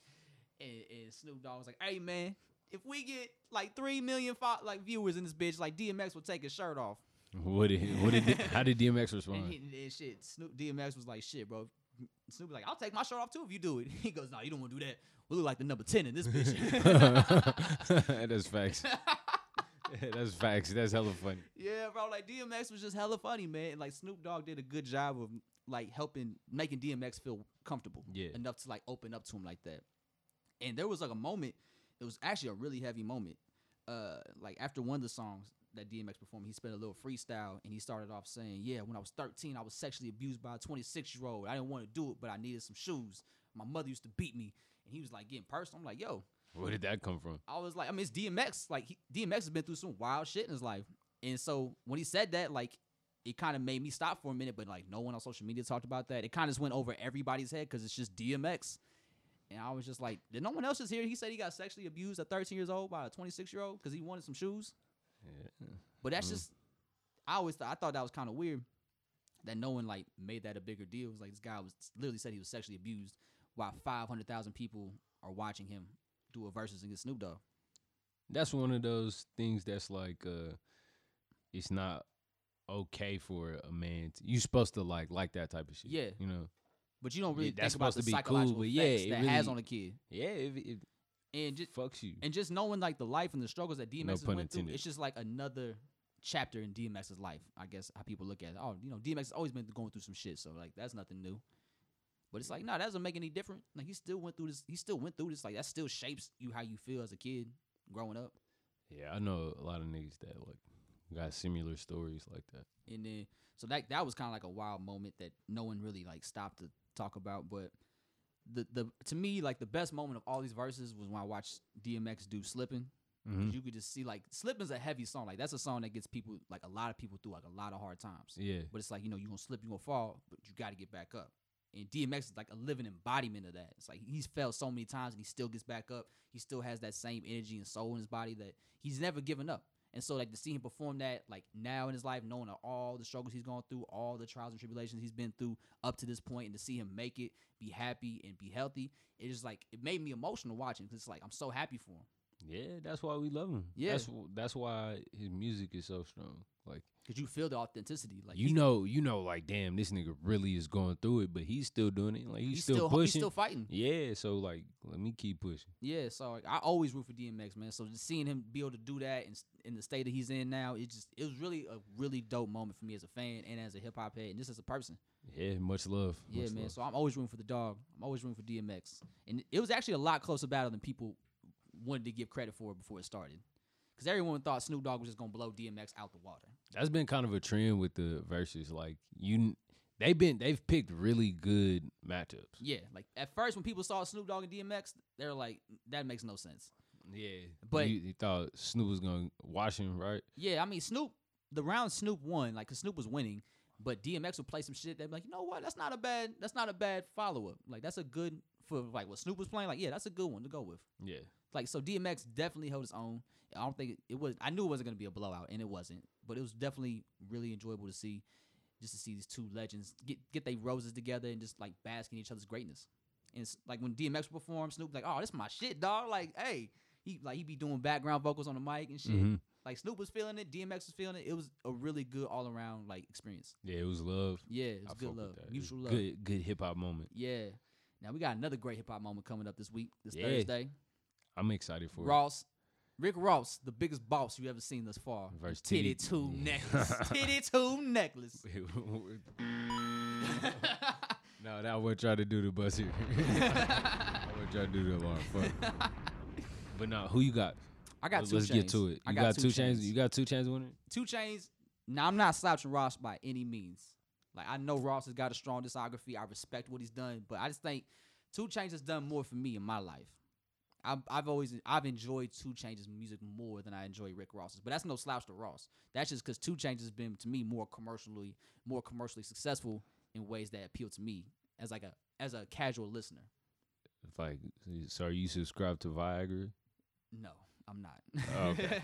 [SPEAKER 3] and, and Snoop Dogg was like, "Hey, man, if we get like three million fo- like viewers in this bitch, like DMX will take his shirt off."
[SPEAKER 4] What did he- what did D- how did DMX
[SPEAKER 3] And,
[SPEAKER 4] respond?
[SPEAKER 3] he, and shit, Snoop DMX was like, "Shit, bro." Snoop was like, "I'll take my shirt off too if you do it." He goes, "No, you don't want to do that. We look like the number ten in this bitch."
[SPEAKER 4] That's facts. That's facts. That's hella funny.
[SPEAKER 3] yeah, bro. Like DMX was just hella funny, man. And, like Snoop Dogg did a good job of like helping making DMX feel comfortable
[SPEAKER 4] Yeah.
[SPEAKER 3] enough to like open up to him like that. And there was like a moment. It was actually a really heavy moment. Uh, like after one of the songs that DMX performed, he spent a little freestyle and he started off saying, "Yeah, when I was 13, I was sexually abused by a 26 year old. I didn't want to do it, but I needed some shoes. My mother used to beat me." And he was like getting personal. I'm like, "Yo,
[SPEAKER 4] Where did that come from?
[SPEAKER 3] I was like, I mean, it's DMX. Like he, DMX has been through some wild shit in his life, and so when he said that, like it kind of made me stop for a minute. But like no one on social media talked about that. It kind of went over everybody's head because it's just DMX. And I was just like, did no one else is here? He said he got sexually abused at 13 years old by a 26 year old because he wanted some shoes. But that's just, I always thought, I thought that was kind of weird that no one like made that a bigger deal. It was like this guy was literally said he was sexually abused while 500,000 people are watching him do a versus against Snoop Dogg.
[SPEAKER 4] That's one of those things that's like uh it's not okay for a man. To, you supposed to like like that type of shit.
[SPEAKER 3] Yeah.
[SPEAKER 4] You know.
[SPEAKER 3] But you don't really
[SPEAKER 4] Yeah, that's
[SPEAKER 3] think about
[SPEAKER 4] supposed
[SPEAKER 3] the
[SPEAKER 4] to be cool,
[SPEAKER 3] psychological
[SPEAKER 4] but yeah,
[SPEAKER 3] effects
[SPEAKER 4] it
[SPEAKER 3] that has
[SPEAKER 4] really-
[SPEAKER 3] on a kid,
[SPEAKER 4] Yeah, it, it
[SPEAKER 3] and just
[SPEAKER 4] fucks you.
[SPEAKER 3] and just knowing like the life and the struggles that DMX has
[SPEAKER 4] pun
[SPEAKER 3] went through,
[SPEAKER 4] intended.
[SPEAKER 3] it's just like another chapter in DMX's life. I guess how people look at it. Oh, you know, DMX has always been going through some shit, so like that's nothing new. But it's like, nah, that doesn't make any different. Like he still went through this. He still went through this. Like that still shapes you how you feel as a kid growing up.
[SPEAKER 4] Yeah, I know a lot of niggas that like got similar stories like that.
[SPEAKER 3] And then so that that was kind of like a wild moment that no one really like stopped to talk about. But the the to me like the best moment of all these verses was when I watched DMX do slipping.
[SPEAKER 4] Mm-hmm.
[SPEAKER 3] You could just see like slipping's a heavy song. Like that's a song that gets people like a lot of people through like a lot of hard times.
[SPEAKER 4] Yeah,
[SPEAKER 3] But it's like you know you gonna slip, you gonna fall, but you got to get back up. And DMX is like a living embodiment of that. It's like he's fell so many times and he still gets back up. He still has that same energy and soul in his body that he's never given up. And so like to see him perform that like now in his life, knowing that all the struggles he's gone through, all the trials and tribulations he's been through up to this point, and to see him make it, be happy and be healthy, it just like it made me emotional watching because it's like I'm so happy for him
[SPEAKER 4] yeah, that's why we love him.
[SPEAKER 3] Yeah.
[SPEAKER 4] that's wh- that's why his music is so strong. Like
[SPEAKER 3] because you feel the authenticity. Like
[SPEAKER 4] you
[SPEAKER 3] he's-
[SPEAKER 4] know, you know, like damn, this nigga really is going through it, but he's still doing it. Like he's,
[SPEAKER 3] he's
[SPEAKER 4] still,
[SPEAKER 3] still he's
[SPEAKER 4] pushing.
[SPEAKER 3] still fighting.
[SPEAKER 4] yeah, so like, let me keep pushing.
[SPEAKER 3] Yeah, so like, I always root for DMX, man. So just seeing him be able to do that and in the state that he's in now, it just it was really a really dope moment for me as a fan and as a hip hop head and just as a person.
[SPEAKER 4] Yeah, much love.
[SPEAKER 3] Yeah,
[SPEAKER 4] much
[SPEAKER 3] man.
[SPEAKER 4] love.
[SPEAKER 3] So I'm always rooting for the dog. I'm always rooting for DMX, and it was actually a lot closer battle than people wanted to give credit for before it started, because everyone thought Snoop Dogg was just gonna blow DMX out the water.
[SPEAKER 4] that's been kind of a trend with the verses. Like you, they've been they've picked really good matchups.
[SPEAKER 3] Yeah, like at first when people saw Snoop Dogg and DMX, they're like, that makes no sense.
[SPEAKER 4] Yeah,
[SPEAKER 3] But-
[SPEAKER 4] you, you thought Snoop was gonna wash him, right?
[SPEAKER 3] Yeah, I mean Snoop, the round Snoop won, like 'cause Snoop was winning, but DMX would play some shit. They'd be like, you know what? That's not a bad. That's not a bad follow up. Like that's a good for like what Snoop was playing. Like yeah, that's a good one to go with.
[SPEAKER 4] Yeah,
[SPEAKER 3] Like so, DMX definitely held his own. I don't think it, it was. I knew it wasn't gonna be a blowout, and it wasn't. But it was definitely really enjoyable to see, just to see these two legends get get their roses together and just like bask in each other's greatness. And it's like when DMX performed, Snoop like, oh, this my shit, dog. Like hey, he like he be doing background vocals on the mic and shit.
[SPEAKER 4] Mhm.
[SPEAKER 3] Like Snoop was feeling it, DMX was feeling it. It was a really good all around like experience.
[SPEAKER 4] yeah, it was love.
[SPEAKER 3] Yeah, it was
[SPEAKER 4] I
[SPEAKER 3] good
[SPEAKER 4] fuck with
[SPEAKER 3] love,
[SPEAKER 4] that. It was
[SPEAKER 3] mutual love.
[SPEAKER 4] Good, good hip hop moment.
[SPEAKER 3] Yeah. Now we got another great hip hop moment coming up this week, this
[SPEAKER 4] Yeah.
[SPEAKER 3] Thursday.
[SPEAKER 4] I'm excited for it.
[SPEAKER 3] Ross, Rick Ross, the biggest boss you ever seen thus far.
[SPEAKER 4] Verse
[SPEAKER 3] titty
[SPEAKER 4] Titty-
[SPEAKER 3] two necklace, titty two necklace.
[SPEAKER 4] no, that would try to do the bus here. I would try to do the alarm. Fuck. but now, who you got?
[SPEAKER 3] I got
[SPEAKER 4] Let's
[SPEAKER 3] two.
[SPEAKER 4] get
[SPEAKER 3] Chainz.
[SPEAKER 4] to it. You
[SPEAKER 3] I
[SPEAKER 4] got, two chains. You got two chains winning.
[SPEAKER 3] two chains. Now I'm not slouching Ross by any means. Like I know Ross has got a strong discography. I respect what he's done, but I just think Two Chains has done more for me in my life. I've, I've always I've enjoyed Two Chains' music more than I enjoy Rick Ross's, but that's no slouch to Ross. That's just because Two Chains has been to me more commercially more commercially successful in ways that appeal to me as like a as a casual listener.
[SPEAKER 4] If I, so are you subscribed to Viagra?
[SPEAKER 3] No, I'm not.
[SPEAKER 4] Oh, okay.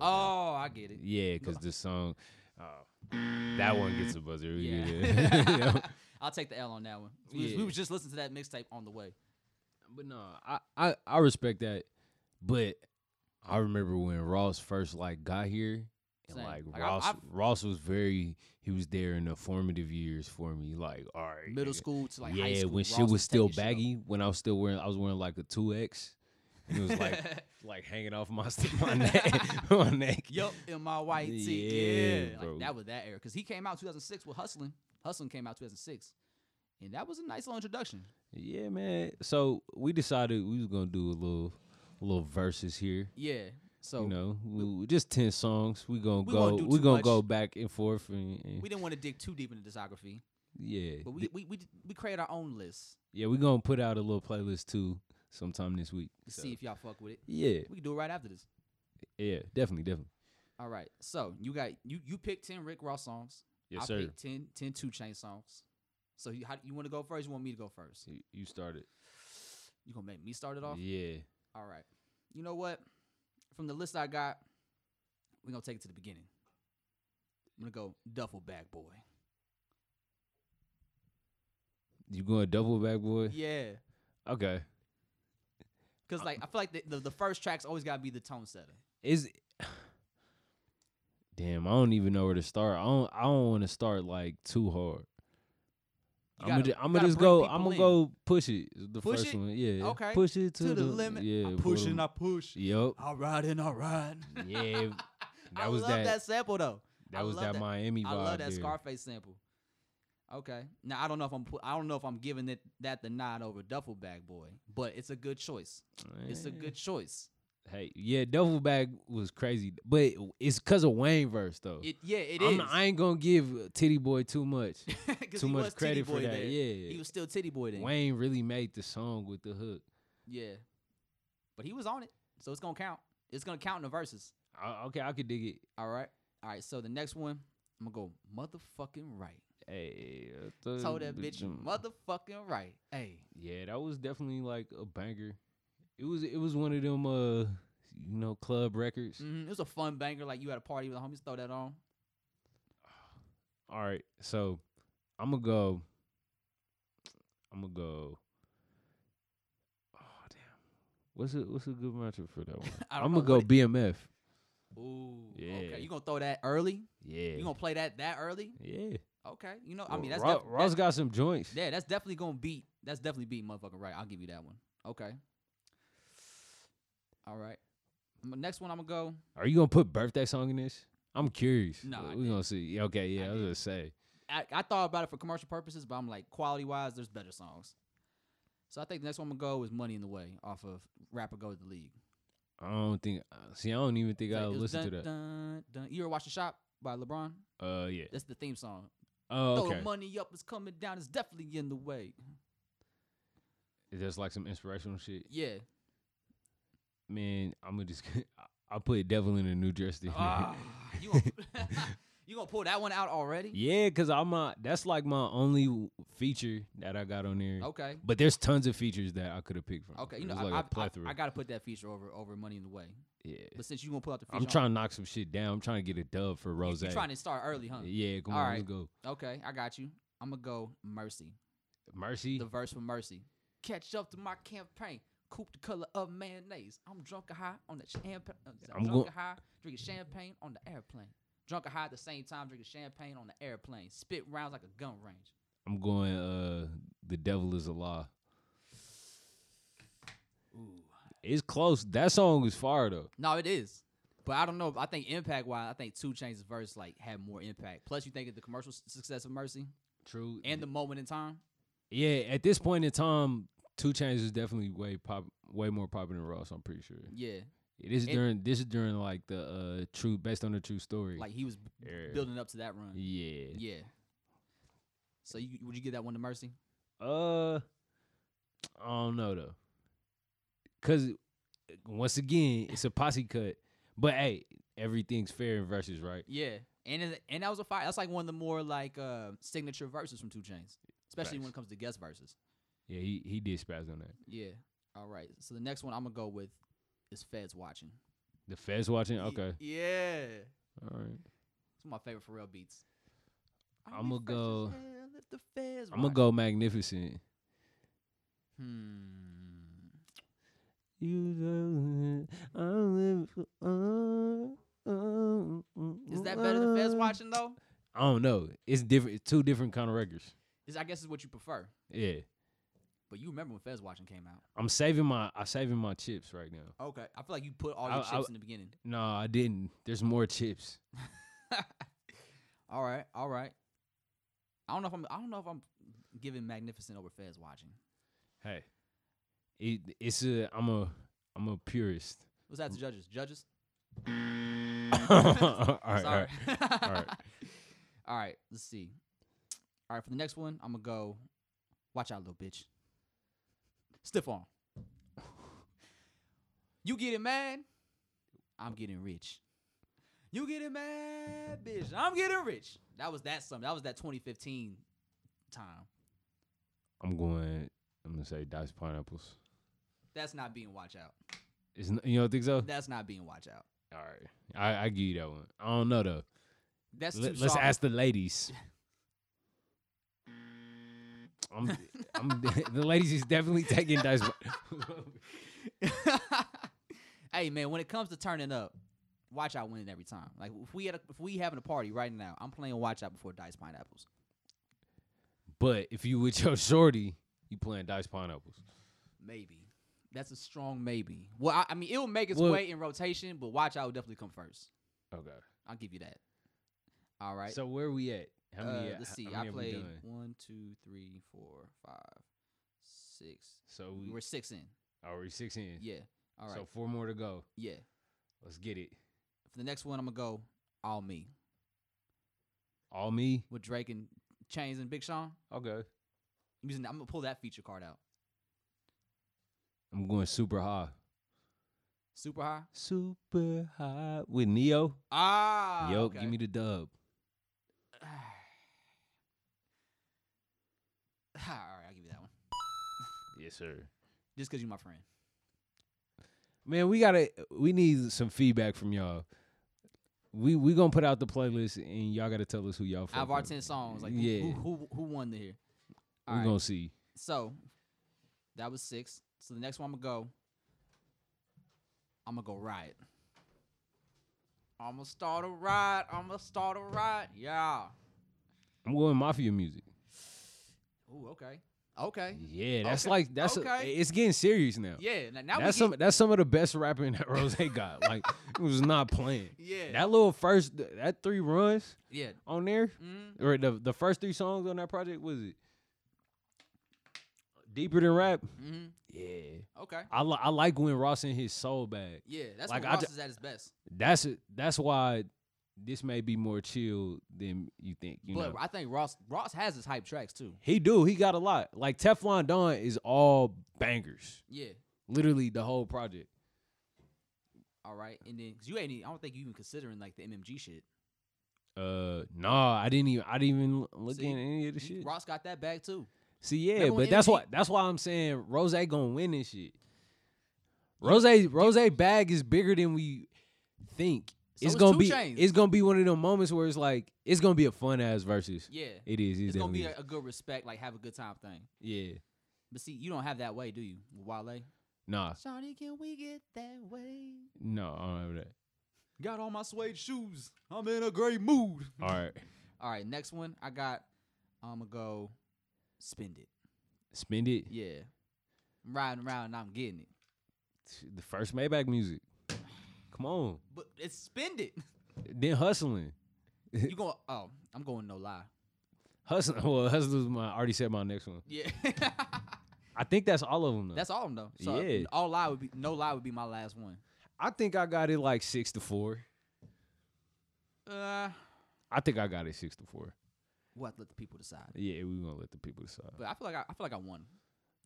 [SPEAKER 3] oh, I get it.
[SPEAKER 4] Yeah, because the song, oh, that one gets a buzzer.
[SPEAKER 3] Yeah.
[SPEAKER 4] Yeah.
[SPEAKER 3] I'll take the L on that one. We, was, we
[SPEAKER 4] Yeah.
[SPEAKER 3] was just listening to that mixtape on the way.
[SPEAKER 4] But no, I, I I respect that. But I remember when Ross first like got here, and
[SPEAKER 3] Same.
[SPEAKER 4] like,
[SPEAKER 3] Like, I-
[SPEAKER 4] Ross
[SPEAKER 3] I've-
[SPEAKER 4] Ross was very he was there in the formative years for me. Like all right,
[SPEAKER 3] Middle
[SPEAKER 4] nigga.
[SPEAKER 3] school to like
[SPEAKER 4] yeah,
[SPEAKER 3] high school.
[SPEAKER 4] when
[SPEAKER 3] Ross
[SPEAKER 4] shit was still
[SPEAKER 3] taking shit over.
[SPEAKER 4] baggy, when I was still wearing I was wearing like a two X. It was like like hanging off my st- my neck. my neck.
[SPEAKER 3] Yup, in my white
[SPEAKER 4] Yeah,
[SPEAKER 3] tee. Yeah, like,
[SPEAKER 4] bro.
[SPEAKER 3] that was that era. Cause he came out 2006 with Hustling. Hustling came out 2006, and that was a nice little introduction.
[SPEAKER 4] Yeah, man. So we decided we was gonna do a little little verses here.
[SPEAKER 3] Yeah. So
[SPEAKER 4] you know, we, we- just ten songs. We gonna
[SPEAKER 3] We won't
[SPEAKER 4] go.
[SPEAKER 3] do
[SPEAKER 4] We
[SPEAKER 3] too
[SPEAKER 4] gonna
[SPEAKER 3] much.
[SPEAKER 4] go back and forth and, and-
[SPEAKER 3] we didn't want to dig too deep into discography,
[SPEAKER 4] yeah,
[SPEAKER 3] but we
[SPEAKER 4] Th-
[SPEAKER 3] we we, did- we created our own list
[SPEAKER 4] yeah. We gonna put out a little playlist too sometime this week.
[SPEAKER 3] to
[SPEAKER 4] So,
[SPEAKER 3] see if y'all fuck with it.
[SPEAKER 4] yeah,
[SPEAKER 3] We can do it right after this.
[SPEAKER 4] yeah, definitely, definitely.
[SPEAKER 3] All right. So you got you you picked ten Rick Ross songs.
[SPEAKER 4] Yes,
[SPEAKER 3] I
[SPEAKER 4] sir.
[SPEAKER 3] picked 10, 10 Two Chain songs. So you how, you want to go first? You want me to go first?
[SPEAKER 4] You, you started.
[SPEAKER 3] You gonna make me start it off?
[SPEAKER 4] Yeah,
[SPEAKER 3] All right. You know what? From the list I got, we're gonna take it to the beginning. I'm gonna go duffel bag boy.
[SPEAKER 4] you going double back, boy?
[SPEAKER 3] Yeah.
[SPEAKER 4] Okay.
[SPEAKER 3] Cause like I feel like the, the, the first track's always gotta be the tone setter.
[SPEAKER 4] Is damn. I don't even know where to start. I don't. I don't want to start like too hard.
[SPEAKER 3] You
[SPEAKER 4] I'm gonna.
[SPEAKER 3] gotta-
[SPEAKER 4] Ju-
[SPEAKER 3] you
[SPEAKER 4] I'm
[SPEAKER 3] gotta
[SPEAKER 4] gonna just
[SPEAKER 3] bring
[SPEAKER 4] go.
[SPEAKER 3] people
[SPEAKER 4] I'm gonna
[SPEAKER 3] in.
[SPEAKER 4] go push it. The
[SPEAKER 3] Push
[SPEAKER 4] first
[SPEAKER 3] it?
[SPEAKER 4] one. Yeah.
[SPEAKER 3] Okay.
[SPEAKER 4] Push it
[SPEAKER 3] To the limit.
[SPEAKER 4] Yeah.
[SPEAKER 3] I
[SPEAKER 4] pull
[SPEAKER 3] push
[SPEAKER 4] them-
[SPEAKER 3] and I push.
[SPEAKER 4] Yup.
[SPEAKER 3] I ride and I ride.
[SPEAKER 4] Yeah. That
[SPEAKER 3] I
[SPEAKER 4] was
[SPEAKER 3] love
[SPEAKER 4] that-
[SPEAKER 3] that, sample though.
[SPEAKER 4] that
[SPEAKER 3] I
[SPEAKER 4] was
[SPEAKER 3] love
[SPEAKER 4] that Miami
[SPEAKER 3] I love
[SPEAKER 4] vibe
[SPEAKER 3] that
[SPEAKER 4] there.
[SPEAKER 3] Scarface sample. Okay. Now I don't know if I'm pu- I don't know if I'm giving it that the nod over Duffel Bag Boy, but it's a good choice. It's a
[SPEAKER 4] Eh.
[SPEAKER 3] good choice.
[SPEAKER 4] Hey, yeah, double back was crazy, but it's because of Wayne verse though.
[SPEAKER 3] It yeah, it
[SPEAKER 4] I'm
[SPEAKER 3] is.
[SPEAKER 4] not- I ain't gonna give Titty Boy too much.
[SPEAKER 3] 'Cause
[SPEAKER 4] too
[SPEAKER 3] he
[SPEAKER 4] much
[SPEAKER 3] was Titty
[SPEAKER 4] credit for
[SPEAKER 3] boy
[SPEAKER 4] that,
[SPEAKER 3] then.
[SPEAKER 4] yeah.
[SPEAKER 3] He was still Titty Boy then.
[SPEAKER 4] Wayne really made the song with the hook.
[SPEAKER 3] Yeah. But he was on it. So it's gonna count. It's gonna count in the verses.
[SPEAKER 4] I, okay, I could dig it.
[SPEAKER 3] All right. All right. So the next one, I'm gonna go motherfucking right.
[SPEAKER 4] Hey, I
[SPEAKER 3] Told
[SPEAKER 4] thought
[SPEAKER 3] that bitch
[SPEAKER 4] them-
[SPEAKER 3] motherfucking right. Hey.
[SPEAKER 4] Yeah, that was definitely like a banger. It was it was one of them uh you know club records.
[SPEAKER 3] Mhm, It was a fun banger. Like you had a party with the homies, throw that on.
[SPEAKER 4] All right, so I'm gonna go. I'm gonna go. Oh damn, what's a what's a good matchup for that one?
[SPEAKER 3] I
[SPEAKER 4] I'm
[SPEAKER 3] don't know
[SPEAKER 4] gonna go
[SPEAKER 3] what it-
[SPEAKER 4] BMF.
[SPEAKER 3] Ooh.
[SPEAKER 4] Yeah.
[SPEAKER 3] Okay. You gonna throw that early?
[SPEAKER 4] Yeah,
[SPEAKER 3] You gonna play that that early?
[SPEAKER 4] yeah.
[SPEAKER 3] Okay. You know, I mean,
[SPEAKER 4] Ro-
[SPEAKER 3] that's
[SPEAKER 4] Ro-
[SPEAKER 3] def-
[SPEAKER 4] Ross
[SPEAKER 3] that-
[SPEAKER 4] got some joints.
[SPEAKER 3] yeah, that's definitely gonna beat. That's definitely beat motherfucking right. I'll give you that one. Okay. All right. M- Next one, I'm gonna go.
[SPEAKER 4] Are you gonna put birthday song in this? I'm curious.
[SPEAKER 3] No, I
[SPEAKER 4] we gonna see. Yeah, Okay, yeah, I,
[SPEAKER 3] I
[SPEAKER 4] was gonna say.
[SPEAKER 3] I, I thought about it for commercial purposes, but I'm like, quality wise, there's better songs. So I think the next one I'm gonna go is "Money in the Way" off of "Rapper Go to the League."
[SPEAKER 4] I don't think. See, I don't even think
[SPEAKER 3] It's like,
[SPEAKER 4] I'll
[SPEAKER 3] it was
[SPEAKER 4] listen to
[SPEAKER 3] dun,
[SPEAKER 4] that.
[SPEAKER 3] dun, dun. You ever watch The Shop by LeBron?
[SPEAKER 4] Uh, yeah.
[SPEAKER 3] That's the theme song.
[SPEAKER 4] Oh,
[SPEAKER 3] Throw
[SPEAKER 4] okay.
[SPEAKER 3] the money up, it's coming down, it's definitely in the way.
[SPEAKER 4] Is this like some inspirational shit?
[SPEAKER 3] Yeah.
[SPEAKER 4] Man, I'm gonna just. I'll put Devil in a New Jersey.
[SPEAKER 3] Ah, you gonna, you gonna pull that one out already?
[SPEAKER 4] Yeah, cause I'm a, that's like my only w- feature that I got on there.
[SPEAKER 3] Okay.
[SPEAKER 4] But there's tons of features that I could have picked from.
[SPEAKER 3] Oh. Okay, you know,
[SPEAKER 4] There's
[SPEAKER 3] I
[SPEAKER 4] like
[SPEAKER 3] I-
[SPEAKER 4] a
[SPEAKER 3] I-
[SPEAKER 4] plethora.
[SPEAKER 3] I, gotta put that feature over over money in the way.
[SPEAKER 4] yeah.
[SPEAKER 3] But since you gonna pull out the feature,
[SPEAKER 4] I'm trying to knock some shit down. I'm trying to get a dub for Rose.
[SPEAKER 3] You're trying to start early, huh?
[SPEAKER 4] yeah, come
[SPEAKER 3] All
[SPEAKER 4] on,
[SPEAKER 3] right.
[SPEAKER 4] let's go.
[SPEAKER 3] Okay, I got you. I'm gonna go mercy.
[SPEAKER 4] Mercy.
[SPEAKER 3] The verse from mercy. Catch up to my campaign. Coop the color of mayonnaise. I'm drunk and high on the champagne.
[SPEAKER 4] I'm
[SPEAKER 3] I'm drunk
[SPEAKER 4] go-
[SPEAKER 3] and high, drinking champagne on the airplane. Drunk and high at the same time, drinking champagne on the airplane. Spit rounds like a gun range.
[SPEAKER 4] I'm going. Uh, the devil is a lie. It's close. That song is fire though.
[SPEAKER 3] No, it is. But I don't know. I think impact wise, I think Two Chainz verse like had more impact. Plus, you think of the commercial s- success of Mercy
[SPEAKER 4] True.
[SPEAKER 3] and the moment in time.
[SPEAKER 4] yeah, at this point in time, Two Chainz is definitely way pop, way more popular than Ross. I'm pretty sure.
[SPEAKER 3] Yeah,
[SPEAKER 4] Yeah, This is
[SPEAKER 3] And-
[SPEAKER 4] during this is during like the uh true based on the true story.
[SPEAKER 3] like he was b-
[SPEAKER 4] Yeah.
[SPEAKER 3] building up to that run.
[SPEAKER 4] yeah.
[SPEAKER 3] Yeah. So you, would you give that one to Mercy?
[SPEAKER 4] Uh I don't know though. Cause once again, it's a posse cut. But hey, everything's fair in verses, right?
[SPEAKER 3] Yeah, and it, and that was a fire. That's like one of the more like uh, signature verses from Two Chains, especially when
[SPEAKER 4] Facts.
[SPEAKER 3] it comes to guest verses.
[SPEAKER 4] Yeah, he he did spaz on that.
[SPEAKER 3] Yeah. All right. So the next one I'm gonna go with is Feds Watching.
[SPEAKER 4] The feds watching?
[SPEAKER 3] Ye-
[SPEAKER 4] Okay.
[SPEAKER 3] Yeah. It's
[SPEAKER 4] All right.
[SPEAKER 3] one of my favorite Pharrell beats.
[SPEAKER 4] I'ma go-
[SPEAKER 3] I'm
[SPEAKER 4] I'm gonna go magnificent.
[SPEAKER 3] Hmm.
[SPEAKER 5] You know, I live for- oh, oh, oh,
[SPEAKER 3] Is that better than Feds
[SPEAKER 5] oh.
[SPEAKER 3] watching though?
[SPEAKER 4] I don't know. It's different it's two different kind of records.
[SPEAKER 3] Is I guess is what you prefer.
[SPEAKER 4] Yeah.
[SPEAKER 3] But you remember when Feds watching came out?
[SPEAKER 4] I'm saving my I'm saving my chips right now.
[SPEAKER 3] Okay. I feel like you put all your
[SPEAKER 4] I-
[SPEAKER 3] chips
[SPEAKER 4] I-
[SPEAKER 3] in the beginning.
[SPEAKER 4] No, I didn't. There's more chips.
[SPEAKER 3] all right. All right. I don't know if I'm. I don't know if I'm giving Magnificent over Feds watching.
[SPEAKER 4] Hey. It it's a I'm a I'm a purist.
[SPEAKER 3] What's
[SPEAKER 4] Mm.
[SPEAKER 3] that to judges? Judges.
[SPEAKER 4] all right, all
[SPEAKER 3] Sorry.
[SPEAKER 4] right. all right.
[SPEAKER 3] all right. Let's see. All right. For the next one, I'm gonna go. Watch out, little bitch. Stiff arm. You getting mad? I'm getting rich. You getting mad, bitch? I'm getting rich. That was that something. That was that 2015 time.
[SPEAKER 4] I'm going. I'm gonna say diced pineapples.
[SPEAKER 3] That's not being watch out.
[SPEAKER 4] It's n you don't think so?
[SPEAKER 3] That's not being watch out.
[SPEAKER 4] All right, I, I give you that one. I don't know though.
[SPEAKER 3] That's too
[SPEAKER 4] Let, us
[SPEAKER 3] soft.
[SPEAKER 4] ask the ladies. I'm, I'm the ladies is definitely taking dice.
[SPEAKER 3] hey man, when it comes to turning up, watch out winning every time. Like if we had a, if we having a party right now, I'm playing watch out before dice pineapples.
[SPEAKER 4] but if you with your shorty, you playing dice pineapples.
[SPEAKER 3] Maybe that's a strong maybe. Well, I, I mean, it will make its
[SPEAKER 4] Well-
[SPEAKER 3] way in rotation, but watch out will definitely come first.
[SPEAKER 4] Okay.
[SPEAKER 3] I'll give you that. All right.
[SPEAKER 4] So where we at? How many?
[SPEAKER 3] uh, let's
[SPEAKER 4] h-
[SPEAKER 3] see.
[SPEAKER 4] how
[SPEAKER 3] I
[SPEAKER 4] many have we
[SPEAKER 3] played
[SPEAKER 4] done?
[SPEAKER 3] one, two, three, four, five, six.
[SPEAKER 4] So
[SPEAKER 3] We
[SPEAKER 4] we
[SPEAKER 3] We're six in.
[SPEAKER 4] are we six in?
[SPEAKER 3] Yeah. All right.
[SPEAKER 4] So four more to go.
[SPEAKER 3] yeah.
[SPEAKER 4] Let's get it.
[SPEAKER 3] For the next one, I'm gonna go all me
[SPEAKER 4] All me.
[SPEAKER 3] with Drake and Chains and Big Sean.
[SPEAKER 4] Okay.
[SPEAKER 3] I'm using. I'm gonna pull that feature card out.
[SPEAKER 4] I'm going super high.
[SPEAKER 3] Super high.
[SPEAKER 4] Super high with Neo.
[SPEAKER 3] Ah.
[SPEAKER 4] Yo,
[SPEAKER 3] okay.
[SPEAKER 4] give me the dub.
[SPEAKER 3] all right, I'll give you that one.
[SPEAKER 4] Yes, sir.
[SPEAKER 3] Just because you're my friend.
[SPEAKER 4] Man, we gotta we need some feedback from y'all. We we gonna put out the playlist and y'all gotta tell us who y'all.
[SPEAKER 3] Out of
[SPEAKER 4] fuck
[SPEAKER 3] our
[SPEAKER 4] with.
[SPEAKER 3] ten songs, like
[SPEAKER 4] Yeah.
[SPEAKER 3] who, who who won the here?
[SPEAKER 4] We
[SPEAKER 3] All right.
[SPEAKER 4] gonna see.
[SPEAKER 3] So that was six. So the next one I'm gonna go. I'm gonna go riot. I'm gonna start a riot. I'm gonna start a riot. Yeah.
[SPEAKER 4] I'm going mafia music.
[SPEAKER 3] Ooh. Okay. Okay.
[SPEAKER 4] Yeah, that's
[SPEAKER 3] Okay.
[SPEAKER 4] like that's a-
[SPEAKER 3] Okay.
[SPEAKER 4] it's getting serious now.
[SPEAKER 3] Yeah. Now, now we
[SPEAKER 4] that's
[SPEAKER 3] get-
[SPEAKER 4] some that's some of the best rapping that Rose got. Like it was not playing.
[SPEAKER 3] Yeah.
[SPEAKER 4] That little first that three runs
[SPEAKER 3] yeah.
[SPEAKER 4] on there
[SPEAKER 3] Mm,
[SPEAKER 4] or the the first three songs on that project was it deeper than rap.
[SPEAKER 3] mm,
[SPEAKER 4] Yeah.
[SPEAKER 3] okay.
[SPEAKER 4] I li- I like when Ross in his soul bag.
[SPEAKER 3] Yeah. That's
[SPEAKER 4] Like,
[SPEAKER 3] what
[SPEAKER 4] I
[SPEAKER 3] Ross
[SPEAKER 4] ju-
[SPEAKER 3] is at his best.
[SPEAKER 4] That's it. That's why this may be more chill than you think. You
[SPEAKER 3] but
[SPEAKER 4] know,
[SPEAKER 3] I think Ross Ross has his hype tracks too.
[SPEAKER 4] he do. He got a lot. Like Teflon Don is all bangers.
[SPEAKER 3] Yeah.
[SPEAKER 4] Literally the whole project.
[SPEAKER 3] All right. And then cause you ain't. Even, I don't think you even considering like the MMG shit.
[SPEAKER 4] Uh, nah, I didn't even. I didn't even look
[SPEAKER 3] See,
[SPEAKER 4] at any of the
[SPEAKER 3] He-
[SPEAKER 4] shit.
[SPEAKER 3] Ross got that bag too.
[SPEAKER 4] See, yeah,
[SPEAKER 3] remember when
[SPEAKER 4] but that's
[SPEAKER 3] MJ
[SPEAKER 4] why. That's why I'm saying Rose gonna win this shit. Rose Rose bag is bigger than we think.
[SPEAKER 3] So
[SPEAKER 4] it's
[SPEAKER 3] is
[SPEAKER 4] gonna
[SPEAKER 3] Two
[SPEAKER 4] be.
[SPEAKER 3] Chainz.
[SPEAKER 4] It's gonna be one of them moments where it's like it's gonna be a fun ass versus.
[SPEAKER 3] Yeah.
[SPEAKER 4] It is. It's,
[SPEAKER 3] it's gonna be
[SPEAKER 4] definitely
[SPEAKER 3] a, a good respect, like have a good time thing.
[SPEAKER 4] is. yeah.
[SPEAKER 3] But see, you don't have that way, do you, with Wale?
[SPEAKER 4] Nah,
[SPEAKER 3] Shawty, can we get that way?
[SPEAKER 4] no, I don't have that.
[SPEAKER 3] Got on my suede shoes. I'm in a great mood.
[SPEAKER 4] All right,
[SPEAKER 3] All right, next one I got. I'm gonna go spend it.
[SPEAKER 4] spend it.
[SPEAKER 3] Yeah, I'm riding around and I'm getting it.
[SPEAKER 4] The first Maybach music. Come on,
[SPEAKER 3] But it's spend it.
[SPEAKER 4] then hustling,
[SPEAKER 3] you going? Oh, I'm going no lie.
[SPEAKER 4] hustling. Well, hustling was my. I already said my next one.
[SPEAKER 3] Yeah,
[SPEAKER 4] I think that's all of them. Though.
[SPEAKER 3] that's all of them though. So
[SPEAKER 4] Yeah.
[SPEAKER 3] all lie would be no lie would be my last one.
[SPEAKER 4] I think I got it like six to four.
[SPEAKER 3] Uh,
[SPEAKER 4] I think I got it six to four.
[SPEAKER 3] we'll have to let the people decide.
[SPEAKER 4] Yeah, we gonna let the people decide.
[SPEAKER 3] But I feel like I, I feel like I won.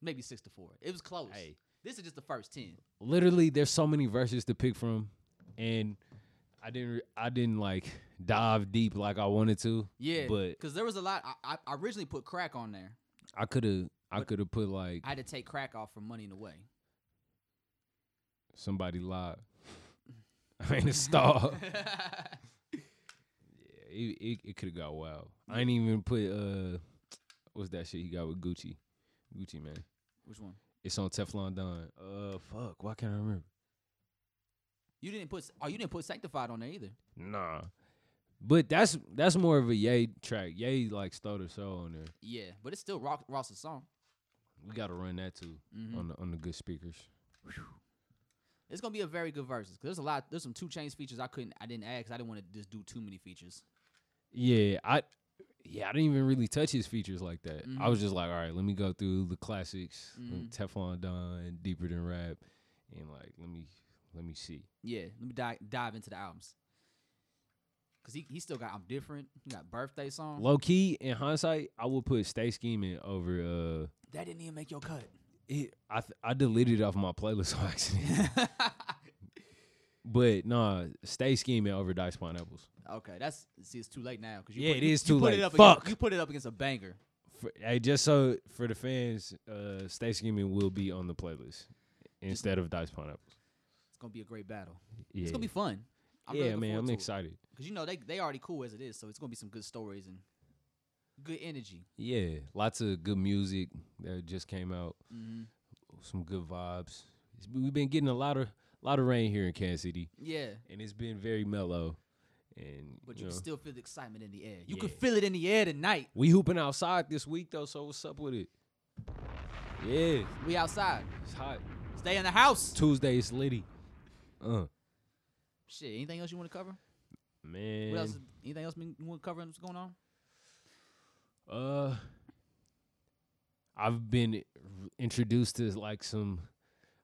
[SPEAKER 3] Maybe six to four. It was close.
[SPEAKER 4] Hey.
[SPEAKER 3] This is just the first ten.
[SPEAKER 4] Literally, there's so many verses to pick from, and I didn't. Re- I didn't like dive deep like I wanted to.
[SPEAKER 3] Yeah,
[SPEAKER 4] but
[SPEAKER 3] because there was a lot. I, I- I originally put crack on there.
[SPEAKER 4] I could have. I
[SPEAKER 3] But-
[SPEAKER 4] could have put like
[SPEAKER 3] I had to take crack off for money in the way.
[SPEAKER 4] somebody lied. I mean, a star. yeah, it it, it could have got wild. I ain't even put uh, what's that shit he got with Gucci? Gucci man,
[SPEAKER 3] Which one?
[SPEAKER 4] it's on Teflon Don. Uh, fuck, why can't I remember?
[SPEAKER 3] You didn't put. Oh, you didn't put sanctified on there either.
[SPEAKER 4] Nah. But that's that's more of a Ye track. Ye like stole the show on there.
[SPEAKER 3] Yeah, but it's still Rock, Ross's song.
[SPEAKER 4] We gotta run that too
[SPEAKER 3] Mhm.
[SPEAKER 4] on the on the good speakers.
[SPEAKER 3] It's gonna be a very good versus. 'cause there's a lot. There's some two chains features I couldn't. I didn't add because I didn't want to just do too many features.
[SPEAKER 4] Yeah, I yeah, I didn't even really touch his features like that. I
[SPEAKER 3] Mhm.
[SPEAKER 4] was just like, all right, let me go through the classics,
[SPEAKER 3] Mhm.
[SPEAKER 4] Teflon Don, Deeper Than Rap, and like let me let me see.
[SPEAKER 3] Yeah, let me dive dive into the albums. Cause he, he still got I'm different. He got birthday song.
[SPEAKER 4] Low key in hindsight, I would put Stay Scheming over uh
[SPEAKER 3] that didn't even make your cut.
[SPEAKER 4] it, I th- I deleted it off my playlist on accident. but nah, Stay Scheming over Dice Pineapples.
[SPEAKER 3] okay, that's see, it's too late now. Cause you
[SPEAKER 4] Yeah,
[SPEAKER 3] put,
[SPEAKER 4] it
[SPEAKER 3] you-
[SPEAKER 4] is
[SPEAKER 3] you
[SPEAKER 4] too
[SPEAKER 3] put
[SPEAKER 4] late.
[SPEAKER 3] It up
[SPEAKER 4] Fuck.
[SPEAKER 3] Against, you put it up against a banger.
[SPEAKER 4] For, hey, just so for the fans, uh, Stay Scheming will be on the playlist instead of Dice Pineapples.
[SPEAKER 3] It's gonna be a great battle.
[SPEAKER 4] Yeah,
[SPEAKER 3] It's gonna be fun. I'm
[SPEAKER 4] yeah,
[SPEAKER 3] really looking
[SPEAKER 4] man,
[SPEAKER 3] forward
[SPEAKER 4] I'm
[SPEAKER 3] to it.
[SPEAKER 4] excited.
[SPEAKER 3] Cause you know they they already cool as it is, so it's gonna be some good stories and good energy.
[SPEAKER 4] Yeah, lots of good music that just came out.
[SPEAKER 3] Mhm.
[SPEAKER 4] Some good vibes. It's, we've been getting a lot of lot of rain here in Kansas City,
[SPEAKER 3] Yeah,
[SPEAKER 4] and it's been very mellow. And
[SPEAKER 3] but
[SPEAKER 4] you
[SPEAKER 3] you can
[SPEAKER 4] know,
[SPEAKER 3] still feel the excitement in the air. You can
[SPEAKER 4] Yeah.
[SPEAKER 3] feel it in the air tonight.
[SPEAKER 4] we hooping outside this week though, so what's up with it? Yeah,
[SPEAKER 3] We outside.
[SPEAKER 4] it's hot.
[SPEAKER 3] Stay in the house.
[SPEAKER 4] Tuesday it's litty. Uh,
[SPEAKER 3] Shit. Anything else you want to cover?
[SPEAKER 4] Man.
[SPEAKER 3] What else? is- Anything else we want to cover? What's going on?
[SPEAKER 4] Uh, I've been r- introduced to like some.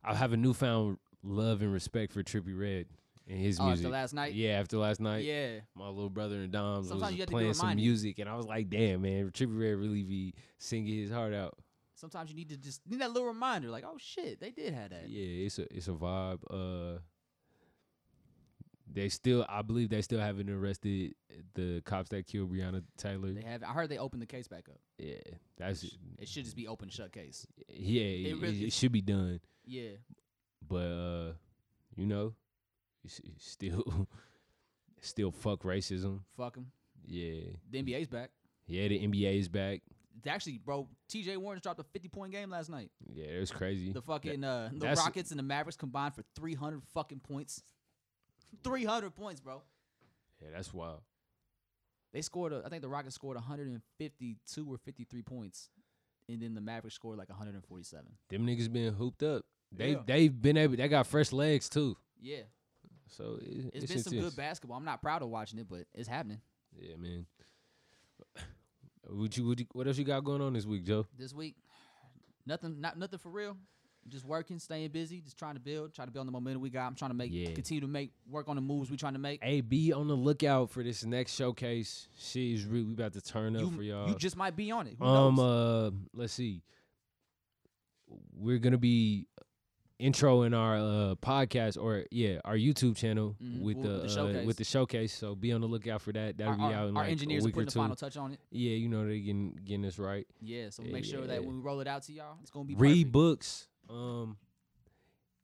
[SPEAKER 4] I have a newfound love and respect for Trippy Red and his
[SPEAKER 3] Oh, after
[SPEAKER 4] music.
[SPEAKER 3] last night?
[SPEAKER 4] yeah. After last night,
[SPEAKER 3] yeah,
[SPEAKER 4] my little brother and Dom
[SPEAKER 3] Sometimes you
[SPEAKER 4] was
[SPEAKER 3] got to be
[SPEAKER 4] playing some
[SPEAKER 3] reminded.
[SPEAKER 4] music, and I was like, "Damn, man, Trippy Red really be singing his heart out."
[SPEAKER 3] sometimes you need to just need that little reminder, like, oh shit, they did have that.
[SPEAKER 4] Yeah, it's a it's a vibe. Uh, they still, I believe, they still haven't arrested the cops that killed Breonna Taylor.
[SPEAKER 3] They have. I heard they opened the case back up.
[SPEAKER 4] Yeah, that's
[SPEAKER 3] It should just be open and shut case.
[SPEAKER 4] yeah. It, it-
[SPEAKER 3] really-
[SPEAKER 4] it should be done.
[SPEAKER 3] Yeah,
[SPEAKER 4] but uh, you know, it's, it's still, still fuck racism.
[SPEAKER 3] fuck them.
[SPEAKER 4] Yeah,
[SPEAKER 3] The NBA's back.
[SPEAKER 4] yeah. The NBA is back.
[SPEAKER 3] It's Actually, bro, T.J. Warren's dropped a fifty-point game last night.
[SPEAKER 4] Yeah, it was crazy.
[SPEAKER 3] The fucking uh, the
[SPEAKER 4] that's-
[SPEAKER 3] Rockets and the Mavericks combined for three hundred fucking points. Three hundred points, bro.
[SPEAKER 4] yeah, that's wild.
[SPEAKER 3] They scored. A, I think the Rockets scored one hundred and fifty-two or fifty-three points, and then the Mavericks scored like one hundred and forty-seven.
[SPEAKER 4] Them niggas been hooped up. They
[SPEAKER 3] Yeah.
[SPEAKER 4] they've been able. They got fresh legs too.
[SPEAKER 3] Yeah,
[SPEAKER 4] So it,
[SPEAKER 3] it's
[SPEAKER 4] it's
[SPEAKER 3] been some
[SPEAKER 4] intense.
[SPEAKER 3] good basketball. I'm not proud of watching it, but it's happening.
[SPEAKER 4] Yeah, man. Would you, would you, what else you got going on this week, Joe?
[SPEAKER 3] This week, nothing, not nothing for real. Just working, staying busy, just trying to build, trying to build on the momentum we got. I'm trying to make,
[SPEAKER 4] Yeah.
[SPEAKER 3] continue to make, work on the moves we trying to make.
[SPEAKER 4] Hey, be on the lookout for this next showcase. She's really we about to turn up
[SPEAKER 3] You,
[SPEAKER 4] for y'all.
[SPEAKER 3] you just might be on it. Who
[SPEAKER 4] um,
[SPEAKER 3] knows?
[SPEAKER 4] uh, let's see. We're gonna be introing our uh, podcast or yeah, our YouTube channel
[SPEAKER 3] Mhm.
[SPEAKER 4] with
[SPEAKER 3] With
[SPEAKER 4] the,
[SPEAKER 3] the
[SPEAKER 4] uh,
[SPEAKER 3] showcase.
[SPEAKER 4] with the showcase. So be on the lookout for that. That'll
[SPEAKER 3] our,
[SPEAKER 4] be
[SPEAKER 3] our-
[SPEAKER 4] out in
[SPEAKER 3] our
[SPEAKER 4] like
[SPEAKER 3] engineers
[SPEAKER 4] a
[SPEAKER 3] are
[SPEAKER 4] week or
[SPEAKER 3] putting the
[SPEAKER 4] two.
[SPEAKER 3] final touch on it.
[SPEAKER 4] yeah, you know they getting getting this right.
[SPEAKER 3] Yeah, so
[SPEAKER 4] Yeah,
[SPEAKER 3] make sure
[SPEAKER 4] yeah,
[SPEAKER 3] that
[SPEAKER 4] yeah.
[SPEAKER 3] when we roll it out to y'all, it's gonna be
[SPEAKER 4] Read
[SPEAKER 3] perfect.
[SPEAKER 4] books. Um,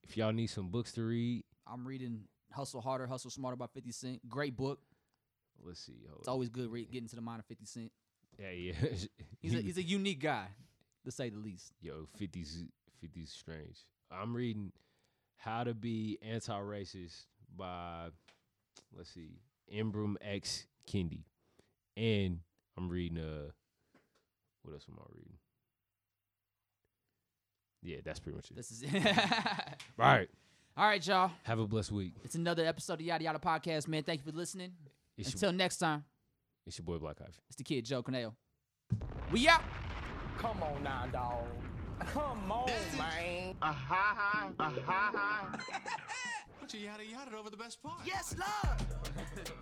[SPEAKER 4] if y'all need some books to read,
[SPEAKER 3] I'm reading "Hustle Harder, Hustle Smarter" by 50 Cent. Great book.
[SPEAKER 4] let's see. Hold
[SPEAKER 3] It's always good re- getting to the mind of 50 Cent.
[SPEAKER 4] Yeah, yeah.
[SPEAKER 3] He's a,
[SPEAKER 4] He-
[SPEAKER 3] he's a unique guy, to say the least.
[SPEAKER 4] Yo, 50's 50's strange. I'm reading How to Be Anti-Racist by let's see, Imbram X Kendi. And I'm reading uh what else am I reading? Yeah, that's pretty much it.
[SPEAKER 3] This is it.
[SPEAKER 4] All right.
[SPEAKER 3] All right, y'all.
[SPEAKER 4] Have a blessed week.
[SPEAKER 3] It's another episode of Yada Yada Podcast, man. Thank you for listening.
[SPEAKER 4] It's, your,
[SPEAKER 3] Until next time,
[SPEAKER 4] it's your boy Black Ivy.
[SPEAKER 3] it's the kid Joe Canale. We out.
[SPEAKER 1] Come on now, dog. Come on, man.
[SPEAKER 2] Put your yada yada over the best part.
[SPEAKER 7] Yes, Lord.